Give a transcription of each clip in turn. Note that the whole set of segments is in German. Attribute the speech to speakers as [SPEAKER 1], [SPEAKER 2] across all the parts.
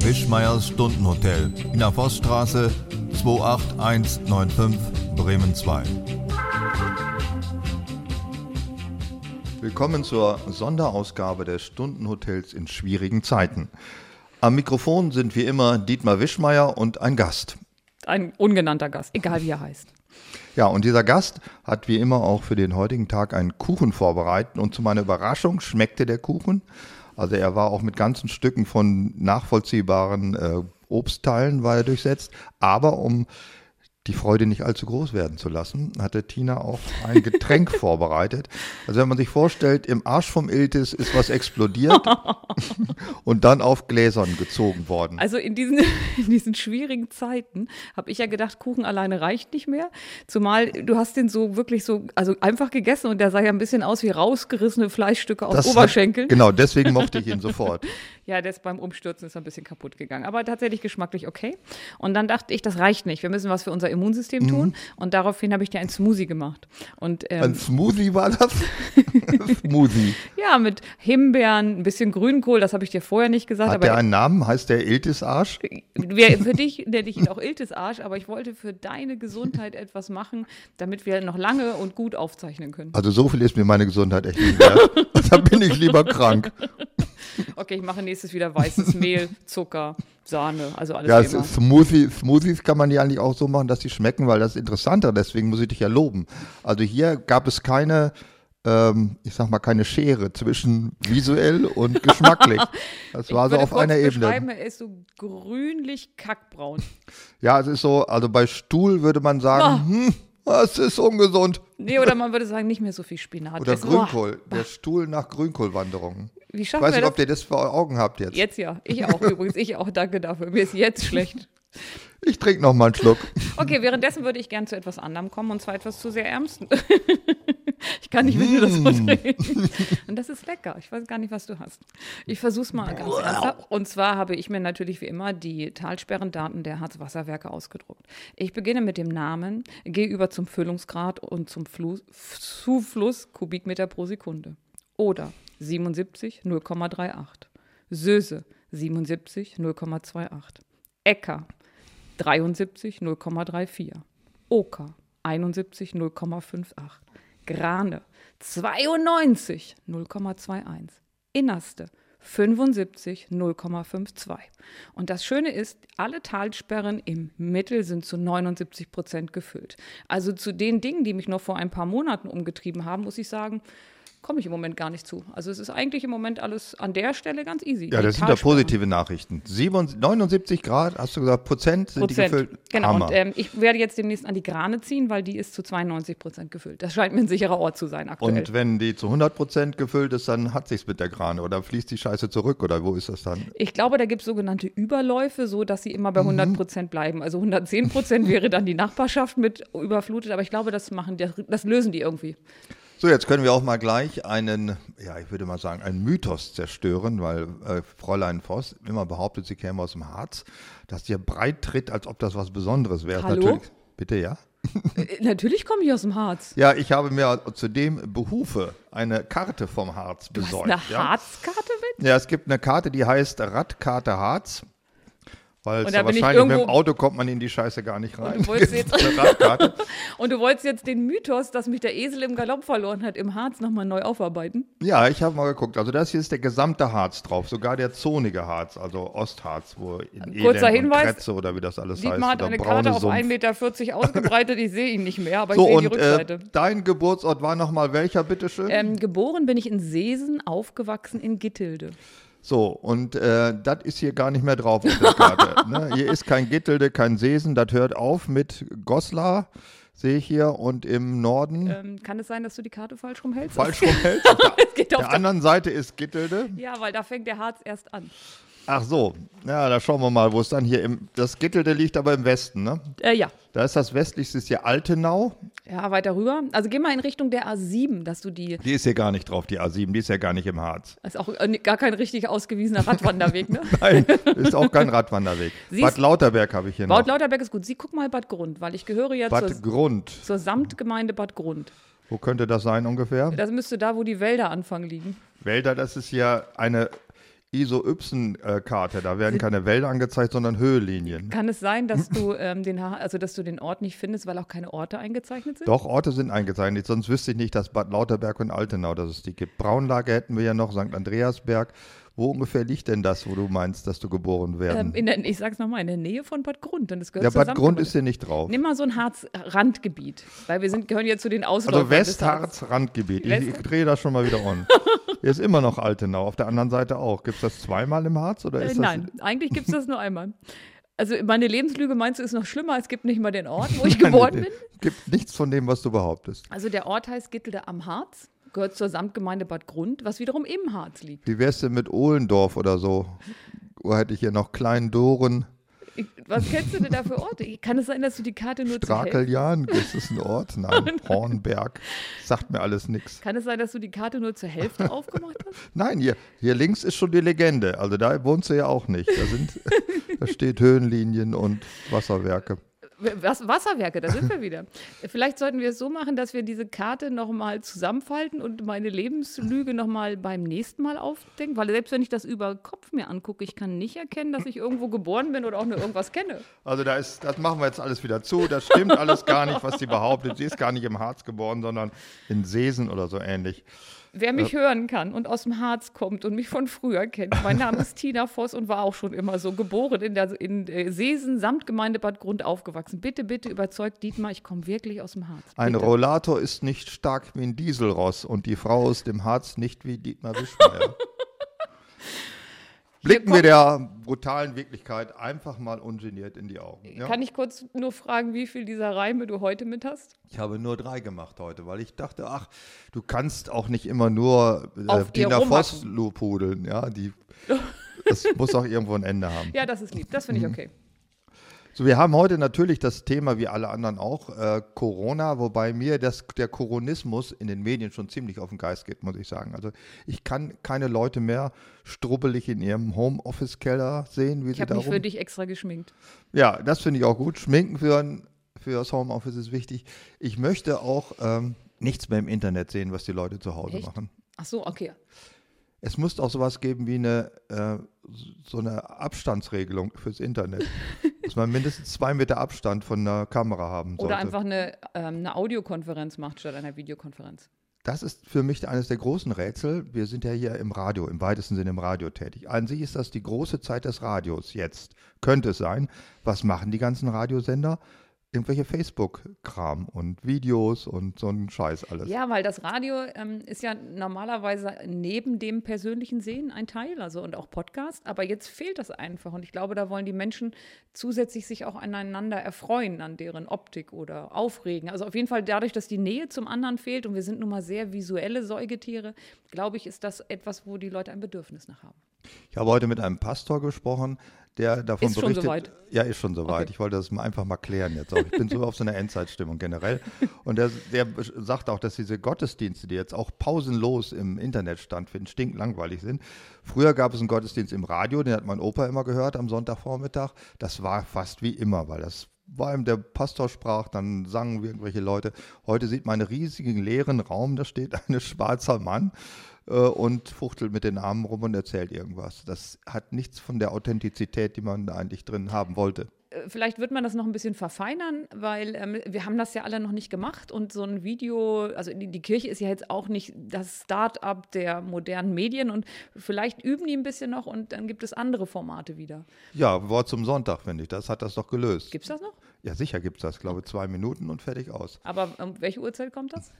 [SPEAKER 1] Wischmeiers Stundenhotel, in der Vossstraße 28195 Bremen 2.
[SPEAKER 2] Willkommen zur Sonderausgabe des Stundenhotels in schwierigen Zeiten. Am Mikrofon sind wie immer Dietmar Wischmeier und ein Gast.
[SPEAKER 3] Ein ungenannter Gast, egal wie er heißt.
[SPEAKER 2] Ja, und dieser Gast hat wie immer auch für den heutigen Tag einen Kuchen vorbereitet und zu meiner Überraschung schmeckte der Kuchen. Also er war auch mit ganzen Stücken von nachvollziehbaren äh, Obstteilen war er durchsetzt, aber um die Freude nicht allzu groß werden zu lassen, hatte Tina auch ein Getränk vorbereitet. Also wenn man sich vorstellt, im Arsch vom Iltis ist was explodiert und dann auf Gläsern gezogen worden.
[SPEAKER 3] Also in diesen, in diesen schwierigen Zeiten habe ich ja gedacht, Kuchen alleine reicht nicht mehr. Zumal du hast den so wirklich so, also einfach gegessen und der sah ja ein bisschen aus wie rausgerissene Fleischstücke aus
[SPEAKER 2] Das hat-
[SPEAKER 3] Oberschenkeln.
[SPEAKER 2] Genau, deswegen mochte ich ihn sofort.
[SPEAKER 3] Ja, der ist beim Umstürzen ist er ein bisschen kaputt gegangen. Aber tatsächlich geschmacklich okay. Und dann dachte ich, das reicht nicht. Wir müssen was für unser Immunsystem
[SPEAKER 2] Mhm.
[SPEAKER 3] tun. Und daraufhin habe ich dir einen Smoothie gemacht. Und
[SPEAKER 2] Ein
[SPEAKER 3] ähm,
[SPEAKER 2] Smoothie war das? Smoothie.
[SPEAKER 3] ja, mit Himbeeren, ein bisschen Grünkohl, das habe ich dir vorher nicht gesagt.
[SPEAKER 2] Hat
[SPEAKER 3] aber
[SPEAKER 2] der einen Namen? Heißt der Iltis Arsch?
[SPEAKER 3] Wer- für dich nenne ich ihn auch Iltes Arsch, aber ich wollte für deine Gesundheit etwas machen, damit wir noch lange und gut aufzeichnen können.
[SPEAKER 2] Also so viel ist mir meine Gesundheit echt nicht wert. da bin ich lieber krank.
[SPEAKER 3] Okay, ich mache nächstes wieder weißes Mehl, Zucker, Sahne, also alles
[SPEAKER 2] Ja,
[SPEAKER 3] wie immer.
[SPEAKER 2] es- Smoothie, Smoothies kann man ja eigentlich auch so machen, dass sie schmecken, weil das ist interessanter. Deswegen muss ich dich ja loben. Also hier gab es keine, ähm, ich sag mal, keine Schere zwischen visuell und geschmacklich. Das war
[SPEAKER 3] ich
[SPEAKER 2] so
[SPEAKER 3] würde
[SPEAKER 2] also auf
[SPEAKER 3] kurz
[SPEAKER 2] einer
[SPEAKER 3] beschreiben,
[SPEAKER 2] Ebene.
[SPEAKER 3] Er ist so grünlich kackbraun.
[SPEAKER 2] Ja, es ist so, also bei Stuhl würde man sagen,
[SPEAKER 3] Oh.
[SPEAKER 2] hm, das ist ungesund.
[SPEAKER 3] Nee, oder man würde sagen, nicht mehr so viel Spinat.
[SPEAKER 2] Oder
[SPEAKER 3] essen.
[SPEAKER 2] Grünkohl. Der Stuhl nach Grünkohlwanderungen.
[SPEAKER 3] Boah, Wie
[SPEAKER 2] Ich
[SPEAKER 3] schaffen
[SPEAKER 2] weiß
[SPEAKER 3] wir
[SPEAKER 2] nicht,
[SPEAKER 3] das?
[SPEAKER 2] ob ihr das vor Augen habt jetzt.
[SPEAKER 3] Jetzt ja. Ich auch übrigens. Ich auch. Danke dafür. Mir ist jetzt schlecht.
[SPEAKER 2] Ich trinke noch mal einen Schluck.
[SPEAKER 3] Okay, währenddessen würde ich gern zu etwas anderem kommen und zwar etwas zu sehr Ärmsten. ich kann nicht, wenn du das so trinkst. Und das ist lecker. Ich weiß gar nicht, was du hast. Ich versuch's mal ganz ernsthaft. Und zwar habe ich mir natürlich wie immer die Talsperrendaten der Harz-Wasserwerke ausgedruckt. Ich beginne mit dem Namen, gehe über zum Füllungsgrad und zum Fluss, F- Zufluss Kubikmeter pro Sekunde. Oder 77 0,38. Söse 77 0,28. Ecker 73 0,34. Oka 71 0,58. Grane 92 0,21. Innerste 75 0,52. Und das Schöne ist, alle Talsperren im Mittel sind zu 79 Prozent gefüllt. Also zu den Dingen, die mich noch vor ein paar Monaten umgetrieben haben, muss ich sagen, komme ich im Moment gar nicht zu. Also es ist eigentlich im Moment alles an der Stelle ganz easy.
[SPEAKER 2] Ja,
[SPEAKER 3] Die
[SPEAKER 2] das sind ja
[SPEAKER 3] Talsperren.
[SPEAKER 2] positive Nachrichten. 77 79 Grad, hast du gesagt, Prozent sind die gefüllt.
[SPEAKER 3] Genau,
[SPEAKER 2] Hammer.
[SPEAKER 3] und ähm, ich werde jetzt demnächst an die Grane ziehen, weil die ist zu 92 Prozent gefüllt. Das scheint mir ein sicherer Ort zu sein aktuell.
[SPEAKER 2] Und wenn die zu 100% gefüllt ist, dann hat sich's mit der Krane oder fließt die Scheiße zurück oder wo ist das dann?
[SPEAKER 3] ich glaube, da gibt es sogenannte Überläufe, so dass sie immer
[SPEAKER 2] Mhm.
[SPEAKER 3] bei 100 Prozent bleiben. Also 110 Prozent wäre dann die Nachbarschaft mit überflutet, aber ich glaube, das machen, das, das lösen die irgendwie.
[SPEAKER 2] So, jetzt können wir auch mal gleich einen, ja, ich würde mal sagen, einen Mythos zerstören, weil äh, Fräulein Voss immer behauptet, sie käme aus dem Harz, dass dir breit tritt, als ob das was Besonderes wäre.
[SPEAKER 3] Hallo?
[SPEAKER 2] Natürlich. Bitte, ja?
[SPEAKER 3] Äh, Natürlich komme ich aus dem Harz.
[SPEAKER 2] Ja, ich habe mir zudem Behufe eine Karte vom Harz
[SPEAKER 3] Du hast
[SPEAKER 2] besorgt.
[SPEAKER 3] eine
[SPEAKER 2] ja?
[SPEAKER 3] Harzkarte mit?
[SPEAKER 2] Ja, es gibt eine Karte, die heißt Radkarte Harz. Weil es
[SPEAKER 3] da
[SPEAKER 2] ja
[SPEAKER 3] bin ich
[SPEAKER 2] wahrscheinlich mit dem
[SPEAKER 3] irgendwo-
[SPEAKER 2] Auto kommt man in die Scheiße gar nicht rein.
[SPEAKER 3] du wolltest jetzt-
[SPEAKER 2] Eine Radkarte.
[SPEAKER 3] Und du wolltest jetzt den Mythos, dass mich der Esel im Galopp verloren hat, im Harz nochmal neu aufarbeiten?
[SPEAKER 2] Ja, ich habe mal geguckt. Also das hier ist der gesamte Harz drauf, sogar der zonige Harz, also Ostharz, wo in Elend
[SPEAKER 3] Kurzer Hinweis,
[SPEAKER 2] und Kretze oder wie das alles
[SPEAKER 3] Dietmar
[SPEAKER 2] heißt,
[SPEAKER 3] hat
[SPEAKER 2] oder
[SPEAKER 3] eine
[SPEAKER 2] braune
[SPEAKER 3] Karte auf
[SPEAKER 2] Sumpf.
[SPEAKER 3] 1,40 Meter ausgebreitet. Ich sehe ihn nicht mehr, aber ich
[SPEAKER 2] so
[SPEAKER 3] sehe die
[SPEAKER 2] und
[SPEAKER 3] Rückseite.
[SPEAKER 2] äh, dein Geburtsort war nochmal welcher, bitteschön?
[SPEAKER 3] Ähm, geboren bin ich in Seesen, aufgewachsen in Gittilde.
[SPEAKER 2] So, und äh, das ist hier gar nicht mehr drauf auf der Karte. ne? Hier ist kein Gittelde, kein Sesen, das hört auf mit Goslar, sehe ich hier, und im Norden.
[SPEAKER 3] Ähm, kann es sein, dass du die Karte falsch rumhältst?
[SPEAKER 2] falsch rumhältst. Auf der,
[SPEAKER 3] Es geht auf
[SPEAKER 2] der anderen Seite ist Gittelde.
[SPEAKER 3] ja, weil da fängt der Harz erst an.
[SPEAKER 2] Ach so, ja, da schauen wir mal, wo es dann hier im. Das Gittelde liegt aber im Westen, ne?
[SPEAKER 3] Äh, ja.
[SPEAKER 2] Da ist das westlichste ist hier Altenau.
[SPEAKER 3] Ja, weiter rüber. Also geh mal in Richtung der A7, dass du die.
[SPEAKER 2] Die ist hier gar nicht drauf, die A7, die ist ja gar nicht im Harz.
[SPEAKER 3] Das ist auch äh, gar kein richtig ausgewiesener Radwanderweg, ne?
[SPEAKER 2] Nein, ist auch kein Radwanderweg.
[SPEAKER 3] Siehst-
[SPEAKER 2] Bad Lauterberg habe ich hier noch.
[SPEAKER 3] Bad Lauterberg ist gut. Sie guck mal Bad Grund, weil ich gehöre ja
[SPEAKER 2] Bad
[SPEAKER 3] zur,
[SPEAKER 2] Grund.
[SPEAKER 3] zur Samtgemeinde Bad Grund.
[SPEAKER 2] Wo könnte das sein ungefähr?
[SPEAKER 3] Das müsste da, wo die Wälder anfangen liegen.
[SPEAKER 2] Wälder, das ist ja eine ISO-Y-Karte. Da werden keine Wälder angezeigt, sondern Höhelinien.
[SPEAKER 3] Kann es sein, dass du, ähm, den, Ha- also, dass du den Ort nicht findest, weil auch keine Orte eingezeichnet sind?
[SPEAKER 2] Doch, Orte sind eingezeichnet, sonst wüsste ich nicht, dass Bad Lauterberg und Altenau, dass es die gibt. Braunlage hätten wir ja noch, St. Andreasberg. Wo ungefähr liegt denn das, wo du meinst, dass du geboren werden?
[SPEAKER 3] Ähm, in der, ich sag's nochmal, in der Nähe von Bad Grund. Denn das gehört
[SPEAKER 2] ja,
[SPEAKER 3] zur
[SPEAKER 2] Bad Grund
[SPEAKER 3] Samtgemeinde.
[SPEAKER 2] ist hier nicht drauf.
[SPEAKER 3] Nimm mal so ein Harz-Randgebiet, weil wir sind, gehören ja zu den Ausläufern.
[SPEAKER 2] Also
[SPEAKER 3] des Harz.
[SPEAKER 2] Westharz Randgebiet. Ich, ich
[SPEAKER 3] West-
[SPEAKER 2] drehe das schon mal wieder um. Hier ist immer noch Altenau, auf der anderen Seite auch. Gibt es das zweimal im Harz oder
[SPEAKER 3] Äh,
[SPEAKER 2] ist das?
[SPEAKER 3] Nein, eigentlich gibt's das nur einmal. Also meine Lebenslüge meinst du ist noch schlimmer, es gibt nicht mal den Ort, wo ich geboren bin.
[SPEAKER 2] Gibt nichts von dem, was du behauptest.
[SPEAKER 3] Also der Ort heißt Gittelde am Harz, gehört zur Samtgemeinde Bad Grund, was wiederum im Harz liegt.
[SPEAKER 2] Wie wär's denn mit Ohlendorf oder so? Oder hätte ich hier noch Kleindoren,
[SPEAKER 3] Ich, was kennst du denn da für Orte? Kann es sein, dass du die Karte nur zur Hälfte,
[SPEAKER 2] Drakeljan? Ist das ein Ort? Nein, Hornberg. Sagt mir alles nichts.
[SPEAKER 3] kann es sein, dass du die Karte nur zur Hälfte aufgemacht hast?
[SPEAKER 2] Nein, hier, hier links ist schon die Legende. Also da wohnst du ja auch nicht. Da, sind, da steht Höhenlinien und Wasserwerke.
[SPEAKER 3] Was, Wasserwerke, da sind wir wieder. Vielleicht sollten wir es so machen, dass wir diese Karte nochmal zusammenfalten und meine Lebenslüge nochmal beim nächsten Mal aufdenken, weil selbst wenn ich das über Kopf mir angucke, ich kann nicht erkennen, dass ich irgendwo geboren bin oder auch nur irgendwas kenne.
[SPEAKER 2] Also da ist, das machen wir jetzt alles wieder zu. Das stimmt alles gar nicht, was sie behauptet. Sie ist gar nicht im Harz geboren, sondern in Seesen oder so ähnlich.
[SPEAKER 3] Wer mich hören kann und aus dem Harz kommt und mich von früher kennt, mein Name ist Tina Voss und war auch schon immer so geboren in, der, in äh, Seesen, Samtgemeinde Bad Grund aufgewachsen. Bitte, bitte überzeugt Dietmar, ich komme wirklich aus dem Harz.
[SPEAKER 2] Ein
[SPEAKER 3] Bitte.
[SPEAKER 2] Rollator ist nicht stark wie ein Dieselross und die Frau aus dem Harz nicht wie Dietmar Wischmeier. Blicken wir
[SPEAKER 3] kommt-
[SPEAKER 2] der brutalen Wirklichkeit einfach mal ungeniert in die Augen. Ja?
[SPEAKER 3] Kann ich kurz nur fragen, wie viel dieser Reime du heute mit hast?
[SPEAKER 2] Ich habe nur drei gemacht heute, weil ich dachte, ach, du kannst auch nicht immer nur äh,
[SPEAKER 3] Auf ihr
[SPEAKER 2] Tina
[SPEAKER 3] rumhacken.
[SPEAKER 2] Voss lobhudeln. Ja, die, das muss auch irgendwo ein Ende haben.
[SPEAKER 3] Ja, das ist lieb. Das finde ich okay.
[SPEAKER 2] So, wir haben heute natürlich das Thema, wie alle anderen auch, äh, Corona, wobei mir das, der Coronismus in den Medien schon ziemlich auf den Geist geht, muss ich sagen. Also ich kann keine Leute mehr strubbelig in ihrem Homeoffice-Keller sehen, wie
[SPEAKER 3] Ich
[SPEAKER 2] sie
[SPEAKER 3] habe
[SPEAKER 2] da
[SPEAKER 3] mich für
[SPEAKER 2] rum.
[SPEAKER 3] dich extra geschminkt.
[SPEAKER 2] Ja, das finde ich auch gut. Schminken für, ein, für das Homeoffice ist wichtig. Ich möchte auch ähm, nichts mehr im Internet sehen, was die Leute zu Hause
[SPEAKER 3] Echt?
[SPEAKER 2] machen.
[SPEAKER 3] Ach so, okay.
[SPEAKER 2] Es muss auch sowas geben wie eine äh, so eine Abstandsregelung fürs Internet. dass man mindestens zwei Meter Abstand von der Kamera haben sollte.
[SPEAKER 3] Oder einfach eine, ähm, eine Audiokonferenz macht statt einer Videokonferenz.
[SPEAKER 2] Das ist für mich eines der großen Rätsel. Wir sind ja hier im Radio, im weitesten Sinne im Radio tätig. An sich ist das die große Zeit des Radios jetzt. Könnte es sein. Was machen die ganzen Radiosender? Irgendwelche Facebook-Kram und Videos und so ein Scheiß alles.
[SPEAKER 3] Ja, weil das Radio ähm, ist ja normalerweise neben dem persönlichen Sehen ein Teil, also und auch Podcast. Aber jetzt fehlt das einfach. Und ich glaube, da wollen die Menschen zusätzlich sich auch aneinander erfreuen, an deren Optik oder aufregen. Also auf jeden Fall dadurch, dass die Nähe zum anderen fehlt und wir sind nun mal sehr visuelle Säugetiere, glaube ich, ist das etwas, wo die Leute ein Bedürfnis nach haben.
[SPEAKER 2] Ich habe heute mit einem Pastor gesprochen, der davon
[SPEAKER 3] Ist schon
[SPEAKER 2] berichtet.
[SPEAKER 3] soweit.
[SPEAKER 2] Ja, ist schon soweit.
[SPEAKER 3] Okay.
[SPEAKER 2] Ich wollte das mal einfach mal klären jetzt. Auch. Ich bin so auf so einer Endzeitstimmung generell. Und der, der sagt auch, dass diese Gottesdienste, die jetzt auch pausenlos im Internet stattfinden, stinklangweilig sind. Früher gab es einen Gottesdienst im Radio, den hat mein Opa immer gehört am Sonntagvormittag. Das war fast wie immer, weil das war eben der Pastor sprach, dann sangen wir irgendwelche Leute. Heute sieht man einen riesigen leeren Raum, da steht ein schwarzer Mann äh, und fuchtelt mit den Armen rum und erzählt irgendwas. Das hat nichts von der Authentizität, die man da eigentlich drin haben wollte.
[SPEAKER 3] Äh, Vielleicht wird man das noch ein bisschen verfeinern, weil ähm, wir haben das ja alle noch nicht gemacht und so ein Video, also die, die Kirche ist ja jetzt auch nicht das Start-up der modernen Medien und vielleicht üben die ein bisschen noch und dann gibt es andere Formate wieder.
[SPEAKER 2] Ja, Wort zum Sonntag, finde ich. Das hat das doch gelöst.
[SPEAKER 3] Gibt es das noch?
[SPEAKER 2] ja, sicher gibt es das. glaube zwei Minuten und fertig aus.
[SPEAKER 3] Aber um welche Uhrzeit kommt das?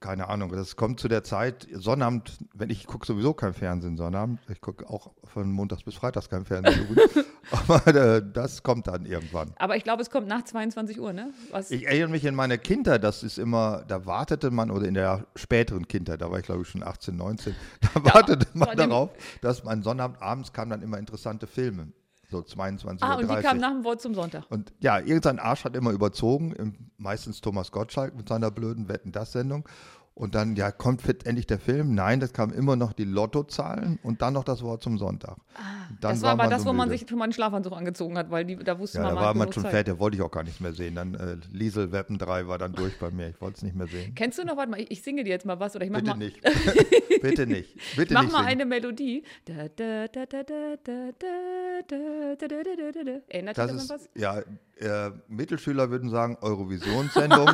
[SPEAKER 2] Keine Ahnung. Das kommt zu der Zeit, Sonnabend, wenn ich gucke sowieso kein Fernsehen Sonnabend. Ich gucke auch von Montags bis Freitags kein Fernsehen. übrigens. Aber äh, das kommt dann irgendwann.
[SPEAKER 3] Aber ich glaube, es kommt nach 22 Uhr, ne? Was,
[SPEAKER 2] Ich erinnere mich in meiner Kindheit, das ist immer, da wartete man, oder in der späteren Kindheit, da war ich glaube ich schon 18, 19, da wartete
[SPEAKER 3] war
[SPEAKER 2] man
[SPEAKER 3] dem-
[SPEAKER 2] darauf, dass man Sonnabend abends kamen dann immer interessante Filme. So 22
[SPEAKER 3] ah,
[SPEAKER 2] Uhr.
[SPEAKER 3] und die kam nach dem Wort zum Sonntag.
[SPEAKER 2] und ja, irgendein Arsch hat immer überzogen, im- meistens Thomas Gottschalk mit seiner blöden Wetten-Das-Sendung. Und dann, ja, kommt fit- endlich der Film? Nein, das kamen immer noch die Lottozahlen und dann noch das Wort zum Sonntag. dann
[SPEAKER 3] Ah, das war aber
[SPEAKER 2] man
[SPEAKER 3] das,
[SPEAKER 2] so
[SPEAKER 3] wo man
[SPEAKER 2] müde.
[SPEAKER 3] sich für meinen Schlafanzug angezogen hat, weil die, da wusste
[SPEAKER 2] Ja,
[SPEAKER 3] man,
[SPEAKER 2] da
[SPEAKER 3] man hat
[SPEAKER 2] war man
[SPEAKER 3] genug
[SPEAKER 2] schon
[SPEAKER 3] Zeit.
[SPEAKER 2] fertig, da wollte ich auch gar nichts mehr sehen. Dann äh, Liesel Weapon 3 war dann durch bei mir, ich wollte es nicht mehr sehen.
[SPEAKER 3] Kennst du noch, warte mal, ich, ich singe dir jetzt mal was oder ich mach
[SPEAKER 2] Bitte
[SPEAKER 3] mal,
[SPEAKER 2] nicht. Bitte nicht. Bitte
[SPEAKER 3] mach
[SPEAKER 2] nicht
[SPEAKER 3] mal
[SPEAKER 2] singen.
[SPEAKER 3] eine Melodie. Da, da, da, da, da, da, da, da, da, da, da, da, da, da. Erinnert dich
[SPEAKER 2] Das
[SPEAKER 3] daran was?
[SPEAKER 2] ist, ja, äh, Mittelschüler würden sagen Eurovisionssendung,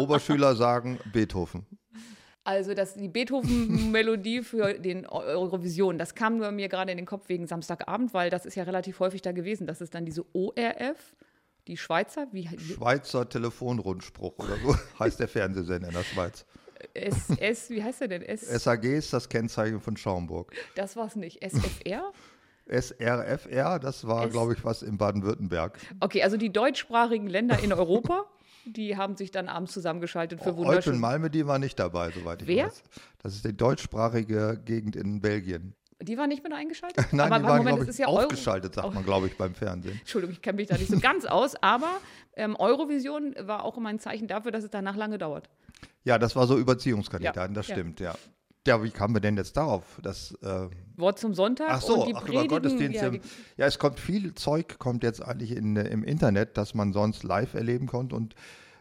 [SPEAKER 2] Oberschüler sagen Beethoven.
[SPEAKER 3] Also das, die Beethoven-Melodie für den Eu- Eurovision, das kam nur mir gerade in den Kopf wegen Samstagabend, weil das ist ja relativ häufig da gewesen. Das ist dann diese ORF, die Schweizer, wie
[SPEAKER 2] Schweizer Telefonrundspruch oder so heißt der Fernsehsender in der Schweiz.
[SPEAKER 3] SS, wie heißt der denn? S,
[SPEAKER 2] SAG ist das Kennzeichen von Schaumburg.
[SPEAKER 3] das war's nicht. SFR?
[SPEAKER 2] SRFR, das war,
[SPEAKER 3] S-
[SPEAKER 2] glaube ich, was in Baden-Württemberg.
[SPEAKER 3] Okay, also die deutschsprachigen Länder in Europa, die haben sich dann abends zusammengeschaltet für
[SPEAKER 2] Eupen
[SPEAKER 3] wunderschön.
[SPEAKER 2] Malmedy Oh, war nicht dabei, soweit ich
[SPEAKER 3] Wer?
[SPEAKER 2] weiß. Das ist die deutschsprachige Gegend in Belgien.
[SPEAKER 3] Die waren nicht mit eingeschaltet?
[SPEAKER 2] Nein,
[SPEAKER 3] aber
[SPEAKER 2] die
[SPEAKER 3] warte,
[SPEAKER 2] waren,
[SPEAKER 3] Moment,
[SPEAKER 2] glaube
[SPEAKER 3] es ist
[SPEAKER 2] ich,
[SPEAKER 3] ja Euro-
[SPEAKER 2] aufgeschaltet, sagt man, glaube ich, beim Fernsehen.
[SPEAKER 3] Entschuldigung, ich kenne mich da nicht so ganz aus, aber ähm, Eurovision war auch immer ein Zeichen dafür, dass es danach lange dauert.
[SPEAKER 2] Ja, das war so Überziehungskandidaten,
[SPEAKER 3] Ja,
[SPEAKER 2] das
[SPEAKER 3] ja.
[SPEAKER 2] stimmt, ja. Ja, wie kamen wir denn jetzt darauf? Das, äh,
[SPEAKER 3] Wort zum Sonntag
[SPEAKER 2] ach so,
[SPEAKER 3] und die
[SPEAKER 2] ach, über
[SPEAKER 3] Predigen.
[SPEAKER 2] Gottesdienste. Ja,
[SPEAKER 3] ja, die,
[SPEAKER 2] es kommt viel Zeug, kommt jetzt eigentlich in, äh, im Internet, das man sonst live erleben konnte. Und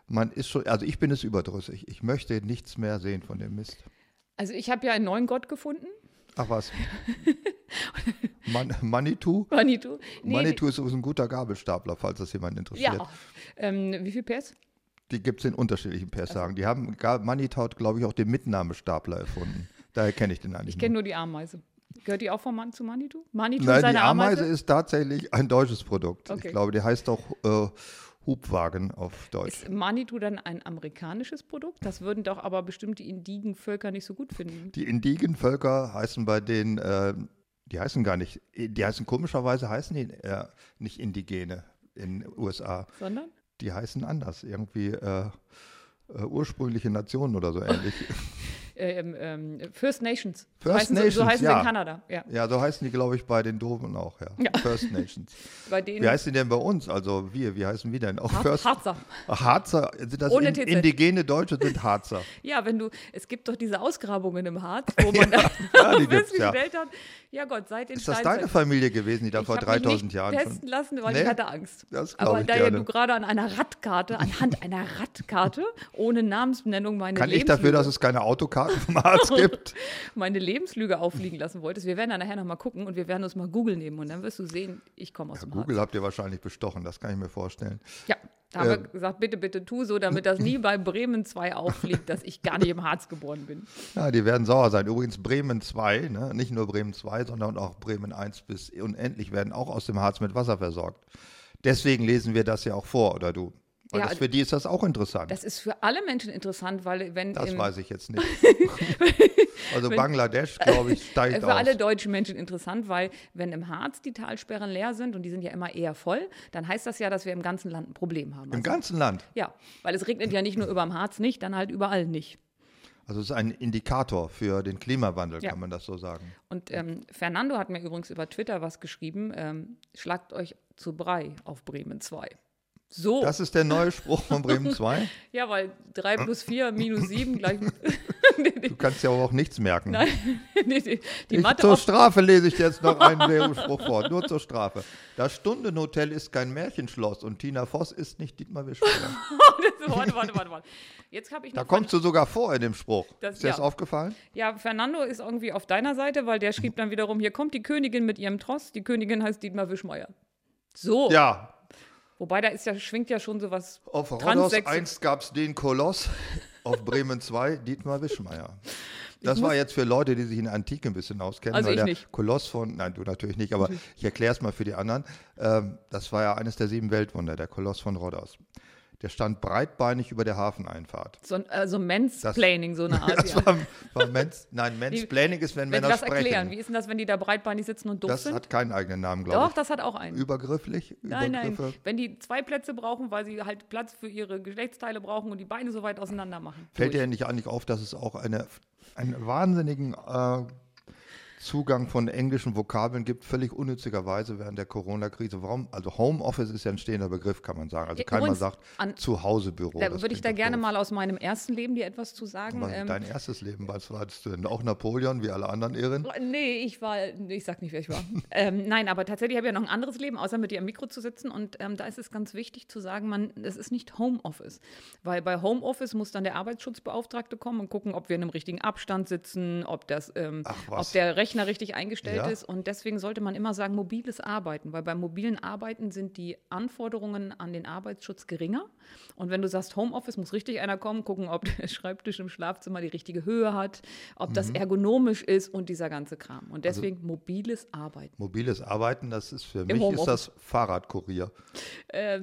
[SPEAKER 2] man ist schon, also ich bin es überdrüssig. Ich möchte nichts mehr sehen von dem Mist.
[SPEAKER 3] also ich habe ja einen neuen Gott gefunden,
[SPEAKER 2] Ach was. Man, Manitou?
[SPEAKER 3] Manitou. Nee,
[SPEAKER 2] Manitou ist übrigens ein guter Gabelstapler, falls das jemand
[SPEAKER 3] die-
[SPEAKER 2] interessiert.
[SPEAKER 3] Ja. Ähm, wie viel PS?
[SPEAKER 2] Die gibt es in unterschiedlichen
[SPEAKER 3] Also
[SPEAKER 2] Persagen. Die haben, Ga- Manitou hat, glaube ich, auch den Mitnahmestapler erfunden. Daher kenne ich den eigentlich
[SPEAKER 3] Ich
[SPEAKER 2] nur.
[SPEAKER 3] kenne nur die Ameise. Gehört die auch von Man zu Manitou? Manitou und
[SPEAKER 2] Nein,
[SPEAKER 3] seine
[SPEAKER 2] die Ameise ist tatsächlich ein deutsches Produkt.
[SPEAKER 3] Okay.
[SPEAKER 2] Ich glaube, die heißt auch äh, Hubwagen auf Deutsch.
[SPEAKER 3] Ist Manitou dann ein amerikanisches Produkt? Das würden doch aber bestimmt die indigen Völker nicht so gut finden.
[SPEAKER 2] die indigen Völker heißen bei den, äh, die heißen gar nicht, die heißen komischerweise heißen die äh, nicht Indigene in USA.
[SPEAKER 3] Sondern?
[SPEAKER 2] Die heißen anders, irgendwie äh, äh, ursprüngliche Nationen oder so ähnlich.
[SPEAKER 3] Ähm, ähm, First Nations. so
[SPEAKER 2] First
[SPEAKER 3] heißen, sie- so
[SPEAKER 2] Nations,
[SPEAKER 3] heißen sie
[SPEAKER 2] ja.
[SPEAKER 3] in Kanada. Ja.
[SPEAKER 2] ja, so heißen die, glaube ich, bei den Doofen auch, ja.
[SPEAKER 3] Ja.
[SPEAKER 2] First Nations.
[SPEAKER 3] Bei denen
[SPEAKER 2] Wie heißen die denn bei uns? Also wir, wie heißen wir denn? Auch
[SPEAKER 3] Har-
[SPEAKER 2] First
[SPEAKER 3] Harzer.
[SPEAKER 2] Harzer, sind das
[SPEAKER 3] Ohne
[SPEAKER 2] in,
[SPEAKER 3] TZ.
[SPEAKER 2] indigene Deutsche sind Harzer.
[SPEAKER 3] Ja, wenn du, es gibt doch diese Ausgrabungen im Harz, wo man
[SPEAKER 2] ja, die gibt's, ja.
[SPEAKER 3] festgestellt hat, ja Gott, seit den
[SPEAKER 2] Ist das deine Familie gewesen, die da vor 3000 Jahren
[SPEAKER 3] testen
[SPEAKER 2] schon?
[SPEAKER 3] lassen, weil
[SPEAKER 2] Nee,
[SPEAKER 3] ich hatte Angst.
[SPEAKER 2] das glaub
[SPEAKER 3] Aber
[SPEAKER 2] ich
[SPEAKER 3] da ja
[SPEAKER 2] gerne.
[SPEAKER 3] du gerade an einer Radkarte, anhand einer Radkarte, ohne Namensnennung meine
[SPEAKER 2] Kann ich
[SPEAKER 3] Lebenslüge,
[SPEAKER 2] dafür, dass es keine Autokarten vom Arzt gibt?
[SPEAKER 3] meine Lebenslüge aufliegen lassen wolltest. Wir werden da nachher nochmal gucken und wir werden uns mal Google nehmen und dann wirst du sehen, ich komme aus dem
[SPEAKER 2] Google habt ihr wahrscheinlich bestochen, das kann ich mir vorstellen.
[SPEAKER 3] Harz. Ja, da haben
[SPEAKER 2] Ähm.
[SPEAKER 3] wir gesagt, bitte, bitte tu so, damit das nie bei Bremen 2 auffliegt, dass ich gar nicht im Harz geboren bin.
[SPEAKER 2] Ja, die werden sauer sein. Übrigens Bremen 2, ne? nicht nur Bremen 2, sondern auch Bremen 1 bis unendlich werden auch aus dem Harz mit Wasser versorgt. Deswegen lesen wir das ja auch vor, oder du? Weil
[SPEAKER 3] Ja,
[SPEAKER 2] das, für die ist das auch interessant.
[SPEAKER 3] Das ist für alle Menschen interessant, weil wenn
[SPEAKER 2] Das
[SPEAKER 3] im,
[SPEAKER 2] weiß ich jetzt nicht. also Bangladesch, glaube ich,
[SPEAKER 3] Äh,
[SPEAKER 2] steigt
[SPEAKER 3] Für alle
[SPEAKER 2] aus.
[SPEAKER 3] deutschen Menschen interessant, weil wenn im Harz die Talsperren leer sind und die sind ja immer eher voll, dann heißt das ja, dass wir im ganzen Land ein Problem haben.
[SPEAKER 2] Im
[SPEAKER 3] Also,
[SPEAKER 2] ganzen Land.
[SPEAKER 3] ja, weil es regnet ja nicht nur über dem Harz nicht, dann halt überall nicht.
[SPEAKER 2] Also es ist ein Indikator für den Klimawandel,
[SPEAKER 3] Ja.
[SPEAKER 2] kann man das so sagen.
[SPEAKER 3] Und ähm, Fernando hat mir übrigens über Twitter was geschrieben, ähm, schlagt euch zu Brei auf Bremen 2. So,
[SPEAKER 2] Das ist der neue Spruch von Bremen 2.
[SPEAKER 3] ja, weil 3 plus 4 minus 7 gleich. nee, nee,
[SPEAKER 2] Du kannst ja aber auch nichts merken.
[SPEAKER 3] nee, nee, die
[SPEAKER 2] ich,
[SPEAKER 3] Mathe
[SPEAKER 2] zur
[SPEAKER 3] auf,
[SPEAKER 2] Strafe lese ich jetzt noch einen Werbungsspruch vor, nur zur Strafe. Das Stundenhotel ist kein Märchenschloss und Tina Voss ist nicht Dietmar Wischler.
[SPEAKER 3] warte, warte, warte, warte. Jetzt habe ich
[SPEAKER 2] Da
[SPEAKER 3] noch
[SPEAKER 2] kommst du sogar vor in dem Spruch.
[SPEAKER 3] Das-
[SPEAKER 2] ist dir das
[SPEAKER 3] ja.
[SPEAKER 2] aufgefallen?
[SPEAKER 3] Ja, Fernando ist irgendwie auf deiner Seite, weil der schrieb dann wiederum, hier kommt die Königin mit ihrem Tross, die Königin heißt Dietmar Wischmeier. So,
[SPEAKER 2] Ja.
[SPEAKER 3] wobei da ist ja, schwingt ja schon sowas
[SPEAKER 2] Auf Rhodos
[SPEAKER 3] Transsexu-
[SPEAKER 2] 1 gab es den Koloss, auf Bremen 2 Dietmar Wischmeier. Das war jetzt für Leute, die sich in der Antike ein bisschen auskennen.
[SPEAKER 3] Also
[SPEAKER 2] weil
[SPEAKER 3] ich
[SPEAKER 2] der
[SPEAKER 3] nicht.
[SPEAKER 2] Koloss von, nein, du natürlich nicht, aber ich erkläre es mal für die anderen. Ähm, das war ja eines der sieben Weltwunder, der Koloss von Rhodos. Der stand breitbeinig über der Hafeneinfahrt.
[SPEAKER 3] so, ein- äh, so Mansplaining, so eine Art.
[SPEAKER 2] Das
[SPEAKER 3] ja.
[SPEAKER 2] war, war Mens, nein, Mansplaining ist, wenn
[SPEAKER 3] Wenn
[SPEAKER 2] Männer
[SPEAKER 3] die das
[SPEAKER 2] sprechen.
[SPEAKER 3] erklären, wie ist denn das, wenn die da breitbeinig sitzen und doof
[SPEAKER 2] das
[SPEAKER 3] sind?
[SPEAKER 2] hat keinen eigenen Namen,
[SPEAKER 3] Doch,
[SPEAKER 2] glaube
[SPEAKER 3] das hat auch
[SPEAKER 2] ich.
[SPEAKER 3] einen.
[SPEAKER 2] Übergrifflich?
[SPEAKER 3] Nein, nein.
[SPEAKER 2] Übergriffe?
[SPEAKER 3] Wenn die zwei Plätze brauchen, weil sie halt Platz für ihre Geschlechtsteile brauchen und die Beine so weit auseinander machen.
[SPEAKER 2] Fällt
[SPEAKER 3] Durch.
[SPEAKER 2] dir nicht eigentlich auf, dass es auch eine, einen wahnsinnigen äh, Zugang von englischen Vokabeln gibt, völlig unnützigerweise während der Corona-Krise. Warum? Also Homeoffice ist ja ein stehender Begriff, kann man sagen. Also
[SPEAKER 3] Ja,
[SPEAKER 2] keiner
[SPEAKER 3] übrigens,
[SPEAKER 2] sagt
[SPEAKER 3] an-
[SPEAKER 2] Zuhausebüro.
[SPEAKER 3] Da
[SPEAKER 2] Oh, das
[SPEAKER 3] würde ich
[SPEAKER 2] klingt
[SPEAKER 3] da
[SPEAKER 2] doch
[SPEAKER 3] gerne
[SPEAKER 2] doof.
[SPEAKER 3] mal aus meinem ersten Leben dir etwas zu sagen.
[SPEAKER 2] Was,
[SPEAKER 3] Ähm,
[SPEAKER 2] dein erstes Leben, was warst du denn? Auch Napoleon, wie alle anderen Irren?
[SPEAKER 3] Nee, ich war, nee, ich sag nicht, wer ich war. ähm, nein, aber tatsächlich habe ich ja noch ein anderes Leben, außer mit dir am Mikro zu sitzen. Und ähm, da ist es ganz wichtig zu sagen, man, es ist nicht Homeoffice. Weil bei Homeoffice muss dann der Arbeitsschutzbeauftragte kommen und gucken, ob wir in einem richtigen Abstand sitzen, ob, das, ähm,
[SPEAKER 2] Ach, was.
[SPEAKER 3] ob der Rechner richtig eingestellt
[SPEAKER 2] Ja.
[SPEAKER 3] ist. Und deswegen sollte man immer sagen, mobiles Arbeiten. Weil beim mobilen Arbeiten sind die Anforderungen an den Arbeitsschutz geringer. Und wenn du sagst, Homeoffice muss richtig einer kommen, gucken, ob der Schreibtisch im Schlafzimmer die richtige Höhe hat, ob das ergonomisch ist und dieser ganze Kram. Und deswegen mobiles Arbeiten.
[SPEAKER 2] Mobiles Arbeiten, das ist für mich ist
[SPEAKER 3] Homeoffice.
[SPEAKER 2] das Fahrradkurier.
[SPEAKER 3] Ja,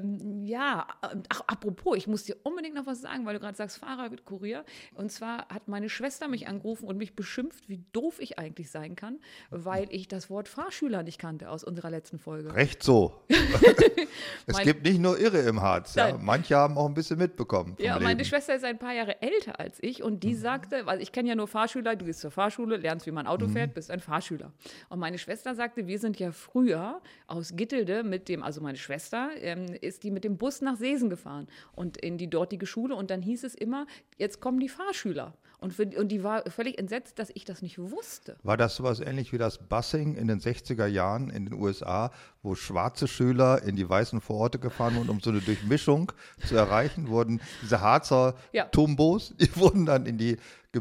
[SPEAKER 3] ähm, ach, apropos, ich muss dir unbedingt noch was sagen, weil du gerade sagst Fahrradkurier. Und zwar hat meine Schwester mich angerufen und mich beschimpft, wie doof ich eigentlich sein kann, weil ich das Wort Fahrschüler nicht kannte aus unserer letzten Folge.
[SPEAKER 2] Recht so. es
[SPEAKER 3] Mein-
[SPEAKER 2] gibt nicht nur Irre im Harz. Ja.
[SPEAKER 3] Nein.
[SPEAKER 2] Manche haben auch ein bisschen mitbekommen. Vom
[SPEAKER 3] Ja,
[SPEAKER 2] Leben. Mhm.
[SPEAKER 3] meine Schwester ist ein paar Jahre älter als ich und die sagte, weil ich kenne ja nur Fahrschüler, du gehst zur Fahrschule, lernst, wie man Auto
[SPEAKER 2] Mhm.
[SPEAKER 3] fährt, bist ein Fahrschüler. Und meine Schwester sagte, wir sind ja früher aus Gittelde mit dem, also meine Schwester, ähm, ist die mit dem Bus nach Sesen gefahren und in die dortige Schule und dann hieß es immer, jetzt kommen die Fahrschüler. Und, für, und die war völlig entsetzt, dass ich das nicht wusste.
[SPEAKER 2] War das sowas ähnlich wie das Bussing in den 60er Jahren in den USA, wo schwarze Schüler in die weißen Vororte gefahren wurden, um so eine Durchmischung zu erreichen, wurden diese Harzer
[SPEAKER 3] Ja.
[SPEAKER 2] Tumbos, die wurden dann in die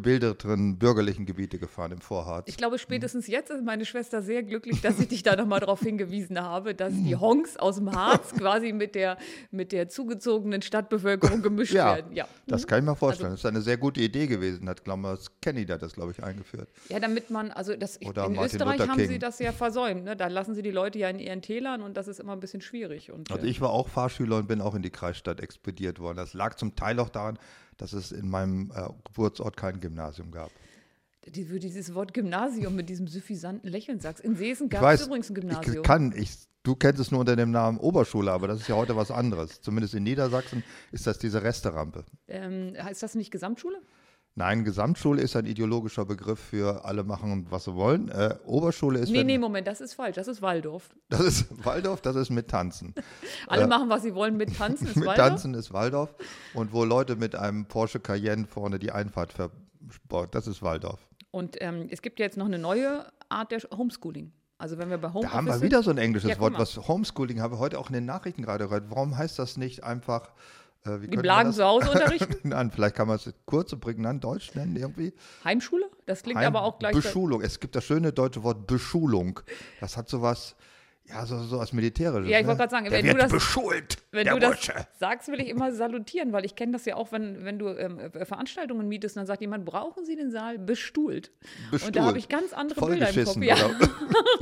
[SPEAKER 2] gebildeteren bürgerlichen Gebiete gefahren im Vorharz.
[SPEAKER 3] Ich glaube, spätestens jetzt ist meine Schwester sehr glücklich, dass ich dich da nochmal darauf hingewiesen habe, dass die
[SPEAKER 2] Mhm.
[SPEAKER 3] Honks aus dem Harz quasi mit der, mit der zugezogenen Stadtbevölkerung gemischt werden. Ja. Mhm. Also
[SPEAKER 2] das kann ich mir vorstellen. das ist eine sehr gute Idee gewesen, hat Glamours Kenny da das, glaube ich, eingeführt.
[SPEAKER 3] ja, damit man, also das, ich,
[SPEAKER 2] Oder
[SPEAKER 3] in
[SPEAKER 2] Martin
[SPEAKER 3] Österreich
[SPEAKER 2] Luther
[SPEAKER 3] haben sie
[SPEAKER 2] King.
[SPEAKER 3] das ja versäumt. Ne? Da lassen sie die Leute ja in ihren Tälern und das ist immer ein bisschen schwierig. Und,
[SPEAKER 2] Also
[SPEAKER 3] äh,
[SPEAKER 2] ich war auch Fahrschüler und bin auch in die Kreisstadt expediert worden. Das lag zum Teil auch daran, dass es in meinem äh, Geburtsort kein Gymnasium gab.
[SPEAKER 3] die, wo dieses Wort Gymnasium mit diesem suffisanten Lächeln sagst. In Sesen
[SPEAKER 2] Ich
[SPEAKER 3] gab
[SPEAKER 2] weiß,
[SPEAKER 3] es übrigens ein
[SPEAKER 2] ich
[SPEAKER 3] Gymnasium.
[SPEAKER 2] kann, ich, du kennst es nur unter dem Namen Oberschule, aber das ist ja heute was anderes. Zumindest in Niedersachsen ist das diese Resterampe.
[SPEAKER 3] Ähm, heißt das nicht Gesamtschule?
[SPEAKER 2] Nein, Gesamtschule ist ein ideologischer Begriff für alle machen, was sie wollen. Äh, Oberschule ist,
[SPEAKER 3] Nee,
[SPEAKER 2] wenn,
[SPEAKER 3] nee, Moment, das ist falsch. Das ist Waldorf.
[SPEAKER 2] das ist Waldorf, das ist mit Tanzen.
[SPEAKER 3] Alle machen, was sie wollen mit Tanzen. Ist
[SPEAKER 2] mit
[SPEAKER 3] Waldorf?
[SPEAKER 2] Tanzen ist Waldorf. Und wo Leute mit einem Porsche Cayenne vorne die Einfahrt verbaut, das ist Waldorf.
[SPEAKER 3] Und ähm, es gibt ja jetzt noch eine neue Art der Homeschooling. Also wenn wir bei Homeoffice
[SPEAKER 2] Da haben wir
[SPEAKER 3] sind,
[SPEAKER 2] wieder so ein englisches
[SPEAKER 3] Ja, guck
[SPEAKER 2] Wort,
[SPEAKER 3] mal.
[SPEAKER 2] was Homeschooling haben wir heute auch in den Nachrichten gerade gehört. Warum heißt das nicht einfach, äh, wie
[SPEAKER 3] die
[SPEAKER 2] könnte man
[SPEAKER 3] Blagen
[SPEAKER 2] das-
[SPEAKER 3] zu Hause unterrichten.
[SPEAKER 2] an. Vielleicht kann man es kurz und prägnant Deutsch nennen irgendwie.
[SPEAKER 3] Heimschule? Das klingt
[SPEAKER 2] Heim-
[SPEAKER 3] aber auch gleich.
[SPEAKER 2] Beschulung. Es gibt das schöne deutsche Wort Beschulung. Das hat sowas, ja, so, so was Militärisches.
[SPEAKER 3] Ja, ich
[SPEAKER 2] ne?
[SPEAKER 3] wollte gerade sagen,
[SPEAKER 2] der
[SPEAKER 3] wenn
[SPEAKER 2] wird
[SPEAKER 3] du das-
[SPEAKER 2] beschult,
[SPEAKER 3] Wenn
[SPEAKER 2] der
[SPEAKER 3] du das
[SPEAKER 2] Bursche.
[SPEAKER 3] sagst, will ich immer salutieren, weil ich kenne das ja auch, wenn, wenn du ähm, Veranstaltungen mietest und dann sagt jemand, brauchen Sie den Saal bestuhlt. Und
[SPEAKER 2] Bestuhlt.
[SPEAKER 3] da habe ich ganz andere Bilder im Kopf.
[SPEAKER 2] Vollgeschissen.
[SPEAKER 3] Ja,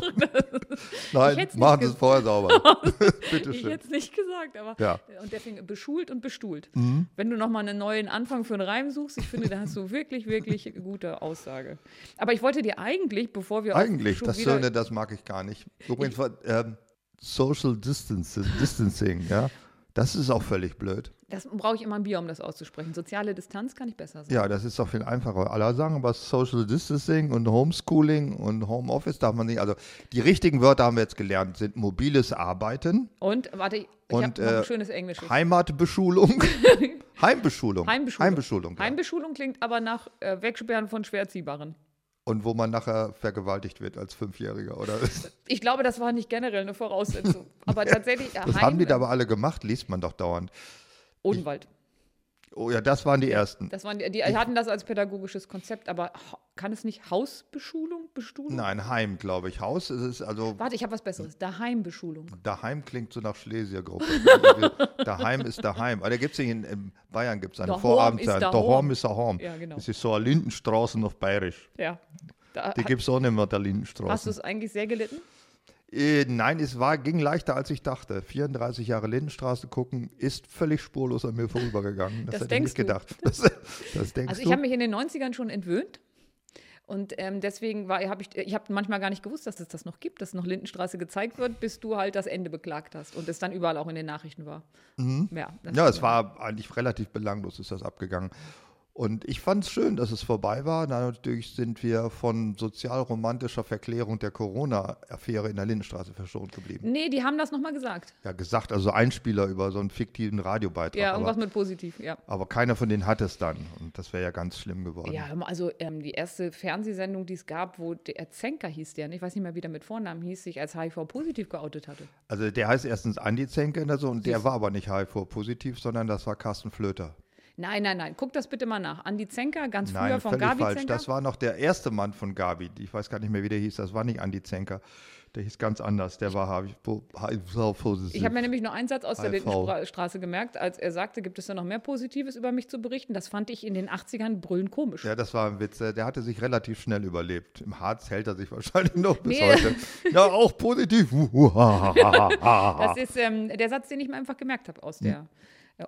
[SPEAKER 2] oder? Nein,
[SPEAKER 3] hätt's nicht
[SPEAKER 2] machen Sie es
[SPEAKER 3] ges-
[SPEAKER 2] vorher sauber.
[SPEAKER 3] hätte ich
[SPEAKER 2] Bitteschön.
[SPEAKER 3] jetzt nicht gesagt, aber äh,
[SPEAKER 2] Ja. Mhm.
[SPEAKER 3] und deswegen beschult und bestuhlt. Wenn du nochmal einen neuen Anfang für einen Reim suchst, ich finde, da hast du wirklich, wirklich gute Aussage. Aber ich wollte dir eigentlich, bevor wir auch
[SPEAKER 2] Eigentlich,
[SPEAKER 3] schon
[SPEAKER 2] das
[SPEAKER 3] wieder-
[SPEAKER 2] Schöne, das mag ich gar nicht. Übrigens, ähm, Social Distancing, Distancing, ja. Das ist auch völlig blöd.
[SPEAKER 3] Das brauche ich immer ein Bier, um das auszusprechen. Soziale Distanz kann ich besser sagen.
[SPEAKER 2] Ja, das ist doch viel einfacher. Alle sagen aber Social Distancing und Homeschooling und Homeoffice darf man nicht. Also die richtigen Wörter haben wir jetzt gelernt, sind mobiles Arbeiten,
[SPEAKER 3] Und warte, ich
[SPEAKER 2] Und,
[SPEAKER 3] habe noch
[SPEAKER 2] äh,
[SPEAKER 3] ein schönes Englisches.
[SPEAKER 2] Heimatbeschulung, Heimbeschulung.
[SPEAKER 3] Heimbeschulung.
[SPEAKER 2] Heimbeschulung. Ja.
[SPEAKER 3] Heimbeschulung klingt aber nach äh, Wegsperren von Schwerziehbaren.
[SPEAKER 2] Und wo man nachher vergewaltigt wird als Fünfjähriger, oder? Das
[SPEAKER 3] Ich glaube, das war nicht generell eine Voraussetzung. Aber tatsächlich, äh, Heim,
[SPEAKER 2] haben die da aber alle gemacht, liest man doch dauernd.
[SPEAKER 3] Odenwald.
[SPEAKER 2] Oh ja, das waren die ersten.
[SPEAKER 3] Das waren die, die hatten das als pädagogisches Konzept, aber ho- kann es nicht Hausbeschulung, Bestuhlung?
[SPEAKER 2] Nein, Heim, glaube ich. Haus ist es, also
[SPEAKER 3] Warte, ich habe was Besseres. Daheimbeschulung.
[SPEAKER 2] daheim klingt so nach Schlesiergruppe. daheim ist daheim. Aber da gibt es in, in Bayern gibt's eine
[SPEAKER 3] Daheim
[SPEAKER 2] Vorabendzeit.
[SPEAKER 3] ist daheim.
[SPEAKER 2] Daheim ist daheim.
[SPEAKER 3] Ja, genau.
[SPEAKER 2] Das ist so eine Lindenstraße auf Bayerisch.
[SPEAKER 3] Ja. Da,
[SPEAKER 2] Die gibt es auch nicht mehr, der
[SPEAKER 3] hast du
[SPEAKER 2] Lindenstraße.
[SPEAKER 3] es eigentlich sehr gelitten?
[SPEAKER 2] Äh, nein, es war, ging leichter, als ich dachte. 34 Jahre Lindenstraße gucken ist völlig spurlos an mir vorübergegangen. Das,
[SPEAKER 3] Das
[SPEAKER 2] hätte ich nicht
[SPEAKER 3] denkst
[SPEAKER 2] gedacht. Das, das denkst
[SPEAKER 3] Also ich habe
[SPEAKER 2] du?
[SPEAKER 3] mich in den 90ern schon entwöhnt. Und ähm, deswegen war, habe ich, ich habe manchmal gar nicht gewusst, dass es das noch gibt, dass noch Lindenstraße gezeigt wird, bis du halt das Ende beklagt hast und es dann überall
[SPEAKER 2] Mhm.
[SPEAKER 3] auch in den Nachrichten war. Ja, das-
[SPEAKER 2] Ja, es war eigentlich relativ belanglos, ist das abgegangen. Und ich fand es schön, dass es vorbei war. Natürlich sind wir von sozialromantischer Verklärung der Corona-Affäre in der Lindenstraße verschont geblieben.
[SPEAKER 3] Nee, die haben das nochmal gesagt.
[SPEAKER 2] Ja, gesagt, also Einspieler über so einen fiktiven Radiobeitrag.
[SPEAKER 3] Ja, irgendwas
[SPEAKER 2] aber,
[SPEAKER 3] mit positiv, ja.
[SPEAKER 2] aber keiner von denen hat es dann. Und das wäre ja ganz schlimm geworden.
[SPEAKER 3] Ja, hör mal, also ähm, die erste Fernsehsendung, die es gab, wo der Zenker hieß der, ne? ich weiß nicht mehr, wie der mit Vornamen hieß, sich als HIV-positiv geoutet hatte.
[SPEAKER 2] Also der heißt erstens Andi Zenke oder so und der war aber nicht HIV-positiv, sondern das war Carsten Flöter.
[SPEAKER 3] Nein, nein, nein, guck das bitte mal nach. Andi Zenker, ganz früher
[SPEAKER 2] Nein,
[SPEAKER 3] von
[SPEAKER 2] völlig
[SPEAKER 3] Gabi
[SPEAKER 2] falsch.
[SPEAKER 3] Zenker.
[SPEAKER 2] Das war noch der erste Mann von Gabi. Ich weiß gar nicht mehr, wie der hieß. Das war nicht Andi Zenker. Der hieß ganz anders. Der war HIV-positiv.
[SPEAKER 3] ich habe mir nämlich nur einen Satz aus der
[SPEAKER 2] HIV.
[SPEAKER 3] Lindenstraße gemerkt, als er sagte, gibt es da noch mehr Positives über mich zu berichten? Das fand ich in den 80ern brüllend komisch.
[SPEAKER 2] Ja, das war ein Witz. Der hatte sich relativ schnell überlebt. Im Harz hält er sich wahrscheinlich noch bis
[SPEAKER 3] Nee.
[SPEAKER 2] heute. Ja, auch positiv.
[SPEAKER 3] Das ist ähm, der Satz, den ich mir einfach gemerkt habe aus
[SPEAKER 2] Hm.
[SPEAKER 3] der.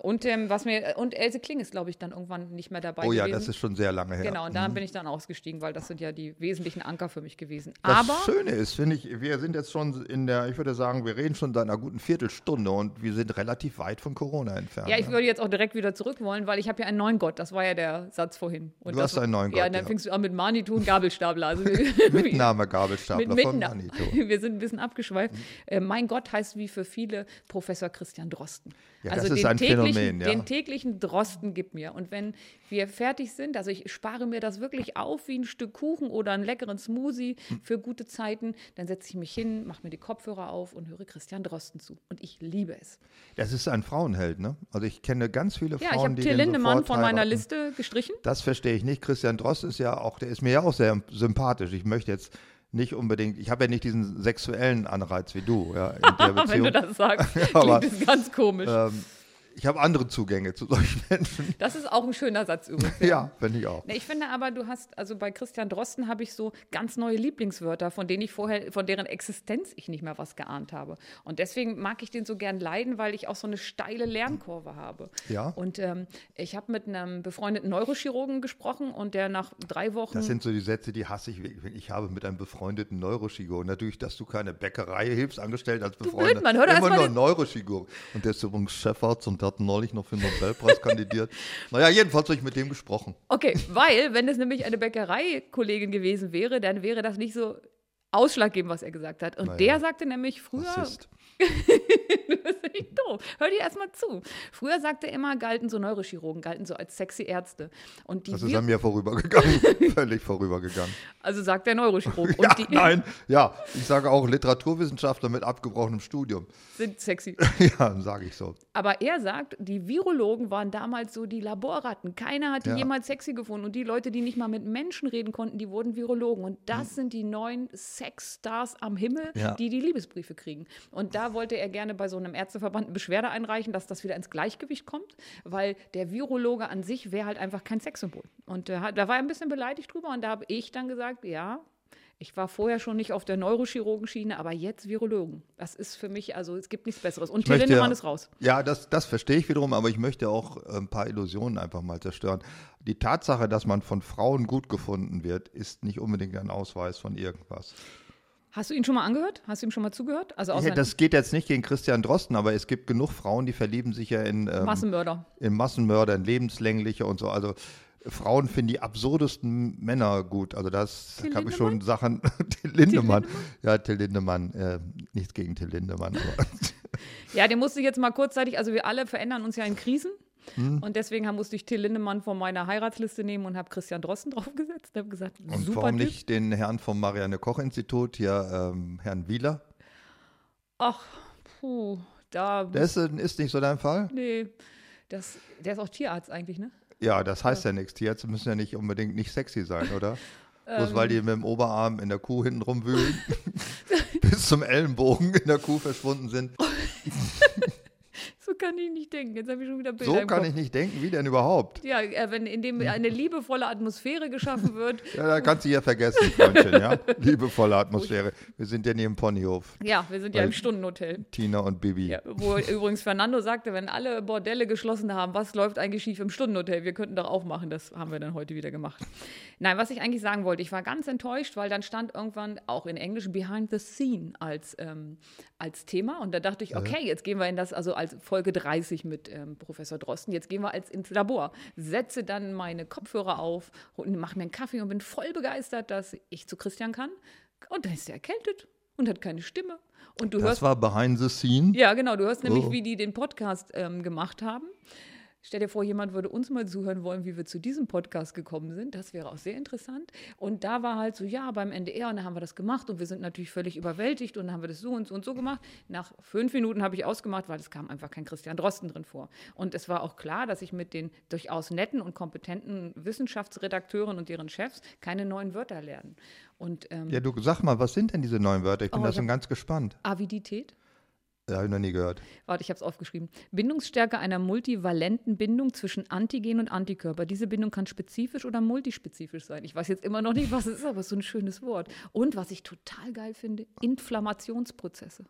[SPEAKER 3] Und ähm, was mir und Else Kling ist, glaube ich, dann irgendwann nicht mehr dabei
[SPEAKER 2] oh ja,
[SPEAKER 3] gewesen.
[SPEAKER 2] das ist Mhm. schon sehr lange her.
[SPEAKER 3] Genau, und da bin ich dann ausgestiegen, weil das sind ja die wesentlichen Anker für mich gewesen.
[SPEAKER 2] Das
[SPEAKER 3] Aber
[SPEAKER 2] Schöne ist, finde ich, wir sind jetzt schon in der, ich würde sagen, wir reden schon seit einer guten Viertelstunde und wir sind relativ weit von Corona entfernt.
[SPEAKER 3] ja, ich
[SPEAKER 2] ne?
[SPEAKER 3] würde jetzt auch direkt wieder zurück wollen, weil ich habe ja einen neuen Gott. Das war ja der Satz vorhin. Und
[SPEAKER 2] Du
[SPEAKER 3] das,
[SPEAKER 2] hast einen neuen
[SPEAKER 3] Ja,
[SPEAKER 2] Gott,
[SPEAKER 3] und dann
[SPEAKER 2] ja.
[SPEAKER 3] fingst du an mit Manitou und Gabelstapler. Also
[SPEAKER 2] Mitnahme Gabelstapler
[SPEAKER 3] mit
[SPEAKER 2] von
[SPEAKER 3] Mitna-
[SPEAKER 2] Manito.
[SPEAKER 3] Wir sind ein bisschen abgeschweift. Äh, mein Gott heißt wie für viele Professor Christian Drosten.
[SPEAKER 2] Ja, das ist ein
[SPEAKER 3] täglichen,
[SPEAKER 2] Phänomen, ja.
[SPEAKER 3] den täglichen Drosten gibt mir. Und wenn wir fertig sind, also ich spare mir das wirklich auf wie ein Stück Kuchen oder einen leckeren Smoothie für gute Zeiten, dann setze ich mich hin, mache mir die Kopfhörer auf und höre Christian Drosten zu. Und ich liebe es.
[SPEAKER 2] Das ist ein Frauenheld, ne? Also ich kenne ganz viele
[SPEAKER 3] Ja, ich
[SPEAKER 2] Frauen,
[SPEAKER 3] habe
[SPEAKER 2] die
[SPEAKER 3] Till
[SPEAKER 2] den
[SPEAKER 3] Lindemann
[SPEAKER 2] sofort
[SPEAKER 3] von meiner
[SPEAKER 2] heiraten.
[SPEAKER 3] Liste gestrichen.
[SPEAKER 2] Das verstehe ich nicht. Christian Dross ist ja auch, der ist mir ja auch sehr sympathisch. Ich möchte jetzt nicht unbedingt, ich habe ja nicht diesen sexuellen Anreiz wie du, ja, in der
[SPEAKER 3] Wenn du
[SPEAKER 2] Beziehung.
[SPEAKER 3] das sagst,
[SPEAKER 2] aber,
[SPEAKER 3] klingt es ganz komisch.
[SPEAKER 2] ähm, ich habe andere Zugänge zu solchen Menschen.
[SPEAKER 3] Das ist auch ein schöner Satz übrigens.
[SPEAKER 2] Ja, finde ich auch.
[SPEAKER 3] Ne, Ich finde aber, du hast, also bei Christian Drosten habe ich so ganz neue Lieblingswörter, von denen ich vorher, von deren Existenz ich nicht mehr was geahnt habe. Und deswegen mag ich den so gern leiden, weil ich auch so eine steile Lernkurve habe.
[SPEAKER 2] Ja.
[SPEAKER 3] Und ähm, ich habe mit einem befreundeten Neurochirurgen gesprochen und der nach drei Wochen.
[SPEAKER 2] Das sind so die Sätze, die hasse ich wirklich. Ich habe mit einem befreundeten Neurochirurgen. Natürlich, dass du keine Bäckerei hilfst, angestellt als befreundet.
[SPEAKER 3] Blödmann, hör doch erst
[SPEAKER 2] Immer
[SPEAKER 3] mal
[SPEAKER 2] nur
[SPEAKER 3] den-
[SPEAKER 2] Neurochirurgen. Und der ist übrigens Chefarzt und der hat neulich noch für den Nobelpreis kandidiert. Naja, jedenfalls habe ich mit dem gesprochen.
[SPEAKER 3] Okay, weil, wenn es nämlich eine Bäckereikollegin gewesen wäre, dann wäre das nicht so ausschlaggebend, was er gesagt hat. Und
[SPEAKER 2] ja.
[SPEAKER 3] der sagte nämlich früher,
[SPEAKER 2] Rassist.
[SPEAKER 3] Das ist echt doof. Hör dir erstmal zu. Früher sagte er immer, galten so Neurochirurgen, galten so als sexy Ärzte. Und die
[SPEAKER 2] Das ist
[SPEAKER 3] wir-
[SPEAKER 2] an mir vorübergegangen. Völlig vorübergegangen.
[SPEAKER 3] also sagt der Neurochirurg.
[SPEAKER 2] Ja,
[SPEAKER 3] und die
[SPEAKER 2] nein, ja, ich sage auch Literaturwissenschaftler mit abgebrochenem Studium.
[SPEAKER 3] sind sexy.
[SPEAKER 2] ja, sage ich so.
[SPEAKER 3] Aber er sagt, die Virologen waren damals so die Laborratten. Keiner hat die
[SPEAKER 2] Ja.
[SPEAKER 3] jemals sexy gefunden. Und die Leute, die nicht mal mit Menschen reden konnten, die wurden Virologen. Und das sind die neuen Sexstars am Himmel,
[SPEAKER 2] Hm. Ja.
[SPEAKER 3] die die Liebesbriefe kriegen. Und da wollte er gerne bei so einem Ärzteverband eine Beschwerde einreichen, dass das wieder ins Gleichgewicht kommt, weil der Virologe an sich wäre halt einfach kein Sexsymbol. Und äh, hat- da war er ein bisschen beleidigt drüber. Und da habe ich dann gesagt, ja. Ich war vorher schon nicht auf der Neurochirurgenschiene, aber jetzt Virologen. Das ist für mich, also es gibt nichts Besseres. Und Till
[SPEAKER 2] möchte-
[SPEAKER 3] Lindemann ist raus.
[SPEAKER 2] Ja, das, das verstehe ich wiederum, aber ich möchte auch ein paar Illusionen einfach mal zerstören. Die Tatsache, dass man von Frauen gut gefunden wird, ist nicht unbedingt ein Ausweis von irgendwas.
[SPEAKER 3] Hast du ihn schon mal angehört? Hast du ihm schon mal zugehört? Also aus
[SPEAKER 2] Ja, das geht jetzt nicht gegen Christian Drosten, aber es gibt genug Frauen, die verlieben sich ja in, ähm,
[SPEAKER 3] Massenmörder.
[SPEAKER 2] in Massenmörder, in lebenslängliche und so. Also Frauen finden die absurdesten Männer gut. Also das
[SPEAKER 3] Till
[SPEAKER 2] habe ich schon Sachen. Till Lindemann. Ja, Till Lindemann. Äh, nichts gegen Till Lindemann. Aber
[SPEAKER 3] Ja, den musste ich jetzt mal kurzzeitig, also wir alle verändern uns ja in Krisen.
[SPEAKER 2] Mhm.
[SPEAKER 3] Und deswegen haben- musste ich Till Lindemann von meiner Heiratsliste nehmen und habe Christian Drosten draufgesetzt. habe gesagt,
[SPEAKER 2] und
[SPEAKER 3] super
[SPEAKER 2] warum
[SPEAKER 3] Typ.
[SPEAKER 2] nicht den Herrn vom Marianne-Koch-Institut, hier ähm, Herrn Wieler?
[SPEAKER 3] Ach, puh, da,
[SPEAKER 2] Der ist, äh, ist nicht so dein Fall?
[SPEAKER 3] nee. Das, der ist auch Tierarzt eigentlich, ne?
[SPEAKER 2] Ja, das heißt ja, nichts. Die Jetzt müssen ja nicht unbedingt nicht sexy sein, oder? Bloß weil die mit dem Oberarm in der Kuh hinten rumwühlen, bis zum Ellenbogen in der Kuh verschwunden sind.
[SPEAKER 3] So kann ich nicht denken. Jetzt habe ich schon wieder Bilder
[SPEAKER 2] So
[SPEAKER 3] im
[SPEAKER 2] kann
[SPEAKER 3] Kopf.
[SPEAKER 2] ich nicht denken, wie denn überhaupt?
[SPEAKER 3] Ja, äh, wenn in dem eine liebevolle Atmosphäre geschaffen wird.
[SPEAKER 2] Ja, da kannst du ja vergessen, Freundchen, ja? Liebevolle Atmosphäre. Wir sind ja nie im Ponyhof.
[SPEAKER 3] Ja, wir sind ja
[SPEAKER 2] Weil-
[SPEAKER 3] im Stundenhotel.
[SPEAKER 2] Tina und Bibi.
[SPEAKER 3] Ja, wo übrigens Fernando sagte, wenn alle Bordelle geschlossen haben, was läuft eigentlich schief im Stundenhotel? Wir könnten doch aufmachen. Das haben wir dann heute wieder gemacht. Nein, was ich eigentlich sagen wollte, ich war ganz enttäuscht, weil dann stand irgendwann auch in Englisch Behind the Scene als, ähm, als Thema. Und da dachte ich, okay, jetzt gehen wir in das, also als Folge 30 mit ähm, Professor Drosten, jetzt gehen wir als ins Labor. Setze dann meine Kopfhörer auf und mache mir einen Kaffee und bin voll begeistert, dass ich zu Christian kann. Und dann ist er erkältet und hat keine Stimme. Und du
[SPEAKER 2] Das
[SPEAKER 3] hörst
[SPEAKER 2] war behind the scene.
[SPEAKER 3] ja, genau. Du hörst nämlich,
[SPEAKER 2] Oh.
[SPEAKER 3] wie die den Podcast ähm, gemacht haben. Stell dir vor, jemand würde uns mal zuhören wollen, wie wir zu diesem Podcast gekommen sind. Das wäre auch sehr interessant. Und da war halt so, ja, beim NDR und da haben wir das gemacht und wir sind natürlich völlig überwältigt und dann haben wir das so und so und so gemacht. Nach fünf Minuten habe ich ausgemacht, weil es kam einfach kein Christian Drosten drin vor. Und es war auch klar, dass ich mit den durchaus netten und kompetenten Wissenschaftsredakteuren und deren Chefs keine neuen Wörter lernen. Und ähm,
[SPEAKER 2] Ja, du sag mal, was sind denn diese neuen Wörter? Ich bin
[SPEAKER 3] Oh,
[SPEAKER 2] da
[SPEAKER 3] ich
[SPEAKER 2] schon
[SPEAKER 3] hab-
[SPEAKER 2] ganz gespannt.
[SPEAKER 3] Avidität?
[SPEAKER 2] Ja, habe ich noch nie gehört.
[SPEAKER 3] Warte, ich habe es aufgeschrieben. Bindungsstärke einer multivalenten Bindung zwischen Antigen und Antikörper. Diese Bindung kann spezifisch oder multispezifisch sein. Ich weiß jetzt immer noch nicht, was es ist, aber es ist so ein schönes Wort. Und was ich total geil finde, Inflammationsprozesse.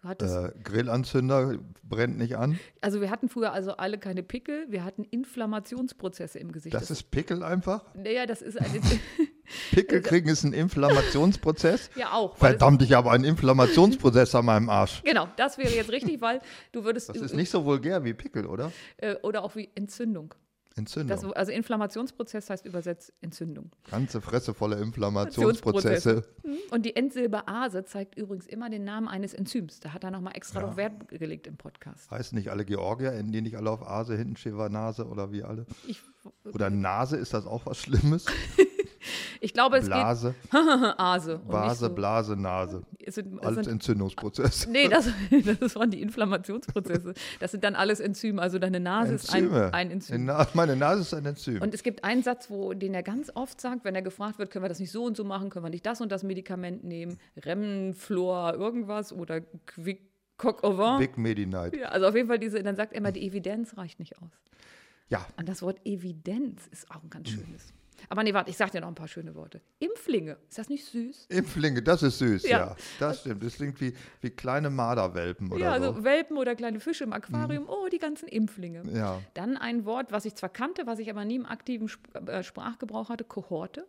[SPEAKER 3] Du hattest,
[SPEAKER 2] Äh, Grillanzünder brennt nicht an.
[SPEAKER 3] also wir hatten früher also alle keine Pickel, wir hatten Inflammationsprozesse im Gesicht.
[SPEAKER 2] Das ist Pickel einfach.
[SPEAKER 3] naja, das ist eine,
[SPEAKER 2] Pickel kriegen ist ein Inflammationsprozess.
[SPEAKER 3] ja auch. weil es-
[SPEAKER 2] Verdammt, ich habe einen Inflammationsprozess an meinem Arsch.
[SPEAKER 3] Genau, das wäre jetzt richtig, weil du würdest
[SPEAKER 2] Das ist nicht so vulgär wie Pickel, oder?
[SPEAKER 3] äh, oder auch wie Entzündung.
[SPEAKER 2] Entzündung.
[SPEAKER 3] Das, also Inflammationsprozess heißt übersetzt Entzündung.
[SPEAKER 2] Ganze Fresse voller Inflammationsprozesse.
[SPEAKER 3] Und die Endsilbe Ase zeigt übrigens immer den Namen eines Enzyms. Da hat er nochmal extra drauf Wert gelegt im Podcast.
[SPEAKER 2] Heißen nicht alle Georgier, enden die nicht alle auf Ase, hinten Nase oder wie alle?
[SPEAKER 3] Ich,
[SPEAKER 2] Oder Nase, ist das auch was Schlimmes?
[SPEAKER 3] ich glaube, es
[SPEAKER 2] Blase,
[SPEAKER 3] geht Ase. und nicht
[SPEAKER 2] Base,
[SPEAKER 3] so,
[SPEAKER 2] Blase, Nase.
[SPEAKER 3] es sind, es
[SPEAKER 2] Alles
[SPEAKER 3] sind,
[SPEAKER 2] Entzündungsprozess.
[SPEAKER 3] nee, das, das waren die Inflammationsprozesse. Das sind dann alles Enzyme. Also deine Nase ist ein, ein
[SPEAKER 2] Die
[SPEAKER 3] Enzym.
[SPEAKER 2] Na- Meine Nase ist ein Enzym.
[SPEAKER 3] Und es gibt einen Satz, wo, den er ganz oft sagt, wenn er gefragt wird, können wir das nicht so und so machen, können wir nicht das und das Medikament nehmen, Remflor, irgendwas oder Quick Coq au vin.
[SPEAKER 2] Big Medi Night.
[SPEAKER 3] Ja, also auf jeden Fall diese, dann sagt er immer, die Evidenz reicht nicht aus.
[SPEAKER 2] Ja,
[SPEAKER 3] Und das Wort Evidenz ist auch ein ganz
[SPEAKER 2] Hm.
[SPEAKER 3] schönes. Aber nee, warte, ich sag dir noch ein paar schöne Worte. Impflinge, ist das nicht süß?
[SPEAKER 2] Impflinge, das ist süß,
[SPEAKER 3] Ja.
[SPEAKER 2] ja. Das stimmt. Das klingt wie, wie kleine Marderwelpen oder
[SPEAKER 3] ja,
[SPEAKER 2] so.
[SPEAKER 3] also Welpen oder kleine Fische im Aquarium. Oh, die ganzen Impflinge.
[SPEAKER 2] Ja.
[SPEAKER 3] Dann ein Wort, was ich zwar kannte, was ich aber nie im aktiven Sp äh, Sprachgebrauch hatte, Kohorte.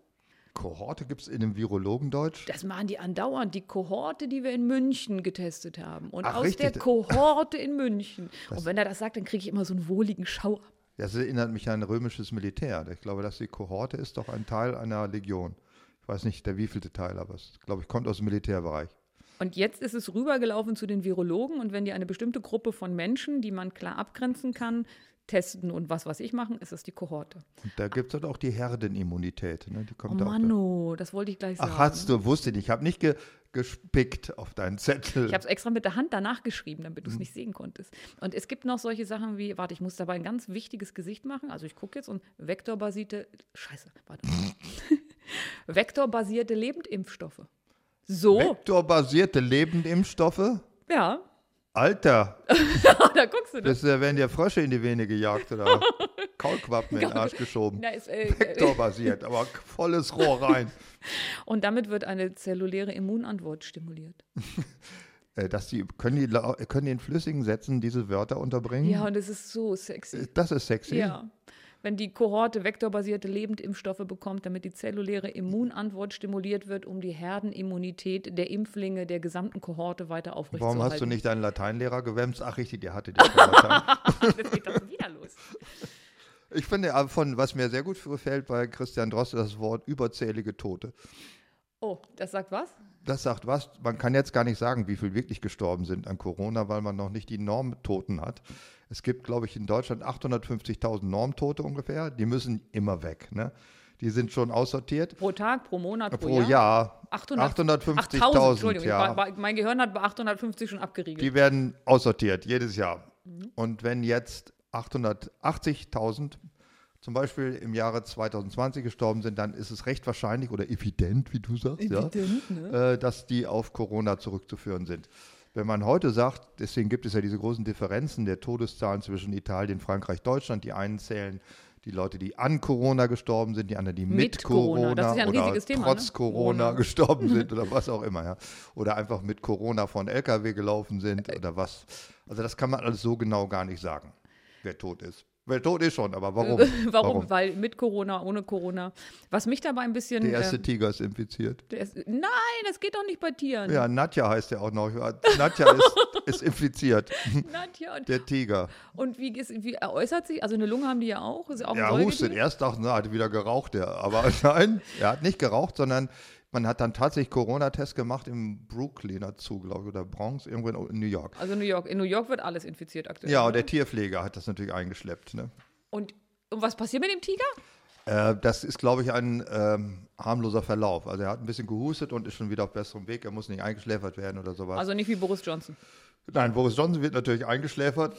[SPEAKER 2] Kohorte gibt es in dem Virologendeutsch.
[SPEAKER 3] Das machen die andauernd, die Kohorte, die wir in München getestet haben. Und
[SPEAKER 2] Ach,
[SPEAKER 3] aus
[SPEAKER 2] richtig.
[SPEAKER 3] der Kohorte in München. Und wenn er das sagt, dann kriege ich immer so einen wohligen Schauer.
[SPEAKER 2] Das erinnert mich an römisches Militär. Ich glaube, dass die Kohorte ist doch ein Teil einer Legion. Ich weiß nicht, der wievielte Teil, aber es, glaube ich, kommt aus dem Militärbereich.
[SPEAKER 3] Und jetzt ist es rübergelaufen zu den Virologen und wenn die eine bestimmte Gruppe von Menschen, die man klar abgrenzen kann, testen und was weiß ich machen, ist es die Kohorte.
[SPEAKER 2] Und da gibt es halt auch die Herdenimmunität. Ne? Die
[SPEAKER 3] Oh
[SPEAKER 2] kommt da auch
[SPEAKER 3] Mann, oh, das wollte ich gleich
[SPEAKER 2] da.
[SPEAKER 3] sagen.
[SPEAKER 2] Ach, hast du, wusste ich. Ich habe nicht ge gespickt auf deinen Zettel.
[SPEAKER 3] Ich habe es extra mit der Hand danach geschrieben, damit du
[SPEAKER 2] Hm.
[SPEAKER 3] es nicht sehen konntest. Und es gibt noch solche Sachen wie, warte, ich muss dabei ein ganz wichtiges Gesicht machen. Also ich gucke jetzt und vektorbasierte, scheiße, warte. vektorbasierte Lebendimpfstoffe. So,
[SPEAKER 2] Vektorbasierte Lebendimpfstoffe?
[SPEAKER 3] ja,
[SPEAKER 2] Alter,
[SPEAKER 3] da guckst du das.
[SPEAKER 2] das, da werden dir Frösche in die Vene gejagt oder Kaulquappen in den Arsch geschoben.
[SPEAKER 3] Na, ist, äh,
[SPEAKER 2] Vektorbasiert, aber volles Rohr rein.
[SPEAKER 3] und damit wird eine zelluläre Immunantwort stimuliert.
[SPEAKER 2] Äh, Dass die, können, die, lau- können die in flüssigen Sätzen diese Wörter unterbringen?
[SPEAKER 3] Ja, und es ist so sexy.
[SPEAKER 2] Mhm. Äh, Das ist sexy.
[SPEAKER 3] Ja. Wenn die Kohorte vektorbasierte Lebendimpfstoffe bekommt, damit die zelluläre Immunantwort stimuliert wird, um die Herdenimmunität der Impflinge der gesamten Kohorte weiter aufrechtzuerhalten.
[SPEAKER 2] Warum hast du nicht deinen Lateinlehrer gewämst? Ach richtig, der hatte den von Latein.
[SPEAKER 3] Jetzt geht Ah, das wieder los.
[SPEAKER 2] Ich finde aber von, was mir sehr gut gefällt bei Christian Droste, das Wort überzählige Tote.
[SPEAKER 3] Oh, das sagt was?
[SPEAKER 2] Das sagt was, man kann jetzt gar nicht sagen, wie viel wirklich gestorben sind an Corona, weil man noch nicht die Normtoten hat. Es gibt, glaube ich, in Deutschland 850.000 Normtote ungefähr. Die müssen immer weg. Ne? Die sind schon aussortiert.
[SPEAKER 3] Pro Tag, pro Monat, pro,
[SPEAKER 2] Pro Jahr
[SPEAKER 3] 800 8000,
[SPEAKER 2] 850.000.
[SPEAKER 3] Entschuldigung,
[SPEAKER 2] Ja.
[SPEAKER 3] ich war, war, mein Gehirn hat bei 850 schon abgeriegelt.
[SPEAKER 2] Die werden aussortiert, jedes Jahr. Und wenn jetzt 880.000 zum Beispiel im Jahre 2020 gestorben sind, dann ist es recht wahrscheinlich oder evident, wie du sagst,
[SPEAKER 3] Evident,
[SPEAKER 2] ja, äh, dass die auf Corona zurückzuführen sind. Wenn man heute sagt, deswegen gibt es ja diese großen Differenzen der Todeszahlen zwischen Italien, Frankreich, Deutschland. Die einen zählen die Leute, die an Corona gestorben sind, die anderen, die mit,
[SPEAKER 3] Mit Corona.
[SPEAKER 2] Corona,
[SPEAKER 3] Das ist ja ein
[SPEAKER 2] oder
[SPEAKER 3] riesiges Thema,
[SPEAKER 2] trotz
[SPEAKER 3] ne?
[SPEAKER 2] Corona
[SPEAKER 3] Corona.
[SPEAKER 2] gestorben sind oder was auch immer, ja. Oder einfach mit Corona von
[SPEAKER 3] Äh,
[SPEAKER 2] LKW gelaufen sind oder was. Also das kann man alles so genau gar nicht sagen, wer tot ist. Weil tot ist schon, aber warum?
[SPEAKER 3] Warum? Weil mit Corona, ohne Corona. Was mich dabei ein bisschen.
[SPEAKER 2] Der erste
[SPEAKER 3] äh,
[SPEAKER 2] Tiger ist infiziert.
[SPEAKER 3] der ist, nein, das geht doch nicht bei Tieren.
[SPEAKER 2] Ja, Nadja heißt ja auch noch. Nadja ist, ist infiziert.
[SPEAKER 3] Nadja, und,
[SPEAKER 2] Der Tiger.
[SPEAKER 3] und wie, ist, wie äußert sich? Also eine Lunge haben die ja auch. Ist ja auch ein
[SPEAKER 2] Ja,
[SPEAKER 3] Säugetier.
[SPEAKER 2] hustet. Erst dachte ich, na, hat wieder geraucht, der. Aber nein, er hat nicht geraucht, sondern man hat dann tatsächlich Corona-Test gemacht im Brooklyner Zoo, glaube ich, oder Bronx, irgendwo in New York.
[SPEAKER 3] Also New York. In New York wird alles infiziert aktuell.
[SPEAKER 2] Ja, und
[SPEAKER 3] ne?
[SPEAKER 2] der Tierpfleger hat das natürlich eingeschleppt. Ne?
[SPEAKER 3] und, und was passiert mit dem Tiger?
[SPEAKER 2] Äh, das ist, glaube ich, ein ähm, harmloser Verlauf. Also er hat ein bisschen gehustet und ist schon wieder auf besserem Weg. Er muss nicht eingeschläfert werden oder sowas.
[SPEAKER 3] Also nicht wie Boris Johnson.
[SPEAKER 2] Nein, Boris Johnson wird natürlich eingeschläfert.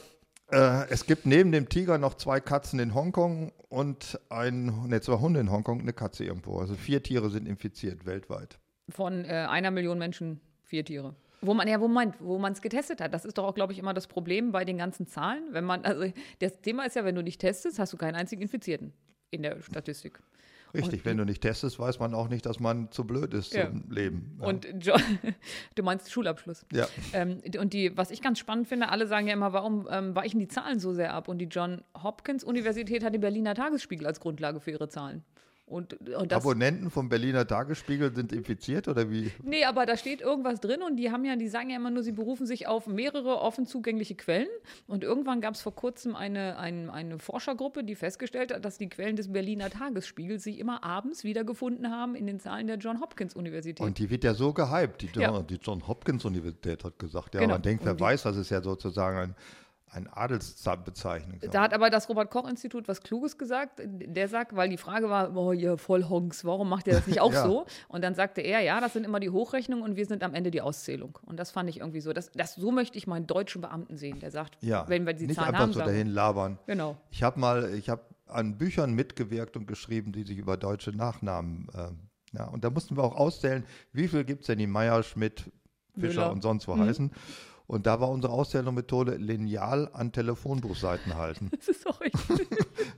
[SPEAKER 2] Äh, es gibt neben dem Tiger noch zwei Katzen in Hongkong und ein, ne, zwei Hunde in Hongkong, eine Katze irgendwo. Also vier Tiere sind infiziert weltweit.
[SPEAKER 3] Von äh, einer Million Menschen vier Tiere. Wo man ja, wo man wo man es getestet hat. Das ist doch auch, glaube ich, immer das Problem bei den ganzen Zahlen. Wenn man, also das Thema ist ja, wenn du nicht testest, hast du keinen einzigen Infizierten in der Statistik.
[SPEAKER 2] Richtig, wenn du nicht testest, weiß man auch nicht, dass man zu blöd ist
[SPEAKER 3] Ja.
[SPEAKER 2] zum Leben. Ja.
[SPEAKER 3] Und jo du meinst Schulabschluss.
[SPEAKER 2] ja.
[SPEAKER 3] Ähm, und die, was ich ganz spannend finde, alle sagen ja immer, warum ähm, weichen die Zahlen so sehr ab? Und die John Hopkins Universität hat den Berliner Tagesspiegel als Grundlage für ihre Zahlen. Und, und das,
[SPEAKER 2] Abonnenten vom Berliner Tagesspiegel sind infiziert oder wie?
[SPEAKER 3] nee, aber da steht irgendwas drin und die haben ja, die sagen ja immer nur, sie berufen sich auf mehrere offen zugängliche Quellen. Und irgendwann gab es vor kurzem eine, ein, eine Forschergruppe, die festgestellt hat, dass die Quellen des Berliner Tagesspiegels sich immer abends wiedergefunden haben in den Zahlen der John Hopkins Universität.
[SPEAKER 2] Und die wird ja so gehypt. Die,
[SPEAKER 3] Ja.
[SPEAKER 2] die John Hopkins Universität hat gesagt, ja,
[SPEAKER 3] Genau.
[SPEAKER 2] man denkt, wer
[SPEAKER 3] Und die-
[SPEAKER 2] weiß, das ist ja sozusagen ein, ein Adelsbezeichnung.
[SPEAKER 3] Da hat aber das Robert-Koch-Institut was Kluges gesagt. Der sagt, weil die Frage war, oh, ihr Vollhonks, warum macht ihr das nicht auch
[SPEAKER 2] Ja.
[SPEAKER 3] so? Und dann sagte er, ja, das sind immer die Hochrechnungen und wir sind am Ende die Auszählung. Und das fand ich irgendwie so. Das, das, so möchte ich meinen deutschen Beamten sehen, der sagt,
[SPEAKER 2] ja,
[SPEAKER 3] wenn wir die
[SPEAKER 2] nicht
[SPEAKER 3] Zahlen
[SPEAKER 2] einfach
[SPEAKER 3] haben,
[SPEAKER 2] so
[SPEAKER 3] sagen.
[SPEAKER 2] dahin labern.
[SPEAKER 3] Genau.
[SPEAKER 2] Ich habe mal, ich habe an Büchern mitgewirkt und geschrieben, die sich über deutsche Nachnamen. Äh, ja, und da mussten wir auch auszählen, wie viel gibt es denn, die Meier, Schmidt, Fischer
[SPEAKER 3] Müller. Mhm.
[SPEAKER 2] und sonst wo heißen. Und da war unsere Auszählungsmethode lineal an Telefonbuchseiten halten.
[SPEAKER 3] Das ist auch richtig.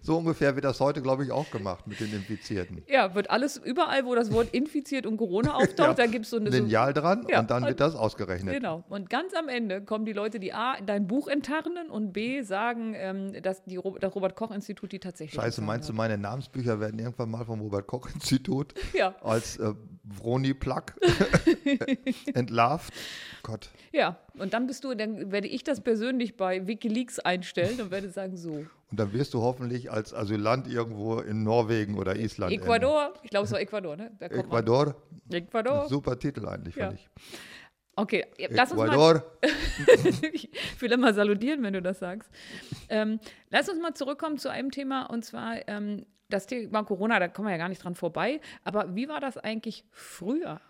[SPEAKER 2] So ungefähr wird das heute, glaube ich, auch gemacht mit den Infizierten.
[SPEAKER 3] ja, wird alles überall, wo das Wort infiziert und Corona auftaucht,
[SPEAKER 2] Ja.
[SPEAKER 3] da gibt es so eine. So,
[SPEAKER 2] Lineal dran
[SPEAKER 3] Ja,
[SPEAKER 2] und dann
[SPEAKER 3] und-
[SPEAKER 2] wird das ausgerechnet.
[SPEAKER 3] Genau. Und ganz am Ende kommen die Leute, die A, dein Buch enttarnen und B, sagen, ähm, dass die, Ro- das Robert-Koch-Institut die tatsächlich.
[SPEAKER 2] Scheiße, meinst du, meine Namensbücher werden irgendwann mal vom Robert-Koch-Institut
[SPEAKER 3] Ja.
[SPEAKER 2] als äh, Vroni-Plug entlarvt? Gott.
[SPEAKER 3] Ja, und dann bist du, dann werde ich das persönlich bei WikiLeaks einstellen und werde sagen, so,
[SPEAKER 2] Und dann wirst du hoffentlich als Asylant irgendwo in Norwegen oder Island. enden.
[SPEAKER 3] Ecuador, ich glaube, es war Ecuador, ne? Da kommt man.
[SPEAKER 2] Ecuador.
[SPEAKER 3] Ecuador.
[SPEAKER 2] Super Titel eigentlich,
[SPEAKER 3] Ja.
[SPEAKER 2] finde ich.
[SPEAKER 3] Okay, ja, lass uns mal,
[SPEAKER 2] Ecuador.
[SPEAKER 3] ich will immer salutieren, wenn du das sagst. Ähm, lass uns mal zurückkommen zu einem Thema und zwar ähm, das Thema Corona, da kommen wir ja gar nicht dran vorbei, aber wie war das eigentlich früher?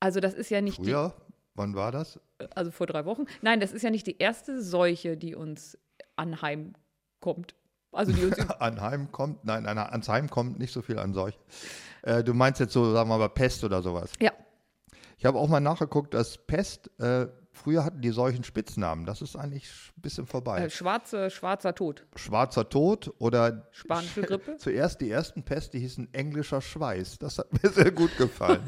[SPEAKER 3] Also das ist ja nicht die
[SPEAKER 2] Früher, wann war das?
[SPEAKER 3] also vor drei Wochen. Nein, das ist ja nicht die erste Seuche, die uns anheimkommt. Also die uns
[SPEAKER 2] Anheim kommt, nein, nein, ans Heim kommt nicht so viel an solch. Äh, du meinst jetzt so, sagen wir mal, Pest oder sowas.
[SPEAKER 3] ja,
[SPEAKER 2] Ich habe auch mal nachgeguckt, dass Pest, äh, früher hatten die solchen Spitznamen. Das ist eigentlich ein bisschen vorbei.
[SPEAKER 3] äh, schwarze, schwarzer Tod.
[SPEAKER 2] Schwarzer Tod oder
[SPEAKER 3] Spanische Grippe?
[SPEAKER 2] Zuerst die ersten Pest, die hießen englischer Schweiß. Das hat mir sehr gut gefallen.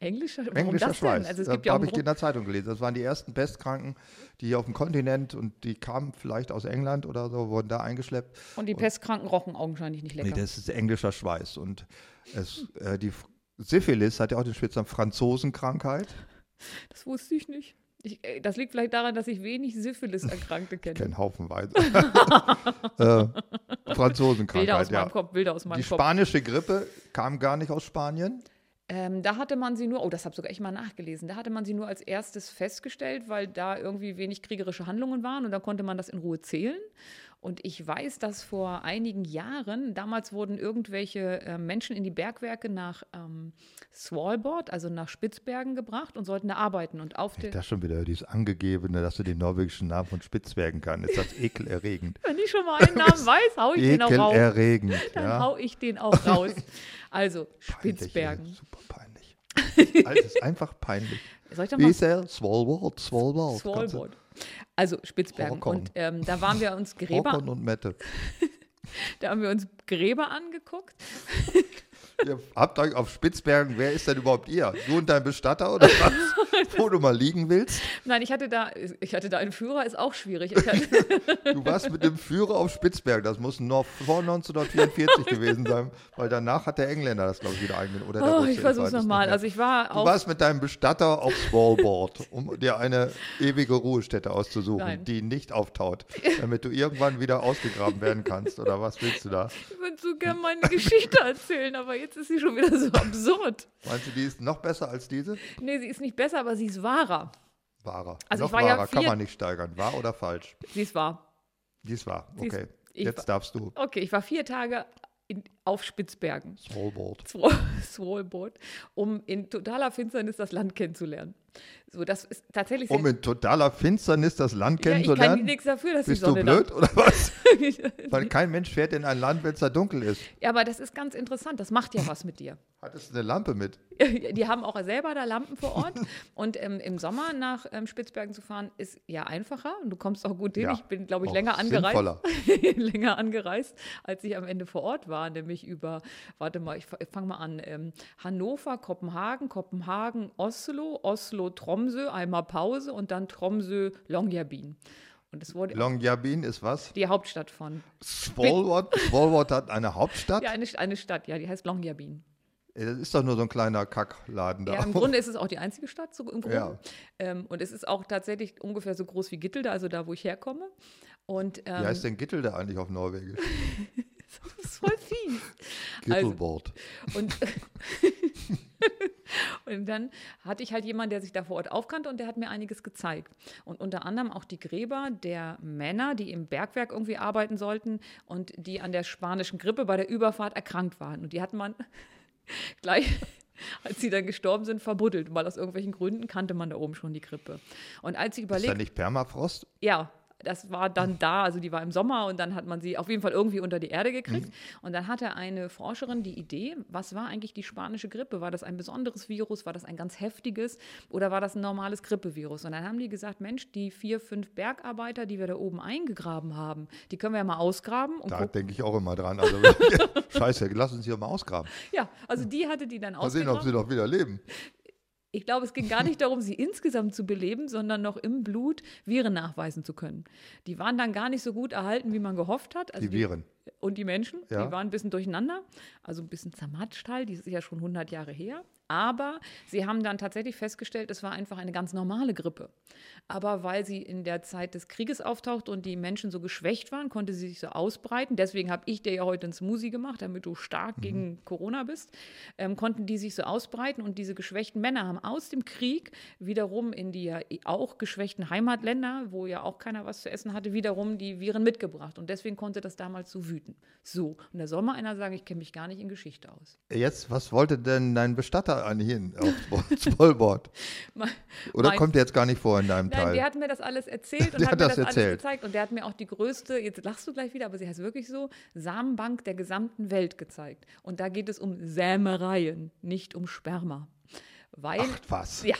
[SPEAKER 3] Englischer, warum
[SPEAKER 2] Englischer
[SPEAKER 3] das
[SPEAKER 2] Schweiß.
[SPEAKER 3] denn? Also es
[SPEAKER 2] da
[SPEAKER 3] gibt ja auch
[SPEAKER 2] habe
[SPEAKER 3] einen
[SPEAKER 2] ich in
[SPEAKER 3] Grund,
[SPEAKER 2] der Zeitung gelesen. Das waren die ersten Pestkranken, die hier auf dem Kontinent und die kamen vielleicht aus England oder so, wurden da eingeschleppt.
[SPEAKER 3] und die Pestkranken rochen augenscheinlich nicht
[SPEAKER 2] Nee,
[SPEAKER 3] lecker.
[SPEAKER 2] das ist englischer Schweiß. Und es, äh, die F- Syphilis hat ja auch den Spitznamen Franzosenkrankheit.
[SPEAKER 3] das wusste ich nicht. Ich, äh, das liegt vielleicht daran, dass ich wenig Syphilis-Erkrankte kenne.
[SPEAKER 2] Kein Haufenweise. äh,
[SPEAKER 3] Bilder aus
[SPEAKER 2] Franzosenkrankheit, ja.
[SPEAKER 3] meinem Kopf, Bilder aus meinem
[SPEAKER 2] Die
[SPEAKER 3] Kopf.
[SPEAKER 2] spanische Grippe kam gar nicht aus Spanien.
[SPEAKER 3] Ähm, da hatte man sie nur, oh, das habe sogar ich mal nachgelesen, da hatte man sie nur als erstes festgestellt, weil da irgendwie wenig kriegerische Handlungen waren und da konnte man das in Ruhe zählen. Und ich weiß, dass vor einigen Jahren, damals wurden irgendwelche äh, Menschen in die Bergwerke nach ähm, Svalbard, also nach Spitzbergen gebracht und sollten da arbeiten. Und auf der
[SPEAKER 2] Das schon wieder dieses Angegebene, dass du den norwegischen Namen von Spitzbergen kannst. Ist das ekelerregend.
[SPEAKER 3] Wenn ich schon mal einen Namen weiß, hau ich den auch raus.
[SPEAKER 2] Ekelerregend.
[SPEAKER 3] Genau, Dann
[SPEAKER 2] ja.
[SPEAKER 3] hau ich den auch raus. Also,
[SPEAKER 2] Peinlich, ey,
[SPEAKER 3] Spitzbergen.
[SPEAKER 2] Super peinlich. Alles ist einfach peinlich.
[SPEAKER 3] Soll ich doch
[SPEAKER 2] Wie
[SPEAKER 3] mal
[SPEAKER 2] ist er? Swalwald, Swalwald.
[SPEAKER 3] Swalbard. Also Spitzbergen.
[SPEAKER 2] Horkon.
[SPEAKER 3] Und ähm, da waren wir uns Gräber,
[SPEAKER 2] Rockon und Mette.
[SPEAKER 3] da haben wir uns Gräber angeguckt.
[SPEAKER 2] Ihr habt euch auf Spitzbergen, wer ist denn überhaupt ihr? Du und dein Bestatter oder was? Wo du mal liegen willst?
[SPEAKER 3] Nein, ich hatte da, ich hatte da einen Führer, ist auch schwierig. Ich hatte,
[SPEAKER 2] Du warst mit dem Führer auf Spitzbergen. Das muss noch vor 1944 gewesen sein, weil danach hat der Engländer das, glaube ich, wieder eingenommen. Oder der
[SPEAKER 3] oh,
[SPEAKER 2] Russe,
[SPEAKER 3] ich
[SPEAKER 2] weiß
[SPEAKER 3] versuch's
[SPEAKER 2] es nicht
[SPEAKER 3] nochmal.
[SPEAKER 2] mehr.
[SPEAKER 3] Also ich war
[SPEAKER 2] Du
[SPEAKER 3] auf
[SPEAKER 2] warst mit deinem Bestatter aufs Wallboard, um dir eine ewige Ruhestätte auszusuchen,
[SPEAKER 3] Nein.
[SPEAKER 2] die nicht auftaut, damit du irgendwann wieder ausgegraben werden kannst. Oder was willst du da?
[SPEAKER 3] Ich würde so gerne meine Geschichte erzählen, aber jetzt ist sie schon wieder so absurd.
[SPEAKER 2] Meinst du, die ist noch besser als diese?
[SPEAKER 3] Nee, sie ist nicht besser, aber sie ist wahrer.
[SPEAKER 2] Wahrer.
[SPEAKER 3] Also
[SPEAKER 2] noch
[SPEAKER 3] ich war ja
[SPEAKER 2] wahrer kann
[SPEAKER 3] vier-
[SPEAKER 2] man nicht steigern. Wahr oder falsch?
[SPEAKER 3] Sie ist wahr.
[SPEAKER 2] Dies war.
[SPEAKER 3] Sie ist-
[SPEAKER 2] Okay.
[SPEAKER 3] ich war-
[SPEAKER 2] Jetzt darfst du.
[SPEAKER 3] Okay, ich war vier Tage in, auf Spitzbergen,
[SPEAKER 2] Wallboard.
[SPEAKER 3] Swol- Swolboard, um in totaler Finsternis das Land kennenzulernen. So, das ist tatsächlich
[SPEAKER 2] Um in totaler Finsternis das Land
[SPEAKER 3] ja, ich kann
[SPEAKER 2] kennenzulernen?
[SPEAKER 3] nichts dafür, dass
[SPEAKER 2] Bist
[SPEAKER 3] die
[SPEAKER 2] du
[SPEAKER 3] Sonne
[SPEAKER 2] blöd oder was?
[SPEAKER 3] da
[SPEAKER 2] Weil kein Mensch fährt in ein Land, wenn es da dunkel ist.
[SPEAKER 3] Ja, aber das ist ganz interessant. Das macht ja was mit dir.
[SPEAKER 2] Hattest du eine Lampe mit?
[SPEAKER 3] Die haben auch selber da Lampen vor Ort. Und ähm, im Sommer nach ähm, Spitzbergen zu fahren, ist ja einfacher und du kommst auch gut hin.
[SPEAKER 2] Ja,
[SPEAKER 3] ich bin, glaube ich,
[SPEAKER 2] auch
[SPEAKER 3] länger angereist.
[SPEAKER 2] sinnvoller.
[SPEAKER 3] länger angereist, als ich am Ende vor Ort war. Nämlich über, warte mal, ich fange mal an, ähm, Hannover, Kopenhagen, Kopenhagen, Oslo, Oslo, Tromsø, einmal Pause und dann Tromsø, Longyearbyen. Und es wurde
[SPEAKER 2] Longyearbyen ist was?
[SPEAKER 3] die Hauptstadt von.
[SPEAKER 2] Svalbard? Svalbard hat eine Hauptstadt?
[SPEAKER 3] Ja, eine, eine Stadt, ja, die heißt Longyearbyen.
[SPEAKER 2] Ey, Das ist doch nur so ein kleiner Kackladen da.
[SPEAKER 3] Ja, im Grunde ist es auch die einzige Stadt, so im Grunde.
[SPEAKER 2] Ja.
[SPEAKER 3] Ähm, und es ist auch tatsächlich ungefähr so groß wie Gittelde, also da, wo ich herkomme. Und ähm, Also,
[SPEAKER 2] Wie heißt denn Gittel da eigentlich auf Norwegisch?
[SPEAKER 3] das ist voll fies.
[SPEAKER 2] Gittelbord.
[SPEAKER 3] Und, und dann hatte ich halt jemanden, der sich da vor Ort aufkannte und der hat mir einiges gezeigt. Und unter anderem auch die Gräber der Männer, die im Bergwerk irgendwie arbeiten sollten und die an der spanischen Grippe bei der Überfahrt erkrankt waren. Und die hat man gleich. Als sie dann gestorben sind, verbuddelt, weil aus irgendwelchen Gründen kannte man da oben schon die Grippe. Und als sie
[SPEAKER 2] ist da
[SPEAKER 3] überlegt,
[SPEAKER 2] nicht Permafrost?
[SPEAKER 3] ja, das war dann da, also die war im Sommer und dann hat man sie auf jeden Fall irgendwie unter die Erde gekriegt.
[SPEAKER 2] Mhm.
[SPEAKER 3] Und dann hatte eine Forscherin die Idee, was war eigentlich die spanische Grippe? War das ein besonderes Virus? War das ein ganz heftiges? Oder war das ein normales Grippevirus? Und dann haben die gesagt, Mensch, die vier, fünf Bergarbeiter, die wir da oben eingegraben haben, die können wir ja mal ausgraben. Und
[SPEAKER 2] Da
[SPEAKER 3] gucken.
[SPEAKER 2] denke ich auch immer dran. Also, Scheiße, lass uns hier mal ausgraben.
[SPEAKER 3] Ja, also die hatte die dann
[SPEAKER 2] Mal sehen, ob sie
[SPEAKER 3] ausgegraben.
[SPEAKER 2] doch wieder leben.
[SPEAKER 3] Ich glaube, es ging gar nicht darum, sie insgesamt zu beleben, sondern noch im Blut Viren nachweisen zu können. Die waren dann gar nicht so gut erhalten, wie man gehofft hat. Also
[SPEAKER 2] Die Viren.
[SPEAKER 3] Und die Menschen,
[SPEAKER 2] Ja.
[SPEAKER 3] die waren ein bisschen durcheinander, also ein bisschen zermatscht halt, die ist ja schon 100 Jahre her. Aber sie haben dann tatsächlich festgestellt, es war einfach eine ganz normale Grippe. Aber weil sie in der Zeit des Krieges auftaucht und die Menschen so geschwächt waren, konnte sie sich so ausbreiten. Deswegen habe ich dir ja heute einen Smoothie gemacht, damit du
[SPEAKER 2] Mhm.
[SPEAKER 3] stark gegen Corona bist. Ähm, konnten die sich so ausbreiten und diese geschwächten Männer haben aus dem Krieg wiederum in die ja auch geschwächten Heimatländer, wo ja auch keiner was zu essen hatte, wiederum die Viren mitgebracht. Und deswegen konnte das damals so wüten. So, und da soll mal einer sagen, ich kenne mich gar nicht in Geschichte aus.
[SPEAKER 2] Jetzt, was wollte denn dein Bestatter an hin auf Svalbard?
[SPEAKER 3] Mein-
[SPEAKER 2] Oder
[SPEAKER 3] mein-
[SPEAKER 2] kommt der jetzt gar nicht vor in deinem
[SPEAKER 3] Nein,
[SPEAKER 2] Teil?
[SPEAKER 3] der hat mir das alles erzählt und
[SPEAKER 2] Der
[SPEAKER 3] hat,
[SPEAKER 2] hat
[SPEAKER 3] mir
[SPEAKER 2] das
[SPEAKER 3] das,
[SPEAKER 2] erzählt.
[SPEAKER 3] alles gezeigt. Und der hat mir auch die größte, jetzt lachst du gleich wieder, aber sie heißt wirklich so, Samenbank der gesamten Welt gezeigt. Und da geht es um Sämereien, nicht um Sperma. Weil
[SPEAKER 2] Ach, was?
[SPEAKER 3] Ja.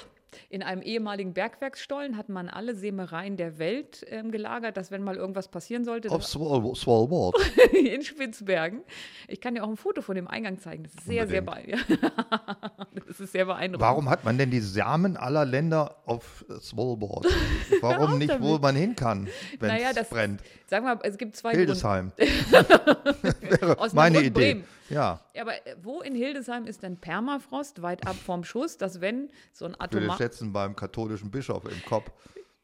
[SPEAKER 3] In einem ehemaligen Bergwerksstollen hat man alle Sämereien der Welt ähm, gelagert, dass wenn mal irgendwas passieren sollte,
[SPEAKER 2] Auf Swal- Svalbard.
[SPEAKER 3] das- in Spitzbergen. Ich kann dir auch ein Foto von dem Eingang zeigen. Das ist sehr, sehr bee- ja. Das ist sehr beeindruckend.
[SPEAKER 2] Warum hat man denn die Samen aller Länder auf äh, Svalbard?
[SPEAKER 3] auf
[SPEAKER 2] Warum nicht, wo
[SPEAKER 3] damit.
[SPEAKER 2] man hin kann, wenn es brennt?
[SPEAKER 3] Sagen wir mal, es gibt zwei
[SPEAKER 2] Hildesheim.
[SPEAKER 3] Gründe. Aus
[SPEAKER 2] Meine
[SPEAKER 3] Nürnberg-
[SPEAKER 2] Idee.
[SPEAKER 3] Bremen.
[SPEAKER 2] Ja,
[SPEAKER 3] Ja, aber äh, wo in Hildesheim ist denn Permafrost weit ab vom Schuss, dass wenn so ein
[SPEAKER 2] würde ich
[SPEAKER 3] Atomar...
[SPEAKER 2] schätzen beim katholischen Bischof im Kopf.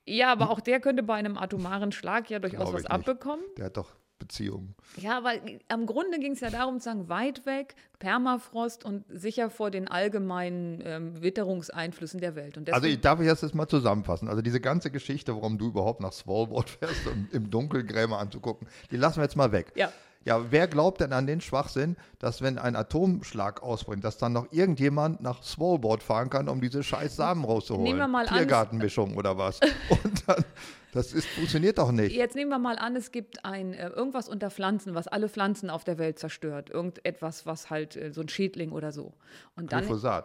[SPEAKER 3] Ja, aber auch der könnte bei einem atomaren Schlag ja durchaus
[SPEAKER 2] Glaube
[SPEAKER 3] was
[SPEAKER 2] ich nicht.
[SPEAKER 3] abbekommen.
[SPEAKER 2] Der hat doch Beziehungen.
[SPEAKER 3] Ja, aber am Grunde ging es ja darum zu sagen, weit weg, Permafrost und sicher vor den allgemeinen ähm, Witterungseinflüssen der Welt. Und
[SPEAKER 2] Also ich
[SPEAKER 3] deswegen,
[SPEAKER 2] darf ich das jetzt mal zusammenfassen. Also diese ganze Geschichte, warum du überhaupt nach Svalbard fährst, um im Dunkeln Grämer anzugucken, die lassen wir jetzt mal weg.
[SPEAKER 3] Ja.
[SPEAKER 2] Ja, wer glaubt denn an den Schwachsinn, dass wenn ein Atomschlag ausbringt, dass dann noch irgendjemand nach Svalbard fahren kann, um diese scheiß Samen rauszuholen?
[SPEAKER 3] Nehmen wir mal an,
[SPEAKER 2] Tiergartenmischung oder was? Und dann, das ist, funktioniert doch nicht.
[SPEAKER 3] jetzt nehmen wir mal an, es gibt ein äh, irgendwas unter Pflanzen, was alle Pflanzen auf der Welt zerstört. Irgendetwas, was halt äh, so ein Schädling oder so. Und dann
[SPEAKER 2] Glyphosat.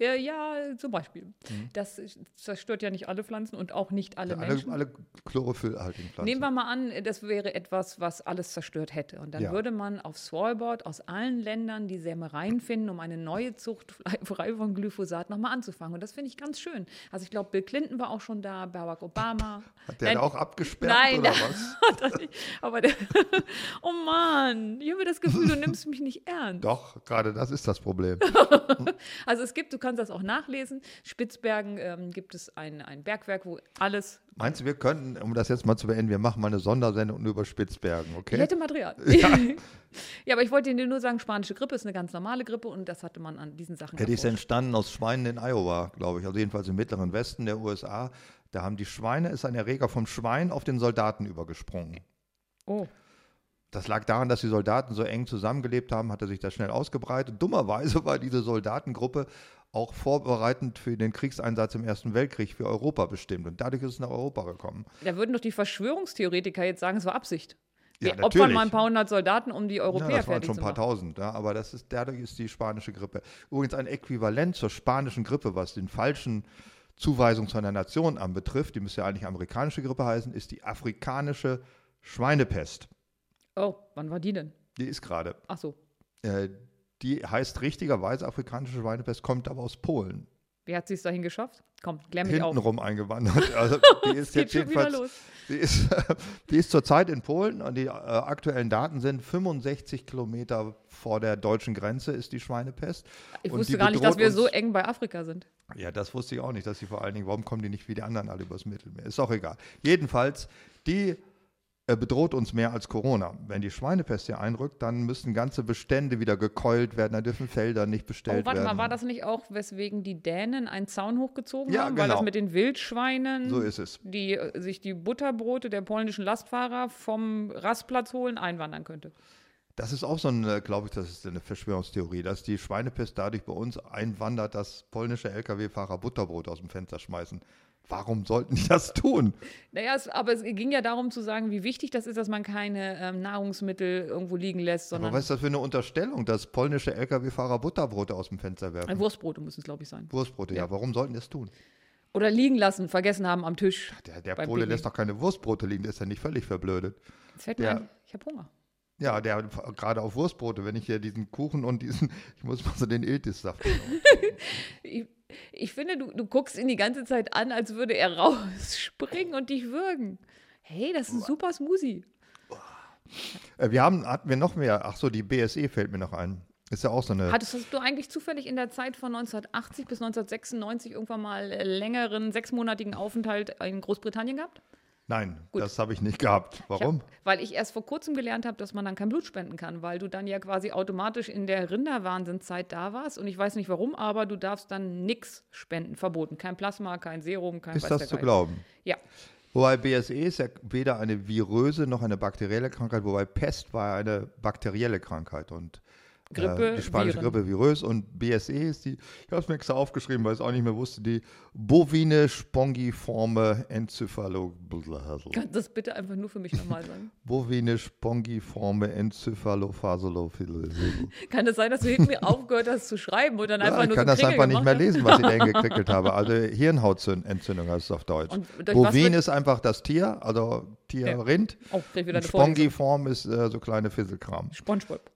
[SPEAKER 3] Äh, ja, zum Beispiel. Das ist- zerstört ja nicht alle Pflanzen und auch nicht alle
[SPEAKER 2] alle,
[SPEAKER 3] Menschen.
[SPEAKER 2] alle chlorophyllhaltigen Pflanzen.
[SPEAKER 3] Nehmen wir mal an, das wäre etwas, was alles zerstört hätte. Und dann
[SPEAKER 2] Ja.
[SPEAKER 3] würde man auf Swalbard aus allen Ländern die Sämereien finden, um eine neue Zucht frei- frei von Glyphosat nochmal anzufangen. Und das finde ich ganz schön. Also ich glaube, Bill Clinton war auch schon da, Barack Obama.
[SPEAKER 2] Hat der da
[SPEAKER 3] An-
[SPEAKER 2] auch abgesperrt
[SPEAKER 3] Nein,
[SPEAKER 2] oder
[SPEAKER 3] da-
[SPEAKER 2] was?
[SPEAKER 3] Aber der, oh Mann, ich habe das Gefühl, du nimmst mich nicht ernst.
[SPEAKER 2] Doch, gerade das ist das Problem.
[SPEAKER 3] Also es gibt, du kannst das auch nachlesen, Spitzbergen ähm, gibt es ein, ein Bergwerk, wo alles
[SPEAKER 2] Meinst du, wir könnten, um das jetzt mal zu beenden, wir machen mal eine Sondersendung über Spitzbergen, okay?
[SPEAKER 3] Ich hätte Material. Ja. aber ich wollte dir nur sagen, spanische Grippe ist eine ganz normale Grippe und das hatte man an diesen Sachen.
[SPEAKER 2] Hätte ich es
[SPEAKER 3] erforscht.
[SPEAKER 2] entstanden aus Schweinen in Iowa, glaube ich, also jedenfalls im mittleren Westen der USA. Da haben die Schweine, ist ein Erreger vom Schwein auf den Soldaten übergesprungen.
[SPEAKER 3] oh.
[SPEAKER 2] Das lag daran, dass die Soldaten so eng zusammengelebt haben, hatte sich das schnell ausgebreitet. Dummerweise war diese Soldatengruppe auch vorbereitend für den Kriegseinsatz im Ersten Weltkrieg für Europa bestimmt. Und dadurch ist es nach Europa gekommen.
[SPEAKER 3] Da würden doch die Verschwörungstheoretiker jetzt sagen, es war Absicht. Wir
[SPEAKER 2] Ja,
[SPEAKER 3] opfern
[SPEAKER 2] natürlich.
[SPEAKER 3] mal ein paar hundert Soldaten, um die Europäer
[SPEAKER 2] Ja, das waren
[SPEAKER 3] fertig
[SPEAKER 2] schon
[SPEAKER 3] zu
[SPEAKER 2] ein paar
[SPEAKER 3] machen.
[SPEAKER 2] tausend, ja, aber das ist, dadurch ist die spanische Grippe. Übrigens ein Äquivalent zur spanischen Grippe, was den falschen Zuweisung zu einer Nation anbetrifft, die müsste ja eigentlich amerikanische Grippe heißen, ist die afrikanische Schweinepest.
[SPEAKER 3] Oh, wann war die denn?
[SPEAKER 2] Die ist gerade.
[SPEAKER 3] Ach so.
[SPEAKER 2] Äh, die heißt richtigerweise afrikanische Schweinepest, kommt aber aus Polen.
[SPEAKER 3] Wer hat sie es dahin geschafft? Komm, klär mich auf.
[SPEAKER 2] Hintenrum eingewandert. Also die ist
[SPEAKER 3] Geht
[SPEAKER 2] jetzt
[SPEAKER 3] schon wieder
[SPEAKER 2] jedenfalls
[SPEAKER 3] los.
[SPEAKER 2] Die ist, die ist zurzeit in Polen und die äh, aktuellen Daten sind 65 Kilometer vor der deutschen Grenze ist die Schweinepest.
[SPEAKER 3] Ich
[SPEAKER 2] Und
[SPEAKER 3] wusste
[SPEAKER 2] die
[SPEAKER 3] gar nicht,
[SPEAKER 2] bedroht
[SPEAKER 3] dass wir so
[SPEAKER 2] uns-
[SPEAKER 3] eng bei Afrika sind. Oh,
[SPEAKER 2] Ja, das wusste ich auch nicht, dass sie vor allen Dingen, warum kommen die nicht wie die anderen alle übers Mittelmeer? Ist auch egal. Jedenfalls, die äh, bedroht uns mehr als Corona. Wenn die Schweinepest hier einrückt, dann müssen ganze Bestände wieder gekeult werden, dann dürfen Felder nicht bestellt
[SPEAKER 3] Oh, warte
[SPEAKER 2] werden.
[SPEAKER 3] mal, war das nicht auch, weswegen die Dänen einen Zaun hochgezogen
[SPEAKER 2] Ja,
[SPEAKER 3] haben? Weil
[SPEAKER 2] genau.
[SPEAKER 3] das mit den Wildschweinen,
[SPEAKER 2] So ist es.
[SPEAKER 3] die äh, sich die Butterbrote der polnischen Lastfahrer vom Rastplatz holen, einwandern könnte.
[SPEAKER 2] Das ist auch so eine, glaube ich, das ist eine Verschwörungstheorie, dass die Schweinepest dadurch bei uns einwandert, dass polnische Lkw-Fahrer Butterbrot aus dem Fenster schmeißen. Warum sollten die das tun?
[SPEAKER 3] Naja, es, aber es ging ja darum zu sagen, wie wichtig das ist, dass man keine ähm, Nahrungsmittel irgendwo liegen lässt,
[SPEAKER 2] Aber
[SPEAKER 3] sondern
[SPEAKER 2] was ist das für eine Unterstellung, dass polnische Lkw-Fahrer Butterbrote aus dem Fenster
[SPEAKER 3] Äh,
[SPEAKER 2] werfen?
[SPEAKER 3] Wurstbrote müssen es, glaube ich, sein.
[SPEAKER 2] Wurstbrote, ja. Warum sollten die das tun?
[SPEAKER 3] Oder liegen lassen, vergessen haben am Tisch.
[SPEAKER 2] Der, der
[SPEAKER 3] Beim
[SPEAKER 2] Pole
[SPEAKER 3] Picknick.
[SPEAKER 2] lässt doch keine Wurstbrote liegen, der ist ja nicht völlig verblödet.
[SPEAKER 3] Jetzt fällt mir
[SPEAKER 2] der-
[SPEAKER 3] ein, ich habe Hunger.
[SPEAKER 2] Ja, der gerade auf Wurstbrote, wenn ich hier diesen Kuchen und diesen, ich muss mal so den Iltis-Saft. nehmen.
[SPEAKER 3] Ich, ich finde, du, du guckst ihn die ganze Zeit an, als würde er rausspringen und dich würgen. Hey, das ist ein super Smoothie.
[SPEAKER 2] Äh, wir haben, hatten wir noch mehr, ach so, die BSE fällt mir noch ein. Ist ja auch so eine.
[SPEAKER 3] Hattest hast du eigentlich zufällig in der Zeit von 1980 bis 1996 irgendwann mal äh, längeren sechsmonatigen Aufenthalt in Großbritannien gehabt?
[SPEAKER 2] Nein,
[SPEAKER 3] Gut.
[SPEAKER 2] das habe ich nicht gehabt. Warum?
[SPEAKER 3] Ich hab, weil ich erst vor kurzem gelernt habe, dass man dann kein Blut spenden kann, weil du dann ja quasi automatisch in der Rinderwahnsinnszeit da warst und ich weiß nicht warum, aber du darfst dann nichts spenden, verboten. Kein Plasma, kein Serum, kein
[SPEAKER 2] Ist
[SPEAKER 3] weiß der
[SPEAKER 2] das zu
[SPEAKER 3] Geier.
[SPEAKER 2] glauben?
[SPEAKER 3] Ja.
[SPEAKER 2] Wobei BSE ist ja weder eine viröse noch eine bakterielle Krankheit, wobei Pest war eine bakterielle Krankheit und äh,
[SPEAKER 3] Grippe,
[SPEAKER 2] die spanische
[SPEAKER 3] Viren.
[SPEAKER 2] Grippe virös und BSE ist die, ich habe es mir extra aufgeschrieben, weil ich es auch nicht mehr wusste, die bovine spongiforme Enzephalo
[SPEAKER 3] Kannst du das bitte einfach nur für mich nochmal sagen?
[SPEAKER 2] bovine spongiforme Enzephalophasolophilose.
[SPEAKER 3] Kann es sein, dass du hinten mir aufgehört hast zu schreiben und dann einfach
[SPEAKER 2] Ja, ich
[SPEAKER 3] nur
[SPEAKER 2] kann
[SPEAKER 3] so
[SPEAKER 2] das
[SPEAKER 3] Kringel
[SPEAKER 2] einfach nicht
[SPEAKER 3] gemacht
[SPEAKER 2] mehr
[SPEAKER 3] hast?
[SPEAKER 2] lesen, was ich da gekrickelt habe. Also Hirnhautentzündung heißt es auf Deutsch.
[SPEAKER 3] Und durch was
[SPEAKER 2] Bovin
[SPEAKER 3] wird-
[SPEAKER 2] ist einfach das Tier, also Tier,
[SPEAKER 3] Ja.
[SPEAKER 2] Rind.
[SPEAKER 3] Oh, krieg ich wieder
[SPEAKER 2] Und
[SPEAKER 3] eine Vorlesung.
[SPEAKER 2] Spongiform ist äh, so kleine Fisselkram.
[SPEAKER 3] SpongeBob.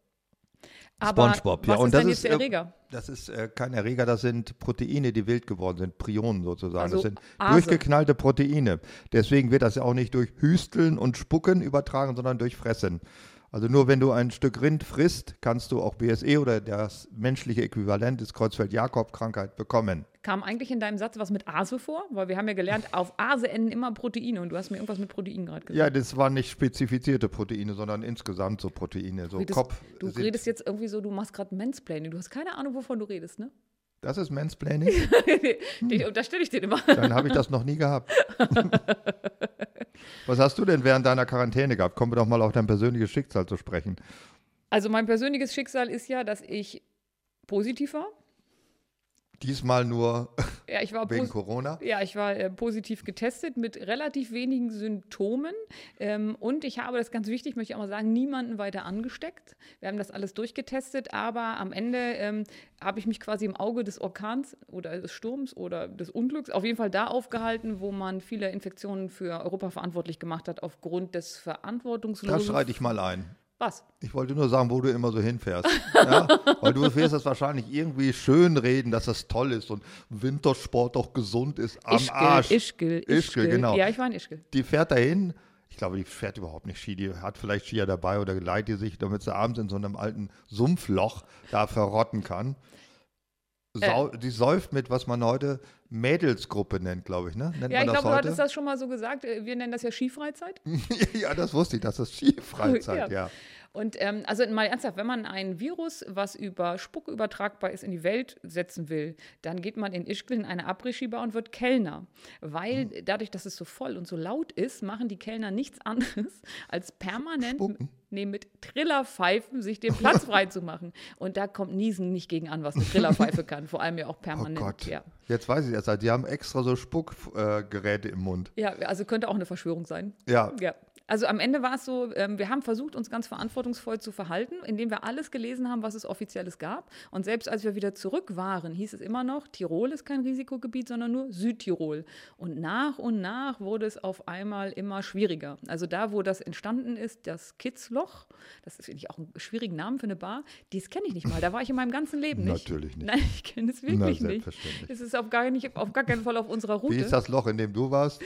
[SPEAKER 3] Aber
[SPEAKER 2] SpongeBob,
[SPEAKER 3] was
[SPEAKER 2] ja,
[SPEAKER 3] ist
[SPEAKER 2] und das
[SPEAKER 3] denn
[SPEAKER 2] ist,
[SPEAKER 3] jetzt der
[SPEAKER 2] äh,
[SPEAKER 3] Erreger?
[SPEAKER 2] Das ist äh, kein Erreger, das sind Proteine, die wild geworden sind, Prionen sozusagen.
[SPEAKER 3] Also
[SPEAKER 2] das sind
[SPEAKER 3] Ase.
[SPEAKER 2] durchgeknallte Proteine. Deswegen wird das ja auch nicht durch Hüsteln und Spucken übertragen, sondern durch Fressen. Also nur wenn du ein Stück Rind frisst, kannst du auch BSE oder das menschliche Äquivalent des Kreuzfeld-Jakob-Krankheit bekommen.
[SPEAKER 3] Kam eigentlich in deinem Satz was mit Ase vor? Weil wir haben ja gelernt, auf Ase enden immer Proteine und du hast mir irgendwas mit Proteinen gerade gesagt.
[SPEAKER 2] Ja, das waren nicht spezifizierte Proteine, sondern insgesamt so Proteine, so
[SPEAKER 3] redest,
[SPEAKER 2] Kopf.
[SPEAKER 3] du
[SPEAKER 2] sind-
[SPEAKER 3] redest jetzt irgendwie so, du machst gerade Mansplaining. Du hast keine Ahnung, wovon du redest, ne?
[SPEAKER 2] Das ist Mansplaining.
[SPEAKER 3] Die- Und da stelle ich dir immer.
[SPEAKER 2] Dann habe ich das noch nie gehabt. Was hast du denn während deiner Quarantäne gehabt? Kommen wir doch mal auf dein persönliches Schicksal zu sprechen.
[SPEAKER 3] Also mein persönliches Schicksal ist ja, dass ich positiv war.
[SPEAKER 2] Diesmal nur
[SPEAKER 3] Ja, ich war
[SPEAKER 2] wegen
[SPEAKER 3] posi-
[SPEAKER 2] Corona.
[SPEAKER 3] Ja, ich war äh, positiv getestet mit relativ wenigen Symptomen. Ähm, und ich habe, das ist ganz wichtig, möchte ich auch mal sagen, niemanden weiter angesteckt. Wir haben das alles durchgetestet, aber am Ende ähm, habe ich mich quasi im Auge des Orkans oder des Sturms oder des Unglücks auf jeden Fall da aufgehalten, wo man viele Infektionen für Europa verantwortlich gemacht hat, aufgrund des
[SPEAKER 2] Da
[SPEAKER 3] verantwortungslosen.
[SPEAKER 2] schreite ich mal ein.
[SPEAKER 3] Was?
[SPEAKER 2] Ich wollte nur sagen, wo du immer so hinfährst. ja? Weil du wirst das wahrscheinlich irgendwie schön reden, dass das toll ist und Wintersport auch gesund ist. Am
[SPEAKER 3] Ischgl,
[SPEAKER 2] Arsch.
[SPEAKER 3] Ischgl, Ischgl.
[SPEAKER 2] Ischgl, genau.
[SPEAKER 3] Ja, ich war in Ischgl.
[SPEAKER 2] Die fährt dahin. Ich glaube, die fährt überhaupt nicht Ski. Die hat vielleicht Skier dabei oder leiht die sich, damit sie abends in so einem alten Sumpfloch da verrotten kann.
[SPEAKER 3] Äh.
[SPEAKER 2] Sau, Die säuft mit, was man heute Mädelsgruppe nennt, glaube ich, ne? Nennt
[SPEAKER 3] Ja,
[SPEAKER 2] man das
[SPEAKER 3] ich glaube, du
[SPEAKER 2] heute?
[SPEAKER 3] hattest das schon mal so gesagt. Äh, Wir nennen das ja Skifreizeit.
[SPEAKER 2] ja, das wusste ich, das ist Skifreizeit, ja.
[SPEAKER 3] Ja. Und ähm, also mal ernsthaft, wenn man ein Virus, was über Spucke übertragbar ist, in die Welt setzen will, dann geht man in Ischgl in eine Abrisschiba und wird Kellner. Weil
[SPEAKER 2] Hm.
[SPEAKER 3] dadurch, dass es so voll und so laut ist, machen die Kellner nichts anderes, als permanent nee, mit Trillerpfeifen sich den Platz freizumachen. Und da kommt Niesen nicht gegen an, was eine Trillerpfeife kann. Vor allem ja auch
[SPEAKER 2] Oh
[SPEAKER 3] permanent.
[SPEAKER 2] Gott.
[SPEAKER 3] Ja.
[SPEAKER 2] Jetzt weiß ich erst, die haben extra so Spuckgeräte äh, Geräte im Mund.
[SPEAKER 3] ja, also könnte auch eine Verschwörung sein.
[SPEAKER 2] Ja,
[SPEAKER 3] Ja. Also am Ende war es so, ähm, wir haben versucht, uns ganz verantwortungsvoll zu verhalten, indem wir alles gelesen haben, was es offizielles gab. Und selbst als wir wieder zurück waren, hieß es immer noch, Tirol ist kein Risikogebiet, sondern nur Südtirol. Und nach und nach wurde es auf einmal immer schwieriger. Also da, wo das entstanden ist, das Kitzloch, das ist eigentlich auch ein schwierigen Namen für eine Bar, dies kenne ich nicht mal. Da war ich in meinem ganzen Leben nicht.
[SPEAKER 2] Natürlich nicht.
[SPEAKER 3] Nein, ich kenne es wirklich
[SPEAKER 2] Na,
[SPEAKER 3] nicht.
[SPEAKER 2] selbstverständlich.
[SPEAKER 3] Es ist auf gar, nicht, auf gar keinen Fall auf unserer Route.
[SPEAKER 2] wie ist das Loch, in dem du warst?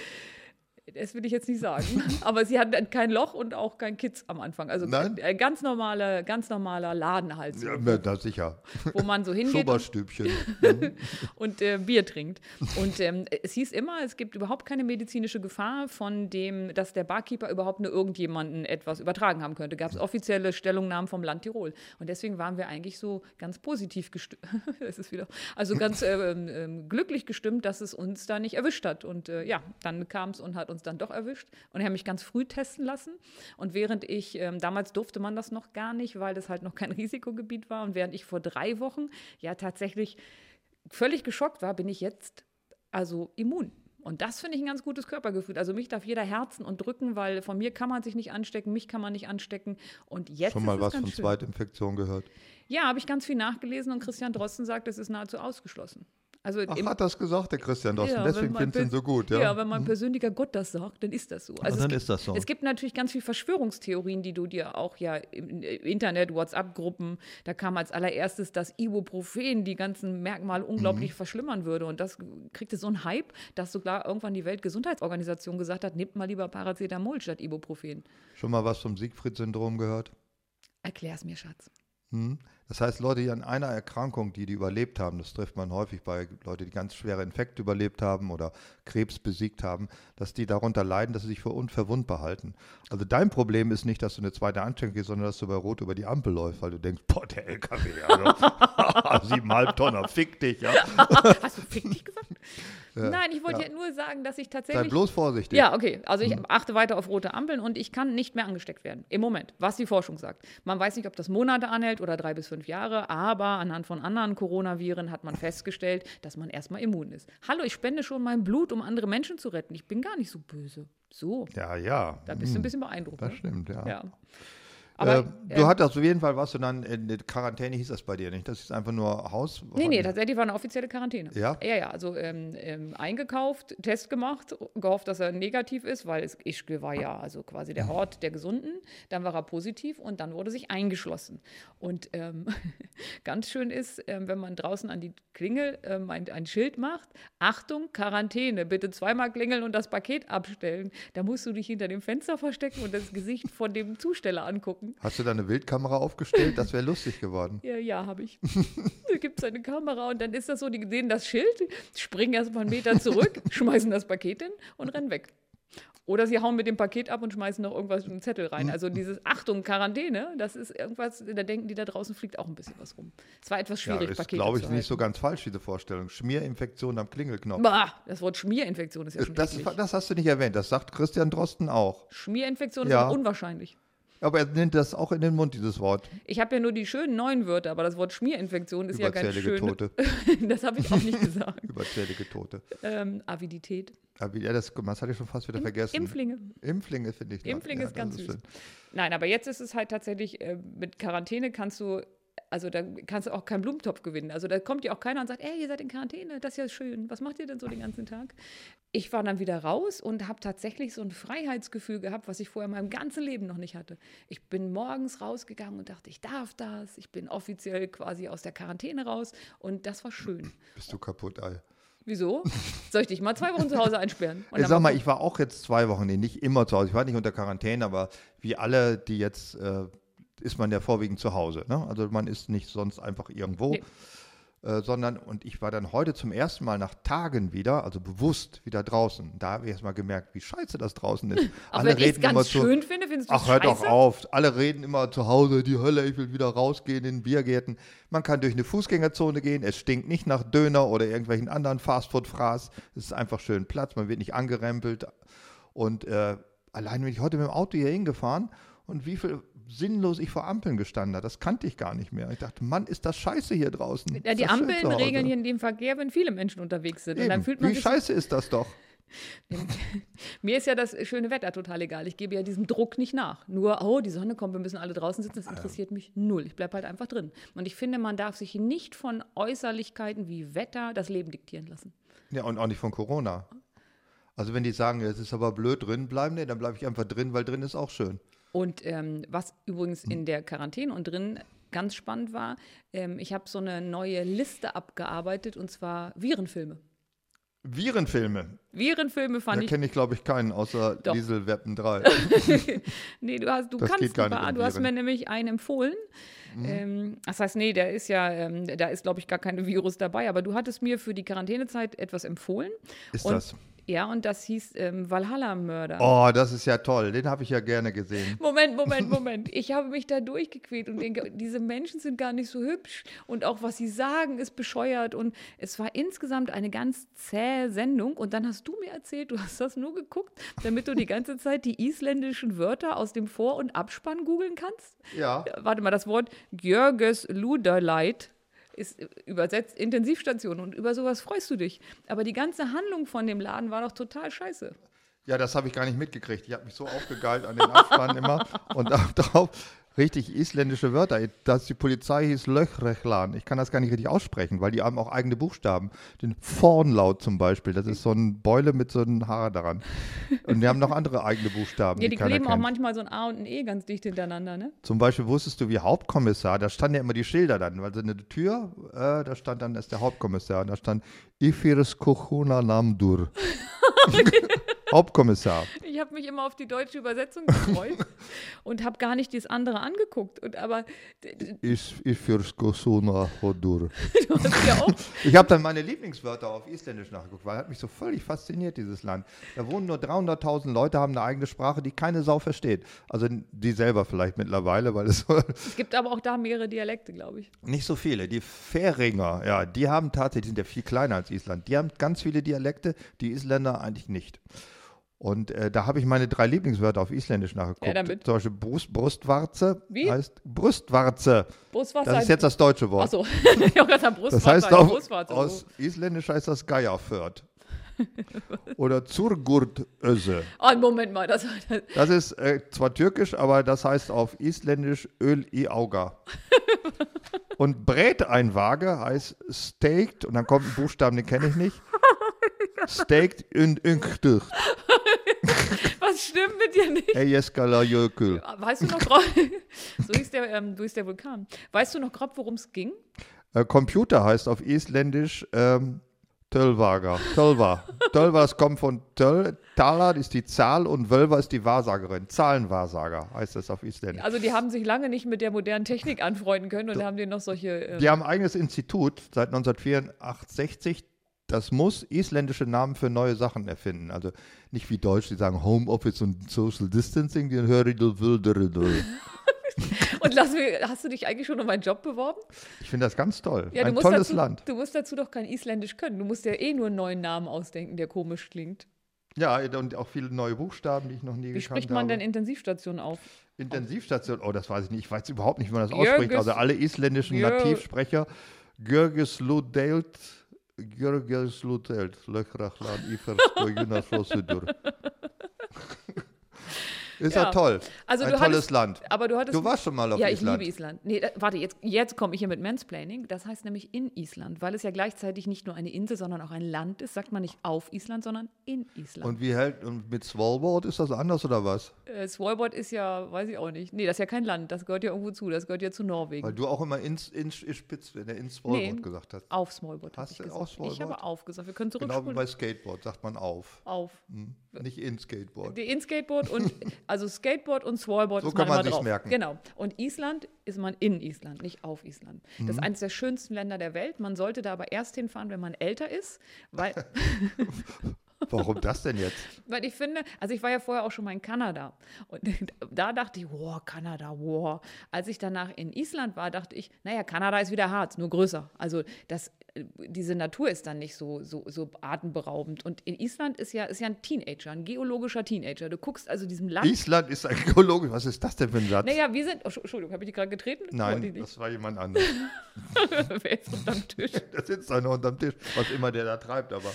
[SPEAKER 3] Das will ich jetzt nicht sagen. Aber sie hatten kein Loch und auch kein Kids am Anfang. Also
[SPEAKER 2] Nein?
[SPEAKER 3] ein ganz normaler, ganz normaler Laden halt, so,
[SPEAKER 2] Ja, na, na sicher.
[SPEAKER 3] wo man so hingeht und,
[SPEAKER 2] Schubberstübchen.
[SPEAKER 3] und äh, Bier trinkt. Und ähm, es hieß immer, es gibt überhaupt keine medizinische Gefahr von dem, dass der Barkeeper überhaupt nur irgendjemanden etwas übertragen haben könnte. Gab es offizielle Stellungnahmen vom Land Tirol. Und deswegen waren wir eigentlich so ganz positiv gestimmt. das ist wieder, also ganz ähm, ähm, glücklich gestimmt, dass es uns da nicht erwischt hat. Und äh, ja, dann kam es und hat uns dann doch erwischt. Und er hat mich ganz früh testen lassen. Und während ich, ähm, damals durfte man das noch gar nicht, weil das halt noch kein Risikogebiet war. Und während ich vor drei Wochen ja tatsächlich völlig geschockt war, bin ich jetzt also immun. Und das finde ich ein ganz gutes Körpergefühl. Also mich darf jeder herzen und drücken, weil von mir kann man sich nicht anstecken, mich kann man nicht anstecken. Und jetzt
[SPEAKER 2] Schon mal
[SPEAKER 3] ist
[SPEAKER 2] was
[SPEAKER 3] es ganz
[SPEAKER 2] von
[SPEAKER 3] schön.
[SPEAKER 2] Zweitinfektion gehört.
[SPEAKER 3] Ja, habe ich ganz viel nachgelesen und Christian Drosten sagt, es ist nahezu ausgeschlossen. Also
[SPEAKER 2] Ach,
[SPEAKER 3] im-
[SPEAKER 2] hat das gesagt, der Christian Drosten.
[SPEAKER 3] ja, wenn
[SPEAKER 2] Deswegen
[SPEAKER 3] mein
[SPEAKER 2] findest du ihn
[SPEAKER 3] Pers-
[SPEAKER 2] so gut, ja? Mhm. Hm.
[SPEAKER 3] wenn mein persönlicher Gott das sagt, dann ist das so. Also
[SPEAKER 2] dann
[SPEAKER 3] es
[SPEAKER 2] ist das so.
[SPEAKER 3] Es gibt natürlich ganz viel Verschwörungstheorien, die du dir auch ja im äh, Internet, WhatsApp-Gruppen, da kam als allererstes, dass Ibuprofen die ganzen Merkmale unglaublich verschlimmern würde. Und das kriegte so einen Hype, dass sogar irgendwann die Weltgesundheitsorganisation gesagt hat, nehmt mal lieber Paracetamol statt Ibuprofen.
[SPEAKER 2] Schon mal was vom Siegfried-Syndrom gehört? Hm?
[SPEAKER 3] Erklär's mir, Schatz.
[SPEAKER 2] Das heißt, Leute, die an einer Erkrankung, die die überlebt haben, das trifft man häufig bei Leuten, die ganz schwere Infekte überlebt haben oder Krebs besiegt haben, dass die darunter leiden, dass sie sich für unverwundbar halten. Also dein Problem ist nicht, dass du eine zweite Ansteckung gehst, sondern dass du bei Rot über die Ampel läufst, weil du denkst, boah, der LKW, also, siebeneinhalb Tonner, fick dich, ja.
[SPEAKER 3] Hast du fick dich gesagt? Nein, ich wollte ja. nur sagen, dass ich
[SPEAKER 2] Sei
[SPEAKER 3] tatsächlich
[SPEAKER 2] bloß vorsichtig.
[SPEAKER 3] Ja, okay. Also
[SPEAKER 2] Mhm.
[SPEAKER 3] ich achte weiter auf rote Ampeln und ich kann nicht mehr angesteckt werden. Im Moment, was die Forschung sagt. Man weiß nicht, ob das Monate anhält oder drei bis fünf Jahre, aber anhand von anderen Coronaviren hat man festgestellt, dass man erstmal immun ist. Hallo, ich spende schon mein Blut, um andere Menschen zu retten. Ich bin gar nicht so böse. So,
[SPEAKER 2] Ja, ja. Hm,
[SPEAKER 3] da bist du ein bisschen beeindruckt.
[SPEAKER 2] Mhm. Das
[SPEAKER 3] ne?
[SPEAKER 2] stimmt, ja.
[SPEAKER 3] Ja. Aber,
[SPEAKER 2] äh, du hattest auf jeden Fall, warst du dann in der Quarantäne, hieß das bei dir nicht? Das ist einfach nur Haus.
[SPEAKER 3] Nee, nee, tatsächlich war eine offizielle Quarantäne.
[SPEAKER 2] Ja?
[SPEAKER 3] Ja, ja, also ähm, ähm, eingekauft, Test gemacht, gehofft, dass er negativ ist, weil es, Ischgl war ja also quasi der Hort der Gesunden. Dann war er positiv und dann wurde sich eingeschlossen. Und ähm, ganz schön ist, ähm, wenn man draußen an die Klingel ähm, ein, ein Schild macht, Achtung, Quarantäne, bitte zweimal klingeln und das Paket abstellen. Da musst du dich hinter dem Fenster verstecken und das Gesicht von dem Zusteller angucken.
[SPEAKER 2] Hast du da eine Wildkamera aufgestellt? Das wäre lustig geworden.
[SPEAKER 3] Ja, ja, habe ich. da gibt es eine Kamera und dann ist das so, die sehen das Schild, springen erstmal einen Meter zurück, schmeißen das Paket hin und rennen weg. Oder sie hauen mit dem Paket ab und schmeißen noch irgendwas in einen Zettel rein. Also dieses Achtung, Quarantäne, das ist irgendwas, da denken die da draußen fliegt auch ein bisschen was rum. Es war etwas schwierig,
[SPEAKER 2] ja, ist,
[SPEAKER 3] Pakete
[SPEAKER 2] glaube ich,
[SPEAKER 3] zu
[SPEAKER 2] nicht so
[SPEAKER 3] halten.
[SPEAKER 2] ganz falsch, diese Vorstellung. Schmierinfektion am Klingelknopf. Äh,
[SPEAKER 3] Bah, das Wort Schmierinfektion ist ja schon
[SPEAKER 2] Das,
[SPEAKER 3] eklig.
[SPEAKER 2] das hast du nicht erwähnt, das sagt Christian Drosten auch.
[SPEAKER 3] Schmierinfektion ist
[SPEAKER 2] Ja.
[SPEAKER 3] auch unwahrscheinlich.
[SPEAKER 2] Aber er nimmt das auch in den Mund, dieses Wort.
[SPEAKER 3] Ich habe ja nur die schönen neuen Wörter, aber das Wort Schmierinfektion ist ja ganz
[SPEAKER 2] Überzählige
[SPEAKER 3] schön.
[SPEAKER 2] Tote.
[SPEAKER 3] Das habe ich auch nicht gesagt.
[SPEAKER 2] Überzählige Tote.
[SPEAKER 3] ähm, Avidität.
[SPEAKER 2] Aber ja, das, das hatte ich schon fast wieder vergessen.
[SPEAKER 3] Impflinge.
[SPEAKER 2] Impflinge finde ich. noch.
[SPEAKER 3] Impfling
[SPEAKER 2] ja,
[SPEAKER 3] ist ganz
[SPEAKER 2] das
[SPEAKER 3] süß.
[SPEAKER 2] schön.
[SPEAKER 3] Nein, aber jetzt ist es halt tatsächlich, äh, mit Quarantäne kannst du, also da kannst du auch keinen Blumentopf gewinnen. Also da kommt ja auch keiner und sagt, ey, ihr seid in Quarantäne, das ist ja schön. Was macht ihr denn so den ganzen Tag? Ich war dann wieder raus und habe tatsächlich so ein Freiheitsgefühl gehabt, was ich vorher in meinem ganzen Leben noch nicht hatte. Ich bin morgens rausgegangen und dachte, ich darf das. Ich bin offiziell quasi aus der Quarantäne raus und das war schön.
[SPEAKER 2] Bist du kaputt, Al.
[SPEAKER 3] Wieso? Soll ich dich mal zwei Wochen zu Hause einsperren? Und
[SPEAKER 2] Ey,
[SPEAKER 3] dann
[SPEAKER 2] Äh, sag mal,
[SPEAKER 3] gucken?
[SPEAKER 2] ich war auch jetzt zwei Wochen, nee, nicht immer zu Hause. Ich war nicht unter Quarantäne, aber wie alle, die jetzt, äh, ist man ja vorwiegend zu Hause. Ne? Also man ist nicht sonst einfach irgendwo,
[SPEAKER 3] Nee.
[SPEAKER 2] äh, sondern, und ich war dann heute zum ersten Mal nach Tagen wieder, also bewusst wieder draußen. Da habe ich erst mal gemerkt, wie scheiße das draußen ist.
[SPEAKER 3] Aber wenn ich es ganz schön finde, findest du es
[SPEAKER 2] Ach, hör doch
[SPEAKER 3] scheiße?
[SPEAKER 2] auf. Alle reden immer zu Hause, die Hölle, ich will wieder rausgehen in den Biergärten. Man kann durch eine Fußgängerzone gehen, es stinkt nicht nach Döner oder irgendwelchen anderen Fastfood-Fraß. Es ist einfach schön Platz, man wird nicht angerempelt. Und äh, allein bin ich heute mit dem Auto hier hingefahren und wie viel sinnlos ich vor Ampeln gestanden habe, das kannte ich gar nicht mehr. Ich dachte, Mann, ist das scheiße hier draußen.
[SPEAKER 3] Ja,
[SPEAKER 2] Ist
[SPEAKER 3] die
[SPEAKER 2] das schön
[SPEAKER 3] Ampeln
[SPEAKER 2] zu Hause?
[SPEAKER 3] regeln hier in dem Verkehr, wenn viele Menschen unterwegs sind. Und dann
[SPEAKER 2] Eben.
[SPEAKER 3] fühlt man
[SPEAKER 2] Wie
[SPEAKER 3] sich.
[SPEAKER 2] scheiße ist das doch?
[SPEAKER 3] Mir ist ja das schöne Wetter total egal. Ich gebe ja diesem Druck nicht nach. Nur, oh, die Sonne kommt, wir müssen alle draußen sitzen. Das interessiert mich null. Ich bleibe halt einfach drin. Und ich finde, man darf sich nicht von Äußerlichkeiten wie Wetter das Leben diktieren lassen.
[SPEAKER 2] Ja, und auch nicht von Corona. Also wenn die sagen, es ist aber blöd drin bleiben, nee, dann bleibe ich einfach drin, weil drin ist auch schön.
[SPEAKER 3] Und ähm, was übrigens in der Quarantäne und drin ganz spannend war, ähm, ich habe so eine neue Liste abgearbeitet und zwar Virenfilme.
[SPEAKER 2] Virenfilme.
[SPEAKER 3] Virenfilme fand
[SPEAKER 2] Da
[SPEAKER 3] ich
[SPEAKER 2] kenne ich, glaube ich, keinen außer
[SPEAKER 3] Doch.
[SPEAKER 2] Liesel Weppen 3.
[SPEAKER 3] Nee, du, hast, du
[SPEAKER 2] Das
[SPEAKER 3] kannst
[SPEAKER 2] geht gar
[SPEAKER 3] ein paar.
[SPEAKER 2] nicht um
[SPEAKER 3] Du hast
[SPEAKER 2] Viren. Mhm.
[SPEAKER 3] mir nämlich einen empfohlen. Ähm, das heißt, nee, der ist ja, ähm, da ist, glaube ich, gar kein Virus dabei. Aber du hattest mir für die Quarantänezeit etwas empfohlen.
[SPEAKER 2] Ist
[SPEAKER 3] und,
[SPEAKER 2] das?
[SPEAKER 3] Ja, und das hieß ähm, Valhalla-Mörder.
[SPEAKER 2] Oh, das ist ja toll. Den habe ich ja gerne gesehen.
[SPEAKER 3] Moment, Moment, Moment. Ich habe mich da durchgequält und denke, diese Menschen sind gar nicht so hübsch und auch was sie sagen ist bescheuert und es war insgesamt eine ganz zähe Sendung und dann hast du mir erzählt, du hast das nur geguckt, damit du die ganze Zeit die isländischen Wörter aus dem Vor- und Abspann googeln kannst.
[SPEAKER 2] Ja.
[SPEAKER 3] Warte mal, das Wort Gjörges Luderleit ist übersetzt Intensivstation und über sowas freust du dich. Aber die ganze Handlung von dem Laden war doch total scheiße.
[SPEAKER 2] Ja, das habe ich gar nicht mitgekriegt. Ich habe mich so aufgegeilt an den Abspann immer und auch drauf richtig isländische Wörter. Dass die Polizei hieß Löchrechlan. Ich kann das gar nicht richtig aussprechen, weil die haben auch eigene Buchstaben. Den Vornlaut zum Beispiel. Das ist so ein Beule mit so einem Haar daran. Und die haben noch andere eigene Buchstaben.
[SPEAKER 3] Ja, die, kleben auch
[SPEAKER 2] manchmal.
[SPEAKER 3] manchmal so ein A und ein E ganz dicht hintereinander, ne?
[SPEAKER 2] Zum Beispiel wusstest du, wie Hauptkommissar, da standen ja immer die Schilder dann, weil so eine Tür, äh, da stand dann erst der Hauptkommissar und da stand Ifiris Kohuna Namdur. Hauptkommissar.
[SPEAKER 3] Ich habe mich immer auf die deutsche Übersetzung gefreut und habe gar nicht das andere angeguckt. Und aber d- d-
[SPEAKER 2] Is- Ifiris Kohuna Hodur.
[SPEAKER 3] du hast ja auch.
[SPEAKER 2] Ich habe dann meine Lieblingswörter auf Isländisch nachgeguckt, weil hat mich so völlig fasziniert, dieses Land. Da wohnen nur 300.000 Leute, haben eine eigene Sprache, die keine Sau versteht. Also die selber vielleicht mittlerweile, weil es
[SPEAKER 3] Es gibt aber auch da mehrere Dialekte, glaube ich.
[SPEAKER 2] Nicht so viele. Die Fähringer, ja, die haben tatsächlich, die sind ja viel kleiner als Island. Die haben ganz viele Dialekte, die Isländer eigentlich nicht. Und äh, da habe ich meine drei Lieblingswörter auf Isländisch nachgeguckt.
[SPEAKER 3] Ja, damit.
[SPEAKER 2] Zum Beispiel Brust, Brustwarze
[SPEAKER 3] Wie?
[SPEAKER 2] heißt Brustwarze.
[SPEAKER 3] Brustwasser.
[SPEAKER 2] Das ist jetzt das deutsche Wort.
[SPEAKER 3] Achso, ich habe gerade
[SPEAKER 2] das
[SPEAKER 3] Brustwasser.
[SPEAKER 2] heißt auch,
[SPEAKER 3] Brustwarze.
[SPEAKER 2] aus Isländisch heißt das Geierfört. Oder Zurgurtöse.
[SPEAKER 3] oh, Moment mal, das, das,
[SPEAKER 2] Das ist äh, zwar türkisch, aber das heißt auf Isländisch Öl i Auga. und Bräteinwaage heißt Steaked, und dann kommt ein Buchstaben, den kenne ich nicht. Steaked in Ünktücht.
[SPEAKER 3] was stimmt mit dir nicht?
[SPEAKER 2] Eyeskala Jökül.
[SPEAKER 3] Ah, Weißt du noch grob, so hieß der, ähm, so hieß der Vulkan. Weißt du noch grob, worum es ging?
[SPEAKER 2] Äh, Computer heißt auf Isländisch ähm, Tölvaga. Tölva. Tölva, das kommt von Töl. Talat ist die Zahl und Wölver ist die Wahrsagerin. Zahlenwahrsager heißt das auf Isländisch.
[SPEAKER 3] Also die haben sich lange nicht mit der modernen Technik anfreunden können und haben dir noch solche. Ähm,
[SPEAKER 2] Die haben ein eigenes Institut seit 1964. Das muss isländische Namen für neue Sachen erfinden. Also nicht wie Deutsch, die sagen Homeoffice und Social Distancing, die hören
[SPEAKER 3] Und lass mir, hast du dich eigentlich schon um einen Job beworben?
[SPEAKER 2] Ich finde das ganz toll.
[SPEAKER 3] Ja,
[SPEAKER 2] ein
[SPEAKER 3] du musst
[SPEAKER 2] tolles
[SPEAKER 3] dazu,
[SPEAKER 2] Land.
[SPEAKER 3] Du musst dazu doch kein Isländisch können. Du musst ja eh nur einen neuen Namen ausdenken, der komisch klingt.
[SPEAKER 2] Ja, und auch viele neue Buchstaben, die ich noch nie
[SPEAKER 3] Wie
[SPEAKER 2] gekannt habe.
[SPEAKER 3] spricht man denn Intensivstation auf?
[SPEAKER 2] Intensivstation, oh, das weiß ich nicht. Ich weiß überhaupt nicht, wie man das
[SPEAKER 3] Jörgis-
[SPEAKER 2] ausspricht. Also alle isländischen
[SPEAKER 3] Jör-
[SPEAKER 2] Nativsprecher. Görgis Ludelt, Görgis Ludelt, Löchrachlan, Ifers, Göjünas, Rossidur. Ist ja,
[SPEAKER 3] Ja.
[SPEAKER 2] toll.
[SPEAKER 3] Also
[SPEAKER 2] Ein
[SPEAKER 3] du
[SPEAKER 2] tolles
[SPEAKER 3] hattest-
[SPEAKER 2] Land.
[SPEAKER 3] Aber du hattest
[SPEAKER 2] Du warst schon mal auf
[SPEAKER 3] ja,
[SPEAKER 2] Island.
[SPEAKER 3] ich liebe Island. Nee, da, warte, jetzt, jetzt komme ich hier mit Mansplaining. Das heißt nämlich in Island, weil es ja gleichzeitig nicht nur eine Insel, sondern auch ein Land ist. Sagt man nicht auf Island, sondern in Island.
[SPEAKER 2] Und wie hält, und mit Svalbard ist das anders oder was?
[SPEAKER 3] äh, Svalbard ist ja, weiß ich auch nicht. Nee, das ist ja kein Land. Das gehört ja irgendwo zu. Das gehört ja zu
[SPEAKER 2] Weil
[SPEAKER 3] Norwegen.
[SPEAKER 2] du auch immer ins, ins, ins Spitz, wenn er ins Svalbard gesagt hast.
[SPEAKER 3] Auf Svalbard. hab
[SPEAKER 2] Hast
[SPEAKER 3] ich
[SPEAKER 2] du
[SPEAKER 3] gesagt.
[SPEAKER 2] auf Svalbard?
[SPEAKER 3] Ich habe aufgesagt. Wir können
[SPEAKER 2] Genau wie
[SPEAKER 3] zurückspulen.
[SPEAKER 2] bei Skateboard sagt man auf. Hm?
[SPEAKER 3] auf.
[SPEAKER 2] Nicht in Skateboard.
[SPEAKER 3] Die in Skateboard und also Skateboard und Swallboard
[SPEAKER 2] So
[SPEAKER 3] ist man,
[SPEAKER 2] kann man
[SPEAKER 3] immer
[SPEAKER 2] sich's
[SPEAKER 3] drauf.
[SPEAKER 2] merken.
[SPEAKER 3] Genau. Und Island ist man in Island, nicht auf Island. Das
[SPEAKER 2] Mhm.
[SPEAKER 3] ist eines der schönsten Länder der Welt. Man sollte da aber erst hinfahren, wenn man älter ist, weil
[SPEAKER 2] Warum das denn jetzt?
[SPEAKER 3] Weil ich finde, also ich war ja vorher auch schon mal in Kanada und da dachte ich, wow, Kanada, wow. Als ich danach in Island war, dachte ich, naja, Kanada ist wieder Harz, nur größer. Also das, diese Natur ist dann nicht so, so, so atemberaubend. Und in Island ist ja, ist ja ein Teenager, ein geologischer Teenager. Du guckst also diesem Land.
[SPEAKER 2] Island ist ein Geologisch. Was ist das denn für ein Satz?
[SPEAKER 3] naja, wir sind. Oh, Entschu- Entschuldigung, habe ich die gerade getreten? Wollte ich
[SPEAKER 2] Nein,
[SPEAKER 3] nicht.
[SPEAKER 2] das war jemand anderes.
[SPEAKER 3] Wer ist unterm Tisch?
[SPEAKER 2] Der sitzt da noch unterm Tisch, was immer der da treibt, aber.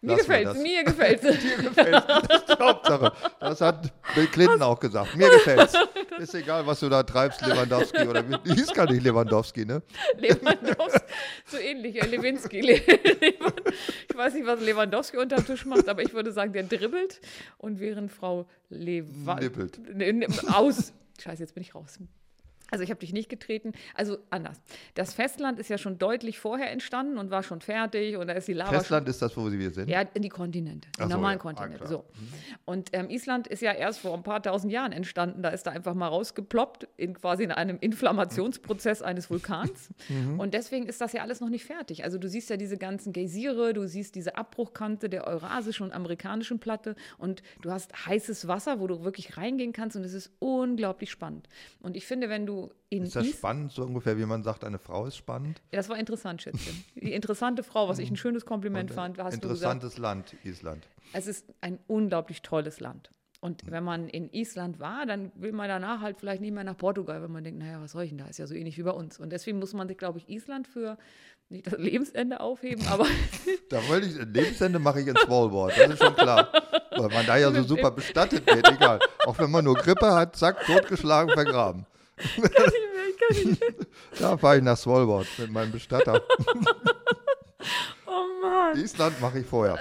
[SPEAKER 3] Mir
[SPEAKER 2] lassen wir
[SPEAKER 3] gefällt
[SPEAKER 2] das.
[SPEAKER 3] mir gefällt
[SPEAKER 2] Das ist die Hauptsache. Das hat Bill Clinton auch gesagt. Mir gefällt's. Ist egal, was du da treibst, Lewandowski oder wie. Die hieß gar nicht Lewandowski, ne?
[SPEAKER 3] Lewandowski, so ähnlich, äh, Lewinsky. Le- Lewan- Ich weiß nicht, was Lewandowski unterm Tisch macht, aber ich würde sagen, der dribbelt und während Frau Lewa
[SPEAKER 2] Nippelt.
[SPEAKER 3] Ne- ne- aus. Scheiße, jetzt bin ich raus. Also ich habe dich nicht getreten. Also anders. Das Festland ist ja schon deutlich vorher entstanden und war schon fertig und da ist die Lava schon
[SPEAKER 2] Festland ist das, wo wir sind.
[SPEAKER 3] ja, in die Kontinente, die
[SPEAKER 2] Ach so,
[SPEAKER 3] normalen
[SPEAKER 2] ja. Ah,
[SPEAKER 3] Kontinente.
[SPEAKER 2] klar.
[SPEAKER 3] so. Und ähm, Island ist ja erst vor ein paar tausend Jahren entstanden. Da ist da einfach mal rausgeploppt, in, quasi in einem Inflammationsprozess eines Vulkans.
[SPEAKER 2] Mhm.
[SPEAKER 3] Und deswegen ist das ja alles noch nicht fertig. Also du siehst ja diese ganzen Geysire, du siehst diese Abbruchkante der eurasischen und amerikanischen Platte und du hast heißes Wasser, wo du wirklich reingehen kannst und es ist unglaublich spannend. Und ich finde, wenn du in
[SPEAKER 2] Ist das
[SPEAKER 3] Is-
[SPEAKER 2] spannend, so ungefähr, wie man sagt, eine Frau ist spannend?
[SPEAKER 3] das war interessant, Schätzchen. Die interessante Frau,
[SPEAKER 2] Mhm.
[SPEAKER 3] was ich ein schönes Kompliment fand, hast du gesagt.
[SPEAKER 2] Interessantes Land, Island.
[SPEAKER 3] Es ist ein unglaublich tolles Land. Und wenn man in Island war, dann will man danach halt vielleicht nicht mehr nach Portugal, wenn man denkt, naja, was soll ich denn da? Ist ja so ähnlich wie bei uns. Und deswegen muss man sich, glaube ich, Island für nicht das Lebensende aufheben, aber
[SPEAKER 2] Da wollte ich, in Lebensende mache ich ins Wallboard, das ist schon klar. Weil man da ja so super bestattet wird, egal. Auch wenn man nur Grippe hat, zack, totgeschlagen, vergraben. Da fahre ich nach Svalbard mit meinem Bestatter.
[SPEAKER 3] oh Mann.
[SPEAKER 2] Island mache ich vorher.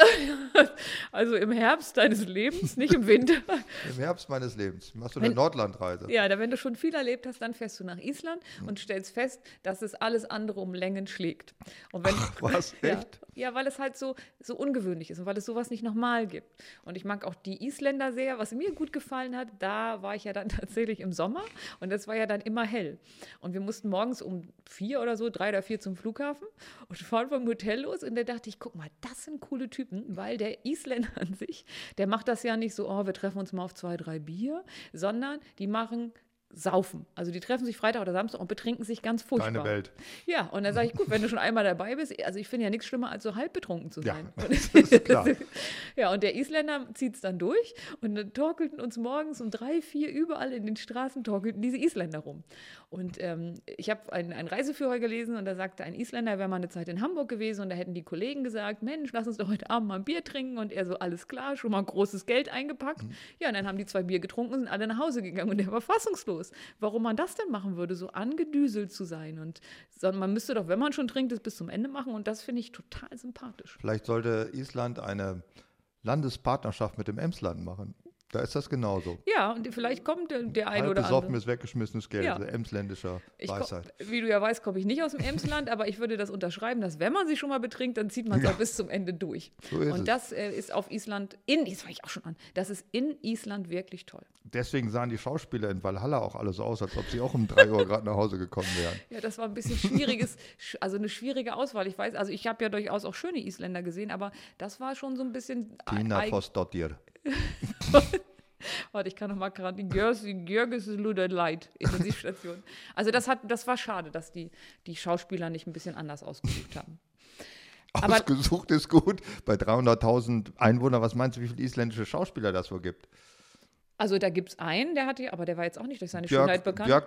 [SPEAKER 3] Also im Herbst deines Lebens, nicht im Winter.
[SPEAKER 2] Im Herbst meines Lebens. Machst du eine
[SPEAKER 3] Wenn-
[SPEAKER 2] Nordlandreise?
[SPEAKER 3] Ja, da wenn du schon viel erlebt hast, dann fährst du nach Island und stellst fest, dass es alles andere um Längen schlägt. Und wenn,
[SPEAKER 2] was?
[SPEAKER 3] ja,
[SPEAKER 2] Echt?
[SPEAKER 3] ja, weil es halt so, so ungewöhnlich ist und weil es sowas nicht nochmal gibt. Und ich mag auch die Isländer sehr. Was mir gut gefallen hat, da war ich ja dann tatsächlich im Sommer und es war ja dann immer hell. Und wir mussten morgens um vier oder so, drei oder vier zum Flughafen und fahren vom Hotel los. Und da dachte ich, guck mal, das sind coole Typen, weil der Isländer an sich, der macht das ja nicht so, oh, wir treffen uns mal auf zwei, drei Bier, sondern die machen. Saufen. Also die treffen sich Freitag oder Samstag und betrinken sich ganz furchtbar.
[SPEAKER 2] Deine Welt.
[SPEAKER 3] Ja, und dann sage ich, gut, wenn du schon einmal dabei bist, also ich finde ja nichts schlimmer, als so halb betrunken zu
[SPEAKER 2] Ja,
[SPEAKER 3] sein.
[SPEAKER 2] das ist klar.
[SPEAKER 3] ja, und der Isländer zieht es dann durch und dann torkelten uns morgens um drei, vier überall in den Straßen torkelten diese Isländer rum. Und ähm, ich habe einen, einen Reiseführer gelesen und da sagte ein Isländer, wäre mal eine Zeit in Hamburg gewesen und da hätten die Kollegen gesagt, Mensch, lass uns doch heute Abend mal ein Bier trinken und er so, alles klar, schon mal großes Geld eingepackt. Ja, und dann haben die zwei Bier getrunken und sind alle nach Hause gegangen und er war fassungslos, warum man das denn machen würde, so angedüselt zu sein und so, man müsste doch, wenn man schon trinkt, das bis zum Ende machen und das finde ich total sympathisch.
[SPEAKER 2] Vielleicht sollte Island eine Landespartnerschaft mit dem Emsland machen. Da ist das genauso.
[SPEAKER 3] Ja, und vielleicht kommt der, der ein
[SPEAKER 2] Halb
[SPEAKER 3] oder andere.
[SPEAKER 2] besoffenes, weggeschmissenes Geld,
[SPEAKER 3] Ja.
[SPEAKER 2] also emsländischer
[SPEAKER 3] Ich komm,
[SPEAKER 2] Weisheit.
[SPEAKER 3] wie du ja weißt, komme ich nicht aus dem Emsland, aber ich würde das unterschreiben, dass wenn man sich schon mal betrinkt, dann zieht man es auch bis zum Ende durch.
[SPEAKER 2] So ist
[SPEAKER 3] und
[SPEAKER 2] es.
[SPEAKER 3] das äh, ist auf Island, in, das fange ich auch schon an, das ist in Island wirklich toll.
[SPEAKER 2] Deswegen sahen die Schauspieler in Valhalla auch alle so aus, als ob sie auch um 3 Uhr gerade nach Hause gekommen wären.
[SPEAKER 3] Ja, das war ein bisschen schwieriges, sch- also eine schwierige Auswahl. Ich weiß, also ich habe ja durchaus auch schöne Isländer gesehen, aber das war schon so ein bisschen. e-
[SPEAKER 2] Tina
[SPEAKER 3] eigen-
[SPEAKER 2] Vostottir.
[SPEAKER 3] Warte, ich kann noch mal gerade die Görges- die Görges Luderleit Intensivstation. Also das hat, das war schade, dass die, die Schauspieler nicht ein bisschen anders ausgesucht haben. Aber-
[SPEAKER 2] Ausgesucht ist gut. Bei 300.000 Einwohnern, was meinst du, wie viele isländische Schauspieler das wohl gibt?
[SPEAKER 3] Also da gibt es einen, der hatte, aber der war jetzt auch nicht durch seine
[SPEAKER 2] Björk,
[SPEAKER 3] Schönheit bekannt. Björk.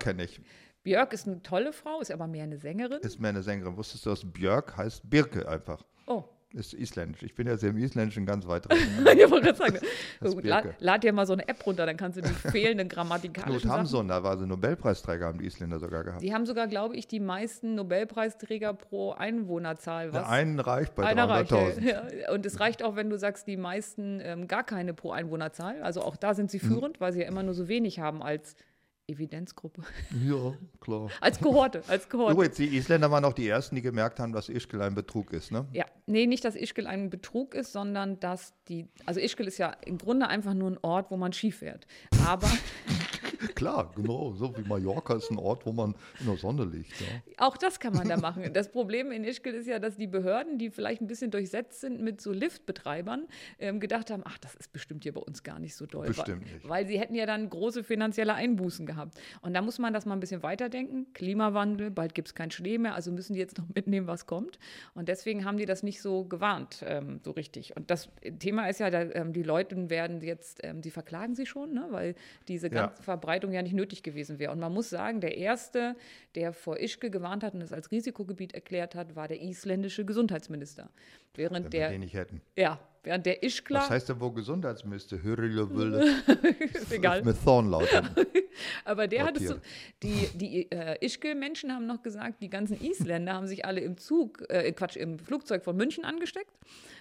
[SPEAKER 2] Björk kenne ich.
[SPEAKER 3] ist eine tolle Frau, ist aber mehr eine Sängerin.
[SPEAKER 2] Ist mehr eine Sängerin. Wusstest du, dass Björk heißt Birke einfach?
[SPEAKER 3] oh.
[SPEAKER 2] Ist isländisch. Ich bin ja sehr im Isländischen ganz weit drin.
[SPEAKER 3] Ich wollte gerade sagen,
[SPEAKER 2] Das
[SPEAKER 3] gut,
[SPEAKER 2] ist
[SPEAKER 3] lad,
[SPEAKER 2] Birke.
[SPEAKER 3] lad dir mal so eine App runter, dann kannst du die fehlenden grammatikalischen
[SPEAKER 2] Knut
[SPEAKER 3] Sachen.
[SPEAKER 2] Hamsun, da war sie Nobelpreisträger, haben die Isländer sogar gehabt.
[SPEAKER 3] Die haben sogar, glaube ich, die meisten Nobelpreisträger pro Einwohnerzahl. Was?
[SPEAKER 2] Der einen reicht bei
[SPEAKER 3] Einer reicht.
[SPEAKER 2] 300.000.
[SPEAKER 3] Ja. Ja. Und es reicht auch, wenn du sagst, die meisten ähm, gar keine pro Einwohnerzahl. Also auch da
[SPEAKER 2] Mhm.
[SPEAKER 3] sind sie führend, weil sie ja immer nur so wenig haben als Evidenzgruppe.
[SPEAKER 2] Ja, klar.
[SPEAKER 3] Als Kohorte, als Kohorte.
[SPEAKER 2] Übrigens, die Isländer waren auch die Ersten, die gemerkt haben, dass Ischgl ein Betrug ist. Ne?
[SPEAKER 3] Ja, nee, nicht, dass Ischgl ein Betrug ist, sondern dass die, also Ischgl ist ja im Grunde einfach nur ein Ort, wo man Ski fährt. Aber
[SPEAKER 2] Klar, genau. So wie Mallorca ist ein Ort, wo man in der Sonne liegt. Ja.
[SPEAKER 3] auch das kann man da machen. Das Problem in Ischgl ist ja, dass die Behörden, die vielleicht ein bisschen durchsetzt sind mit so Liftbetreibern, ähm, gedacht haben, ach, das ist bestimmt hier bei uns gar nicht so doll.
[SPEAKER 2] Bestimmt
[SPEAKER 3] weil,
[SPEAKER 2] nicht.
[SPEAKER 3] Weil sie hätten ja dann große finanzielle Einbußen gehabt. Und da muss man das mal ein bisschen weiterdenken. Klimawandel, bald gibt es keinen Schnee mehr, also müssen die jetzt noch mitnehmen, was kommt. Und deswegen haben die das nicht so gewarnt, ähm, so richtig. Und das Thema ist ja, da, ähm, die Leute werden jetzt, ähm, sie verklagen sie schon, ne? weil diese
[SPEAKER 2] Ja.
[SPEAKER 3] ganze Verbreitung ja nicht nötig gewesen wäre. Und man muss sagen, der Erste, der vor Ischke gewarnt hat und es als Risikogebiet erklärt hat, war der isländische Gesundheitsminister. Während
[SPEAKER 2] Wenn wir
[SPEAKER 3] der,
[SPEAKER 2] den nicht hätten.
[SPEAKER 3] ja, während der Ischkler,
[SPEAKER 2] Was heißt denn wohl Gesundheitsminister? Hürrille
[SPEAKER 3] ist egal.
[SPEAKER 2] mit Thornlaut.
[SPEAKER 3] Aber der hat es so,
[SPEAKER 2] Blockiert.
[SPEAKER 3] die, die äh, Ischgl-Menschen haben noch gesagt, die ganzen Isländer haben sich alle im Zug, äh, Quatsch, im Flugzeug von München angesteckt.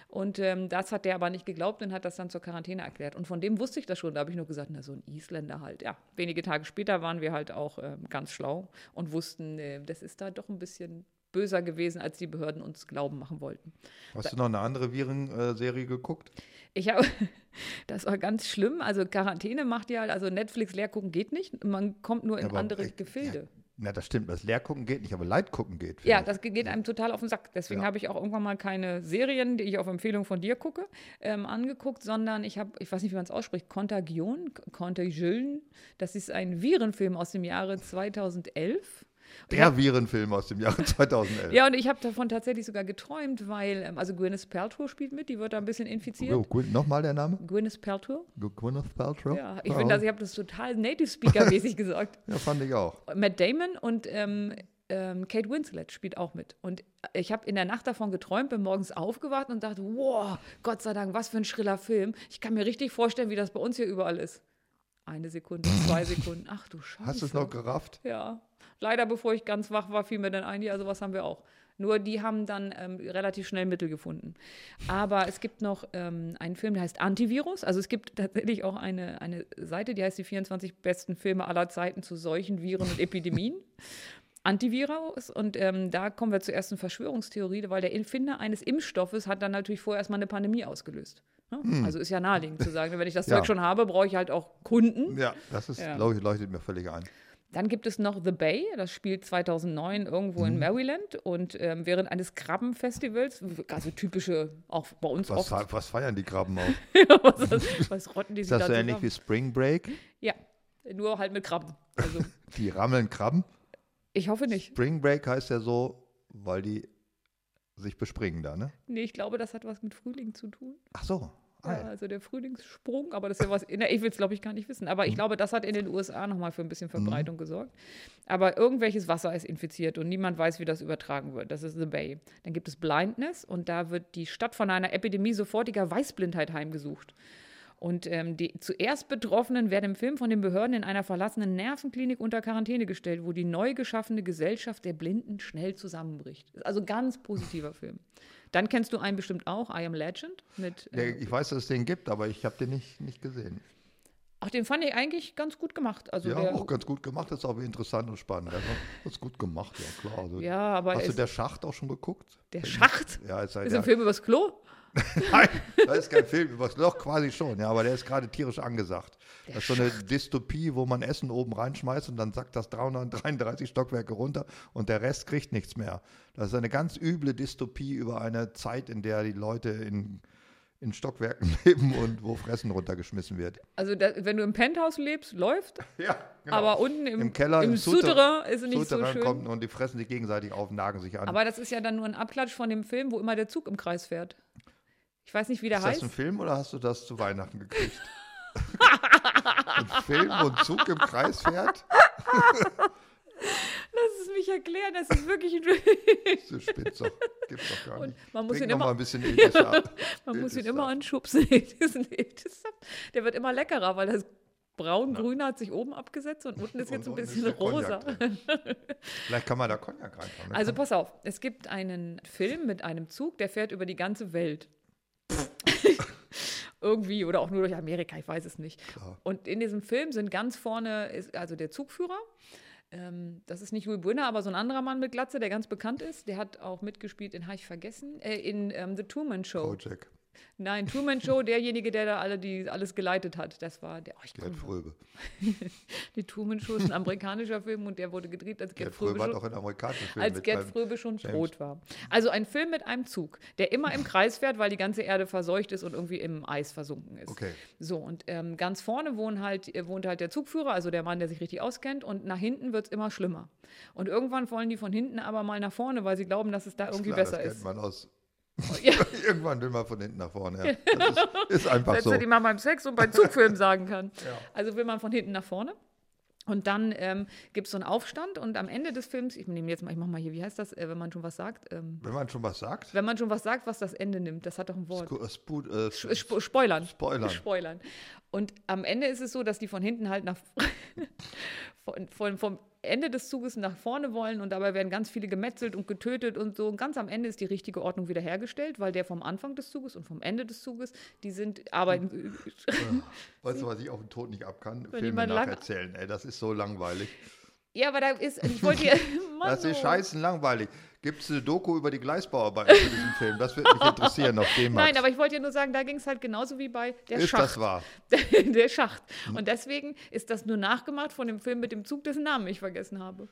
[SPEAKER 3] Und ähm, das hat der aber nicht geglaubt und hat das dann zur Quarantäne erklärt. Und von dem wusste ich das schon. Da habe ich nur gesagt, na so ein Isländer halt. Ja, wenige Tage später waren wir halt auch ähm, ganz schlau und wussten, äh, das ist da doch ein bisschen böser gewesen, als die Behörden uns glauben machen wollten.
[SPEAKER 2] Hast du noch eine andere Virenserie geguckt?
[SPEAKER 3] Ich habe, das war ganz schlimm. Also Quarantäne macht ja, also Netflix leer gucken geht nicht. Man kommt nur in
[SPEAKER 2] Aber,
[SPEAKER 3] andere
[SPEAKER 2] äh,
[SPEAKER 3] Gefilde.
[SPEAKER 2] Na, das stimmt. Das Leergucken geht nicht, aber Leitgucken geht.
[SPEAKER 3] Ja,
[SPEAKER 2] finde
[SPEAKER 3] das geht einem total auf den Sack. Deswegen
[SPEAKER 2] Genau. Ja.
[SPEAKER 3] habe ich auch irgendwann mal keine Serien, die ich auf Empfehlung von dir gucke, ähm, angeguckt, sondern ich habe, ich weiß nicht, wie man es ausspricht, Contagion, Contagion. Das ist ein Virenfilm aus dem Jahre 2011.
[SPEAKER 2] ich. Der Virenfilm aus dem Jahre 2011.
[SPEAKER 3] Ja, und ich habe davon tatsächlich sogar geträumt, weil, ähm, also Gwyneth Paltrow spielt mit, die wird da ein bisschen infiziert.
[SPEAKER 2] Oh, gut, Nochmal der Name?
[SPEAKER 3] Gwyneth Paltrow?
[SPEAKER 2] Gwyneth Paltrow?
[SPEAKER 3] Ja, ich finde, das, ich habe das total Native Speaker-mäßig gesagt.
[SPEAKER 2] Ja, fand ich auch.
[SPEAKER 3] Matt Damon und ähm, ähm, Kate Winslet spielt auch mit. Und ich habe in der Nacht davon geträumt, bin morgens aufgewacht und dachte, wow, Gott sei Dank, was für ein schriller Film. Ich kann mir richtig vorstellen, wie das bei uns hier überall ist. Eine Sekunde, zwei Sekunden. Ach du Scheiße.
[SPEAKER 2] Hast du es noch gerafft?
[SPEAKER 3] Ja. Leider, bevor ich ganz wach war, fiel mir dann ein, ja, sowas haben wir auch. Nur die haben dann ähm, relativ schnell Mittel gefunden. Aber es gibt noch ähm, einen Film, der heißt Antivirus. Also es gibt tatsächlich auch eine, eine Seite, die heißt die 24 besten Filme aller Zeiten zu Seuchen, Viren und Epidemien. Antivirus und ähm, da kommen wir zur ersten Verschwörungstheorie, weil der Erfinder eines Impfstoffes hat dann natürlich vorher erstmal eine Pandemie ausgelöst. Ne? Also ist ja naheliegend zu sagen, wenn ich das
[SPEAKER 2] Ja.
[SPEAKER 3] Zeug schon habe, brauche ich halt auch Kunden.
[SPEAKER 2] Ja, das ist,
[SPEAKER 3] Ja.
[SPEAKER 2] leuchtet, leuchtet mir völlig ein.
[SPEAKER 3] Dann gibt es noch The Bay, das spielt 2009 irgendwo
[SPEAKER 2] Mhm.
[SPEAKER 3] in Maryland und ähm, während eines Krabbenfestivals, also typische, auch bei uns
[SPEAKER 2] Was,
[SPEAKER 3] oft,
[SPEAKER 2] was feiern die Krabben auch?
[SPEAKER 3] was, was rotten die sich
[SPEAKER 2] Ist das
[SPEAKER 3] da
[SPEAKER 2] so ähnlich wie
[SPEAKER 3] zusammen?
[SPEAKER 2] Spring Break?
[SPEAKER 3] Ja, nur halt mit Krabben. Also,
[SPEAKER 2] Die rammeln Krabben?
[SPEAKER 3] ich hoffe nicht.
[SPEAKER 2] Spring Break heißt ja so, weil die sich bespringen da, ne?
[SPEAKER 3] Nee, ich glaube, das hat was mit Frühling zu tun.
[SPEAKER 2] Ach so. Ah,
[SPEAKER 3] Ja,
[SPEAKER 2] ja.
[SPEAKER 3] also der Frühlingssprung, aber das ist ja was, na, ich will es glaube ich gar nicht wissen, aber ich glaube, das hat in den USA nochmal für ein bisschen Verbreitung gesorgt. Aber irgendwelches Wasser ist infiziert und niemand weiß, wie das übertragen wird. Das ist The Bay. Dann gibt es Blindness und da wird die Stadt von einer Epidemie sofortiger Weißblindheit heimgesucht. Und ähm, die zuerst Betroffenen werden im Film von den Behörden in einer verlassenen Nervenklinik unter Quarantäne gestellt, wo die neu geschaffene Gesellschaft der Blinden schnell zusammenbricht. Ist also ganz positiver Film. Dann kennst du einen bestimmt auch, I Am Legend mit
[SPEAKER 2] Ja,
[SPEAKER 3] äh,
[SPEAKER 2] ich weiß, dass es den gibt, aber ich habe den nicht, nicht gesehen.
[SPEAKER 3] Ach, den fand ich eigentlich ganz gut gemacht. Also
[SPEAKER 2] Ja,
[SPEAKER 3] der,
[SPEAKER 2] auch ganz gut gemacht, ist aber interessant und spannend. Also, das ist gut gemacht, ja klar. Also,
[SPEAKER 3] Ja, aber
[SPEAKER 2] hast du
[SPEAKER 3] es-
[SPEAKER 2] der Schacht auch schon geguckt?
[SPEAKER 3] der Schacht
[SPEAKER 2] Ja, ist, halt
[SPEAKER 3] ist ein
[SPEAKER 2] der,
[SPEAKER 3] Film übers Klo.
[SPEAKER 2] Nein, das ist kein Film, übers Loch quasi schon, ja, aber der ist gerade tierisch angesagt. Das ist so eine Dystopie, wo man Essen oben reinschmeißt und dann sackt das 333 Stockwerke runter und der Rest kriegt nichts mehr. Das ist eine ganz üble Dystopie über eine Zeit, in der die Leute in, in Stockwerken leben und wo Fressen runtergeschmissen wird.
[SPEAKER 3] Also da, wenn du im Penthouse lebst, läuft.
[SPEAKER 2] Ja,
[SPEAKER 3] Aber unten im,
[SPEAKER 2] Genau. Im Keller,
[SPEAKER 3] im Souterrain ist es nicht so
[SPEAKER 2] Souterrain
[SPEAKER 3] schön.
[SPEAKER 2] kommt und die fressen sich gegenseitig auf, nagen sich an.
[SPEAKER 3] Aber das ist ja dann nur ein Abklatsch von dem Film, wo immer der Zug im Kreis fährt. Ich weiß nicht, wie der
[SPEAKER 2] Ist das
[SPEAKER 3] heißt.
[SPEAKER 2] ein Film oder hast du das zu Weihnachten gekriegt? ein Film, wo ein Zug im Kreis fährt?
[SPEAKER 3] Lass es mich erklären, das ist wirklich ein
[SPEAKER 2] Diese Spitze. Gibt's doch gar nicht.
[SPEAKER 3] man muss
[SPEAKER 2] Trink
[SPEAKER 3] ihn
[SPEAKER 2] noch
[SPEAKER 3] immer-
[SPEAKER 2] mal ein bisschen Edische ab.
[SPEAKER 3] Man muss ihn
[SPEAKER 2] Edische
[SPEAKER 3] immer
[SPEAKER 2] ab.
[SPEAKER 3] anschubsen. Diesen Edissaft. Der wird immer leckerer, weil das braun-grün hat sich oben abgesetzt und unten ist
[SPEAKER 2] Und
[SPEAKER 3] jetzt ein
[SPEAKER 2] unten ist
[SPEAKER 3] bisschen
[SPEAKER 2] der Cognac
[SPEAKER 3] rosa.
[SPEAKER 2] drin. Vielleicht kann man da Cognac reinmachen. ne?
[SPEAKER 3] Also pass auf, es gibt einen Film mit einem Zug, der fährt über die ganze Welt. Irgendwie oder auch nur durch Amerika, ich weiß es nicht. Und in diesem Film sind ganz vorne, ist also der Zugführer. Ähm, das ist nicht Louis Brünner, aber so ein anderer Mann mit Glatze, der ganz bekannt ist. Der hat auch mitgespielt in Habe ich vergessen, äh, in ähm, The Truman
[SPEAKER 2] Ah,
[SPEAKER 3] Show.
[SPEAKER 2] Kojak,
[SPEAKER 3] Nein, Truman Show, derjenige, der da alle die, alles geleitet hat. Das war der. Oh, ich
[SPEAKER 2] Gerd
[SPEAKER 3] komm-
[SPEAKER 2] Fröbe.
[SPEAKER 3] die Truman Show ist ein amerikanischer Film und der wurde gedreht als Gerd
[SPEAKER 2] Gerd Fröbe hat
[SPEAKER 3] Fröbe.
[SPEAKER 2] auch in amerikanischen Filmen
[SPEAKER 3] als
[SPEAKER 2] mit
[SPEAKER 3] Gerd
[SPEAKER 2] beim-
[SPEAKER 3] Fröbe schon
[SPEAKER 2] James.
[SPEAKER 3] tot war. Also ein Film mit einem Zug, der immer im Kreis fährt, weil die ganze Erde verseucht ist und irgendwie im Eis versunken ist.
[SPEAKER 2] Okay.
[SPEAKER 3] So, und ähm, ganz vorne wohnt halt, äh, wohnt halt der Zugführer, also der Mann, der sich richtig auskennt, und nach hinten wird es immer schlimmer. Und irgendwann wollen die von hinten aber mal nach vorne, weil sie glauben, dass es da irgendwie
[SPEAKER 2] Klar,
[SPEAKER 3] besser
[SPEAKER 2] das kennt
[SPEAKER 3] ist.
[SPEAKER 2] man aus.
[SPEAKER 3] Ja.
[SPEAKER 2] Irgendwann will man von hinten nach vorne. Ja. Das ist, ist einfach so.
[SPEAKER 3] Sätze, die man beim Sex und beim Zugfilm sagen kann. Also will man von hinten nach vorne. Und dann ähm, gibt es so einen Aufstand und am Ende des Films, ich nehme jetzt mal, ich mach mal hier, wie heißt das, äh, wenn man schon was sagt? Ähm,
[SPEAKER 2] Wenn man schon was sagt,
[SPEAKER 3] wenn man schon was sagt, was das Ende nimmt, das hat doch ein Wort.
[SPEAKER 2] Spo- äh, Spu- äh,
[SPEAKER 3] Sp Spoilern.
[SPEAKER 2] Spoilern.
[SPEAKER 3] Spoilern. Und am Ende ist es so, dass die von hinten halt nach von, von, vom Ende des Zuges nach vorne wollen und dabei werden ganz viele gemetzelt und getötet und so. Und ganz am Ende ist die richtige Ordnung wiederhergestellt, weil der vom Anfang des Zuges und vom Ende des Zuges, die sind arbeiten.
[SPEAKER 2] Hm. weißt du, was ich auf den Tod nicht ab kann? Filme
[SPEAKER 3] jemand lang-
[SPEAKER 2] nacherzählen. Ey, das ist so langweilig.
[SPEAKER 3] Ja, aber da ist, ich wollte dir, Mann,
[SPEAKER 2] Das ist
[SPEAKER 3] oh.
[SPEAKER 2] scheißen langweilig. Gibt es eine Doku über die Gleisbauarbeiten in diesem Film? Das würde mich interessieren, auf dem
[SPEAKER 3] Nein, aber ich wollte dir nur sagen, da ging es halt genauso wie bei der
[SPEAKER 2] Ist
[SPEAKER 3] Schacht.
[SPEAKER 2] das wahr?
[SPEAKER 3] der Schacht.
[SPEAKER 2] Mhm.
[SPEAKER 3] Und deswegen ist das nur nachgemacht von dem Film mit dem Zug, dessen Namen ich vergessen habe.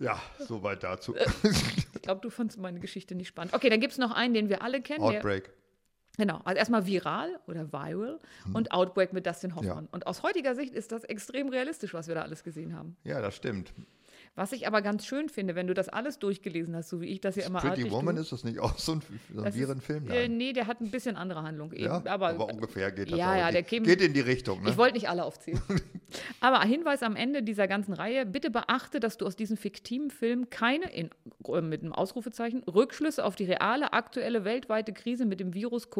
[SPEAKER 2] Ja, soweit dazu.
[SPEAKER 3] Äh, Ich glaube, du fandst meine Geschichte nicht spannend. Okay, dann gibt es noch einen, den wir alle kennen. Der,
[SPEAKER 2] Outbreak.
[SPEAKER 3] genau, also erstmal viral oder viral und Outbreak mit Dustin
[SPEAKER 2] Mhm.
[SPEAKER 3] Hoffmann.
[SPEAKER 2] Ja.
[SPEAKER 3] Und aus heutiger Sicht ist das extrem realistisch, was wir da alles gesehen haben.
[SPEAKER 2] Ja, das stimmt.
[SPEAKER 3] Was ich aber ganz schön finde, wenn du das alles durchgelesen hast, so wie ich das ja immer
[SPEAKER 2] Pretty
[SPEAKER 3] artig
[SPEAKER 2] Woman
[SPEAKER 3] tue.
[SPEAKER 2] ist das nicht auch so ein, so ein
[SPEAKER 3] Das ist-
[SPEAKER 2] Virenfilm?
[SPEAKER 3] Äh,
[SPEAKER 2] Nein.
[SPEAKER 3] nee, der hat ein bisschen andere Handlung. Eben.
[SPEAKER 2] ja,
[SPEAKER 3] aber,
[SPEAKER 2] ungefähr geht das
[SPEAKER 3] Ja,
[SPEAKER 2] auch.
[SPEAKER 3] ja,
[SPEAKER 2] Geht-
[SPEAKER 3] der käme-
[SPEAKER 2] geht in die Richtung. Ne?
[SPEAKER 3] Ich wollte nicht alle aufzählen. Aber Hinweis am Ende dieser ganzen Reihe: bitte beachte, dass du aus diesem fiktiven Film keine, in, äh, mit einem Ausrufezeichen, Rückschlüsse auf die reale, aktuelle, weltweite Krise mit dem Virus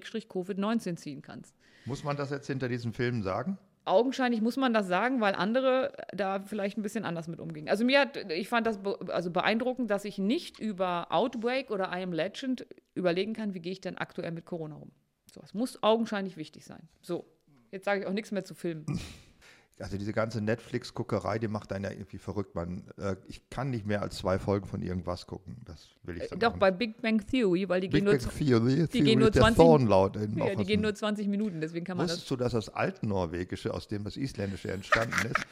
[SPEAKER 3] Corona-Covid-19 ziehen kannst.
[SPEAKER 2] Muss man das jetzt hinter diesem Film sagen?
[SPEAKER 3] Augenscheinlich muss man das sagen, weil andere äh, da vielleicht ein bisschen anders mit umgingen. Also mir hat, ich fand das be also beeindruckend, dass ich nicht über Outbreak oder I Am Legend überlegen kann, wie gehe ich denn aktuell mit Corona um. So, es muss augenscheinlich wichtig sein. So, jetzt sage ich auch nichts mehr zu Filmen.
[SPEAKER 2] Also diese ganze Netflix-Guckerei, die macht einen ja irgendwie verrückt. Man, äh, ich kann nicht mehr als zwei Folgen von irgendwas gucken. Das will ich
[SPEAKER 3] Äh,
[SPEAKER 2] dann
[SPEAKER 3] Doch,
[SPEAKER 2] auch
[SPEAKER 3] bei
[SPEAKER 2] nicht.
[SPEAKER 3] Big Bang Theory, weil die
[SPEAKER 2] Big
[SPEAKER 3] gehen nur,
[SPEAKER 2] Bang Theory, Theory
[SPEAKER 3] gehen nur
[SPEAKER 2] ist der
[SPEAKER 3] 20
[SPEAKER 2] Thorn laut. in-
[SPEAKER 3] ja,
[SPEAKER 2] auf
[SPEAKER 3] die
[SPEAKER 2] was-
[SPEAKER 3] gehen nur 20 Minuten, deswegen kann man das.
[SPEAKER 2] Wusstest du, dass das Altnorwegische, aus dem das Isländische entstanden ist,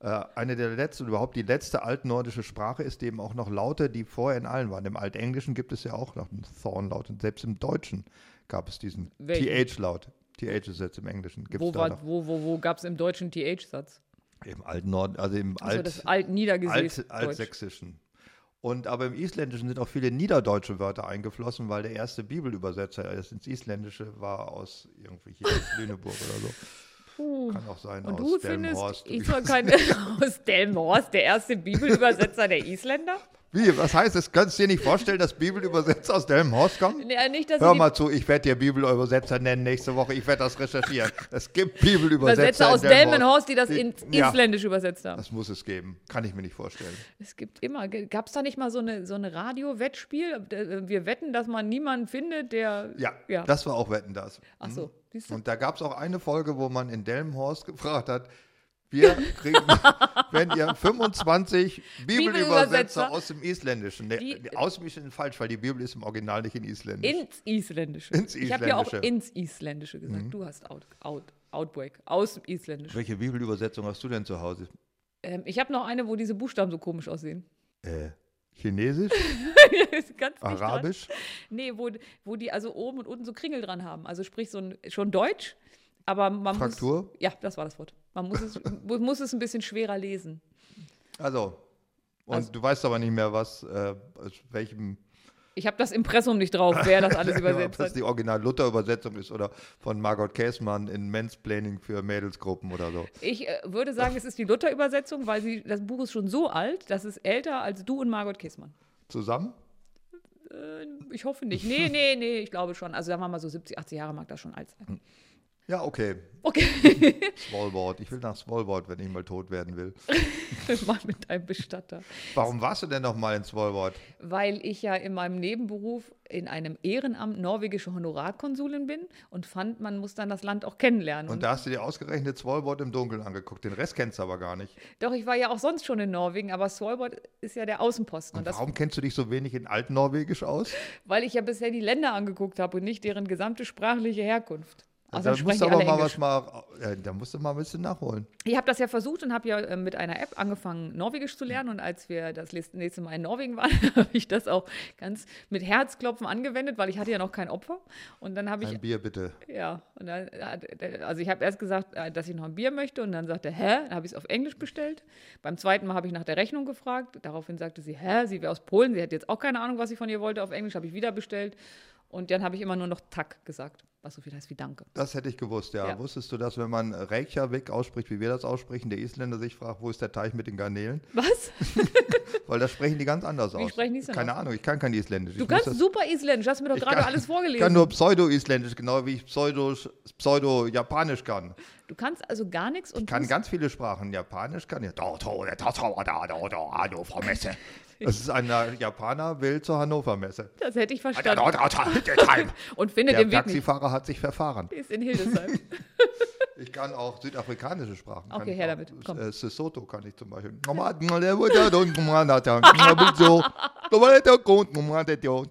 [SPEAKER 2] äh, eine der letzten, überhaupt die letzte altnordische Sprache ist, die eben auch noch Laute, die vorher in allen waren. Im Altenglischen gibt es ja auch noch einen Thornlaut und selbst im Deutschen gab es diesen
[SPEAKER 3] Welchen?
[SPEAKER 2] TH-Laut. TH ist jetzt im Englischen. Gibt es
[SPEAKER 3] Wo,
[SPEAKER 2] da
[SPEAKER 3] war,
[SPEAKER 2] noch?
[SPEAKER 3] wo, wo, wo gab es im deutschen TH-Satz?
[SPEAKER 2] Im Altnorden, also im
[SPEAKER 3] Also
[SPEAKER 2] Alt,
[SPEAKER 3] das alt niedergesäß
[SPEAKER 2] Alt, Altsächsischen. Und aber im Isländischen sind auch viele niederdeutsche Wörter eingeflossen, weil der erste Bibelübersetzer erst ins Isländische war aus irgendwie hier aus Lüneburg oder so. Kann auch sein
[SPEAKER 3] Und
[SPEAKER 2] aus
[SPEAKER 3] du findest,
[SPEAKER 2] Delmenhorst.
[SPEAKER 3] ich soll kein aus Delmhorst, der erste Bibelübersetzer der Isländer?
[SPEAKER 2] Wie, was heißt das? Kannst du dir nicht vorstellen, dass Bibelübersetzer aus Delmenhorst kommen?
[SPEAKER 3] Nee, äh, nicht, dass sie
[SPEAKER 2] Hör
[SPEAKER 3] die
[SPEAKER 2] mal zu, ich werde dir Bibelübersetzer nennen nächste Woche. Ich werde das recherchieren. Es gibt Bibelübersetzer
[SPEAKER 3] Übersetzer
[SPEAKER 2] in
[SPEAKER 3] aus Delmenhorst, die das
[SPEAKER 2] Die-
[SPEAKER 3] ins
[SPEAKER 2] ja.
[SPEAKER 3] Isländisch übersetzt haben.
[SPEAKER 2] Das muss es geben. Kann ich mir nicht vorstellen.
[SPEAKER 3] Es gibt immer, gab es da nicht mal so eine, so eine Radio-Wettspiel? Äh, Wir wetten, dass man niemanden findet, der.
[SPEAKER 2] Ja,
[SPEAKER 3] ja.
[SPEAKER 2] das war auch Wetten, das. Mhm.
[SPEAKER 3] Ach so, siehst du?
[SPEAKER 2] Und da gab es auch eine Folge, wo man in Delmenhorst gefragt hat, wir kriegen, wenn ihr 25 Bibelübersetzer
[SPEAKER 3] Bibelübersetzer.
[SPEAKER 2] aus dem Isländischen, ne,
[SPEAKER 3] Die-
[SPEAKER 2] aus dem Isländischen falsch, weil die Bibel ist im Original nicht in Isländisch.
[SPEAKER 3] Ins Isländische.
[SPEAKER 2] Ins
[SPEAKER 3] Ich habe ja auch
[SPEAKER 2] Isländische. Mhm.
[SPEAKER 3] ins Isländische gesagt. Du hast out, out, Outbreak. Aus dem Isländischen.
[SPEAKER 2] Welche Bibelübersetzung hast du denn zu Hause?
[SPEAKER 3] Ähm, ich habe noch eine, wo diese Buchstaben so komisch aussehen.
[SPEAKER 2] Äh, Chinesisch,
[SPEAKER 3] Ist ganz dicht dran.
[SPEAKER 2] Arabisch.
[SPEAKER 3] Nee, wo, wo die also oben und unten so Kringel dran haben. Also sprich so ein, schon Deutsch, aber man
[SPEAKER 2] Fraktur?
[SPEAKER 3] muss... Ja, das war das Wort. Man muss es, mu- muss es ein bisschen schwerer lesen.
[SPEAKER 2] Also, und
[SPEAKER 3] Also-
[SPEAKER 2] du weißt aber nicht mehr, was, äh, aus welchem,
[SPEAKER 3] Ich habe das Impressum nicht drauf, wer das alles
[SPEAKER 2] ob
[SPEAKER 3] übersetzt
[SPEAKER 2] das
[SPEAKER 3] hat.
[SPEAKER 2] die Original-Luther-Übersetzung ist oder von Margot Käßmann in Mansplaining für Mädelsgruppen oder so.
[SPEAKER 3] Ich äh, würde sagen, es ist die Luther-Übersetzung, weil sie, das Buch ist schon so alt, das ist älter als du und Margot Kissmann.
[SPEAKER 2] Zusammen?
[SPEAKER 3] Äh, ich hoffe nicht. Nee, nee, nee, ich glaube schon. Also sagen wir mal so 70, 80 Jahre mag das schon alt
[SPEAKER 2] Hm.
[SPEAKER 3] sein.
[SPEAKER 2] Ja, okay.
[SPEAKER 3] Okay,
[SPEAKER 2] Smallboard. Ich will nach Smallboard, wenn ich mal tot werden will.
[SPEAKER 3] mal mit deinem Bestatter.
[SPEAKER 2] Warum warst du denn noch mal in Smallboard?
[SPEAKER 3] weil ich ja in meinem Nebenberuf in einem Ehrenamt norwegische Honorarkonsulin bin und fand, man muss dann das Land auch kennenlernen.
[SPEAKER 2] Und da hast du dir ausgerechnet Smallboard im Dunkeln angeguckt. Den Rest kennst du aber gar nicht.
[SPEAKER 3] Doch, ich war ja auch sonst schon in Norwegen, aber Svalbard ist ja der Außenposten. Und das,
[SPEAKER 2] Warum kennst du dich so wenig in Altnorwegisch aus?
[SPEAKER 3] weil ich ja bisher die Länder angeguckt habe und nicht deren gesamte sprachliche Herkunft.
[SPEAKER 2] da Also
[SPEAKER 3] Außerdem
[SPEAKER 2] musst
[SPEAKER 3] Also sprechen
[SPEAKER 2] du
[SPEAKER 3] die
[SPEAKER 2] aber
[SPEAKER 3] alle
[SPEAKER 2] mal
[SPEAKER 3] Englisch.
[SPEAKER 2] was mal, äh, da musst du mal ein bisschen nachholen.
[SPEAKER 3] Ich habe das ja versucht und habe ja äh, mit einer App angefangen, Norwegisch zu lernen. Und als wir das les- nächste Mal in Norwegen waren, habe ich das auch ganz mit Herzklopfen angewendet, weil ich hatte ja noch kein Opfer. Und dann habe ich
[SPEAKER 2] Ein Bier bitte.
[SPEAKER 3] Ja, und dann hat, also ich habe erst gesagt, äh, dass ich noch ein Bier möchte und dann sagte er, hä? Dann habe ich es auf Englisch bestellt. Beim zweiten Mal habe ich nach der Rechnung gefragt. Daraufhin sagte sie, hä? Sie wäre aus Polen, sie hat jetzt auch keine Ahnung, was ich von ihr wollte. Auf Englisch habe ich wieder bestellt und dann habe ich immer nur noch Tack gesagt, was so viel heißt wie Danke.
[SPEAKER 2] Das hätte ich gewusst, ja.
[SPEAKER 3] Ja.
[SPEAKER 2] Wusstest du, dass wenn man Reykjavik ausspricht, wie wir das aussprechen, der Isländer sich fragt, wo ist der Teich mit den Garnelen?
[SPEAKER 3] Was?
[SPEAKER 2] Weil das sprechen die ganz anders aus.
[SPEAKER 3] sprechen die Isländer
[SPEAKER 2] Keine
[SPEAKER 3] aus?
[SPEAKER 2] Ahnung, ich kann kein Isländisch.
[SPEAKER 3] Du
[SPEAKER 2] ich muss
[SPEAKER 3] kannst
[SPEAKER 2] das-
[SPEAKER 3] super Isländisch, hast mir doch
[SPEAKER 2] ich
[SPEAKER 3] gerade
[SPEAKER 2] kann-
[SPEAKER 3] alles
[SPEAKER 2] Ich kann
[SPEAKER 3] vorgelesen.
[SPEAKER 2] nur Pseudo-Isländisch, genau wie ich Pseudo- Pseudo-Japanisch kann.
[SPEAKER 3] Du kannst also gar nichts und
[SPEAKER 2] Kann
[SPEAKER 3] tust-
[SPEAKER 2] ganz viele Sprachen. Japanisch kann ja. Da, da, da, da, da, da, da, da, da, Frau Messe. Das ist ein äh, Japaner, will zur Hannover Messe.
[SPEAKER 3] das hätte ich
[SPEAKER 2] Da, da, da,
[SPEAKER 3] verstanden.
[SPEAKER 2] da, da, da.
[SPEAKER 3] Und findet
[SPEAKER 2] Der
[SPEAKER 3] den Weg nicht.
[SPEAKER 2] Taxifahrer hat sich verfahren.
[SPEAKER 3] Ist in Hildesheim.
[SPEAKER 2] Ich kann auch südafrikanische Sprachen.
[SPEAKER 3] Okay,
[SPEAKER 2] kann ich
[SPEAKER 3] her
[SPEAKER 2] auch.
[SPEAKER 3] damit, komm.
[SPEAKER 2] Äh, Sesotho kann ich zum Beispiel.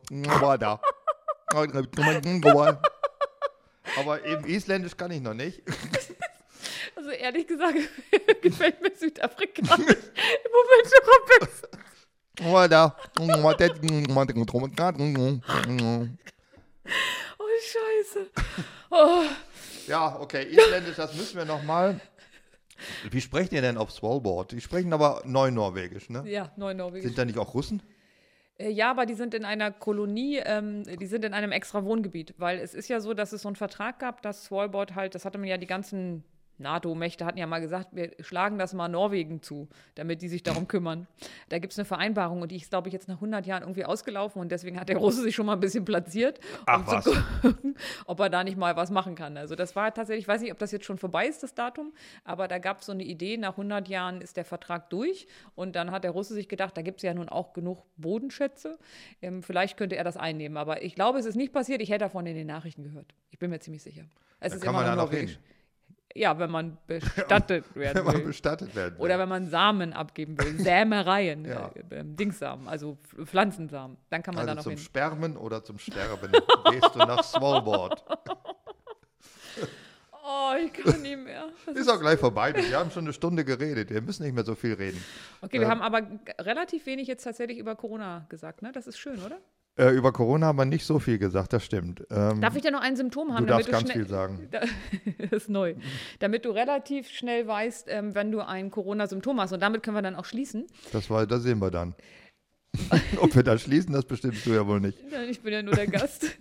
[SPEAKER 2] Aber eben Isländisch kann ich noch nicht.
[SPEAKER 3] Also ehrlich gesagt, gefällt mir Südafrika im Moment noch am besten. Oh, scheiße. Oh,
[SPEAKER 2] Ja, okay, Isländisch, das müssen wir nochmal. Wie sprechen ihr denn auf Svalbard? Die sprechen aber Neunorwegisch, ne?
[SPEAKER 3] ja, Neunorwegisch.
[SPEAKER 2] Sind da nicht auch Russen?
[SPEAKER 3] Äh, ja, aber die sind in einer Kolonie, ähm, die sind in einem extra Wohngebiet, weil es ist ja so, dass es so einen Vertrag gab, dass Svalbard halt, das hatte man ja die ganzen NATO-Mächte hatten ja mal gesagt, wir schlagen das mal Norwegen zu, damit die sich darum kümmern. Da gibt es eine Vereinbarung und die ist, glaube ich, jetzt nach 100 Jahren irgendwie ausgelaufen und deswegen hat der Russe sich schon mal ein bisschen platziert, um
[SPEAKER 2] Ach, was.
[SPEAKER 3] zu gucken, ob er da nicht mal was machen kann. Also das war tatsächlich, ich weiß nicht, ob das jetzt schon vorbei ist, das Datum, aber da gab es so eine Idee, nach 100 Jahren ist der Vertrag durch und dann hat der Russe sich gedacht, da gibt es ja nun auch genug Bodenschätze, ähm, vielleicht könnte er das einnehmen, aber ich glaube, es ist nicht passiert, ich hätte davon in den Nachrichten gehört. Ich bin mir ziemlich sicher. Es
[SPEAKER 2] Da
[SPEAKER 3] ist
[SPEAKER 2] kann
[SPEAKER 3] immer
[SPEAKER 2] man da
[SPEAKER 3] noch
[SPEAKER 2] noch
[SPEAKER 3] Norwegisch.
[SPEAKER 2] hin,
[SPEAKER 3] Ja, wenn man bestattet
[SPEAKER 2] wenn
[SPEAKER 3] werden
[SPEAKER 2] man
[SPEAKER 3] will.
[SPEAKER 2] bestattet werden will.
[SPEAKER 3] Oder wenn man Samen abgeben will, Sämereien,
[SPEAKER 2] Ja.
[SPEAKER 3] äh, ähm, Dingssamen, also Pf- Pflanzensamen, dann kann man da
[SPEAKER 2] also
[SPEAKER 3] noch
[SPEAKER 2] zum
[SPEAKER 3] hin.
[SPEAKER 2] Spermen oder zum Sterben gehst du nach Svalbard.
[SPEAKER 3] Oh, ich kann nie mehr. Das
[SPEAKER 2] Ist auch gleich vorbei. du. Wir haben schon eine Stunde geredet. Wir müssen nicht mehr so viel reden.
[SPEAKER 3] Okay, wir haben aber g- relativ wenig jetzt tatsächlich über Corona gesagt, ne? Das ist schön, oder?
[SPEAKER 2] Äh, über Corona haben wir nicht so viel gesagt, das stimmt. Ähm,
[SPEAKER 3] Darf ich denn noch ein Symptom haben,
[SPEAKER 2] du darfst ganz
[SPEAKER 3] schnell-
[SPEAKER 2] viel sagen.
[SPEAKER 3] Da, das ist neu. Damit du relativ schnell weißt, ähm, wenn du ein Corona-Symptom hast. Und damit können wir dann auch schließen.
[SPEAKER 2] Das, war, das sehen wir dann. Ob wir da schließen, das bestimmst du ja wohl nicht.
[SPEAKER 3] Nein, Ich bin ja nur der Gast.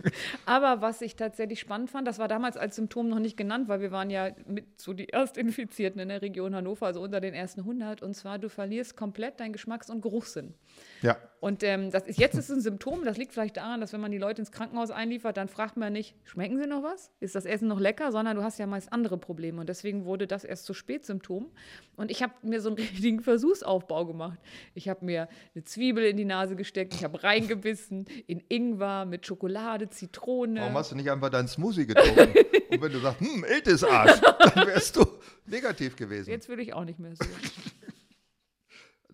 [SPEAKER 3] Aber was ich tatsächlich spannend fand, das war damals als Symptom noch nicht genannt, weil wir waren ja mit so die Erstinfizierten in der Region Hannover, also unter den ersten 100. Und zwar, du verlierst komplett deinen Geschmacks- und Geruchssinn.
[SPEAKER 2] Ja,
[SPEAKER 3] Und ähm, das ist, jetzt ist es ein Symptom, das liegt vielleicht daran, dass wenn man die Leute ins Krankenhaus einliefert, dann fragt man nicht, schmecken sie noch was? Ist das Essen noch lecker? Sondern du hast ja meist andere Probleme und deswegen wurde das erst zu spät Symptom. Und ich habe mir so einen richtigen Versuchsaufbau gemacht. Ich habe mir eine Zwiebel in die Nase gesteckt, ich habe reingebissen in Ingwer mit Schokolade, Zitrone.
[SPEAKER 2] warum hast du nicht einfach deinen Smoothie getrunken? Und wenn du sagst, hm, Iltis Arsch, dann wärst du negativ gewesen.
[SPEAKER 3] Jetzt will ich auch nicht mehr so.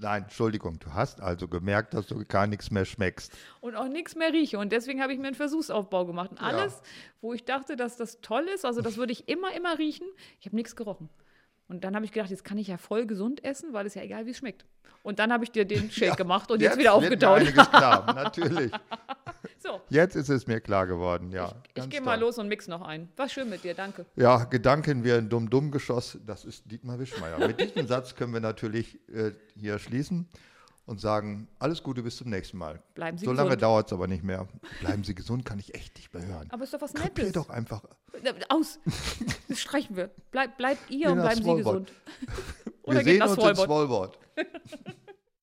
[SPEAKER 2] Nein, Entschuldigung, du hast also gemerkt, dass du gar nichts mehr schmeckst.
[SPEAKER 3] und auch nichts mehr rieche. Und deswegen habe ich mir einen Versuchsaufbau gemacht. Und alles, wo ich dachte, dass das toll ist, also das würde ich immer, immer riechen, ich habe nichts gerochen. Und dann habe ich gedacht, jetzt kann ich ja voll gesund essen, weil es ja egal, wie es schmeckt. Und dann habe ich dir den Shake gemacht und jetzt wieder
[SPEAKER 2] wird mir
[SPEAKER 3] aufgetaut.
[SPEAKER 2] einiges klar, natürlich.
[SPEAKER 3] So,
[SPEAKER 2] Jetzt ist es mir klar geworden, ja.
[SPEAKER 3] ich
[SPEAKER 2] ganz
[SPEAKER 3] gehe mal
[SPEAKER 2] toll.
[SPEAKER 3] los und mix noch ein. War schön mit dir, danke.
[SPEAKER 2] Ja, Gedanken wie ein Dumm-Dumm-Geschoss, das ist Dietmar Wischmeier. Mit diesem Satz können wir natürlich äh, hier schließen und sagen, alles Gute, bis zum nächsten Mal.
[SPEAKER 3] Bleiben Sie
[SPEAKER 2] so lange
[SPEAKER 3] gesund.
[SPEAKER 2] dauert es aber nicht mehr. Bleiben Sie gesund, kann ich echt nicht mehr hören.
[SPEAKER 3] Aber ist doch was
[SPEAKER 2] Krepier
[SPEAKER 3] Nettes.
[SPEAKER 2] doch einfach
[SPEAKER 3] Aus. Das streichen wir. Bleib, bleibt ihr
[SPEAKER 2] Geh
[SPEAKER 3] und
[SPEAKER 2] nach
[SPEAKER 3] bleiben Sie
[SPEAKER 2] Swalbard.
[SPEAKER 3] gesund. Oder
[SPEAKER 2] wir
[SPEAKER 3] geht
[SPEAKER 2] sehen
[SPEAKER 3] nach
[SPEAKER 2] uns in
[SPEAKER 3] Swalbard.
[SPEAKER 2] Swalbard.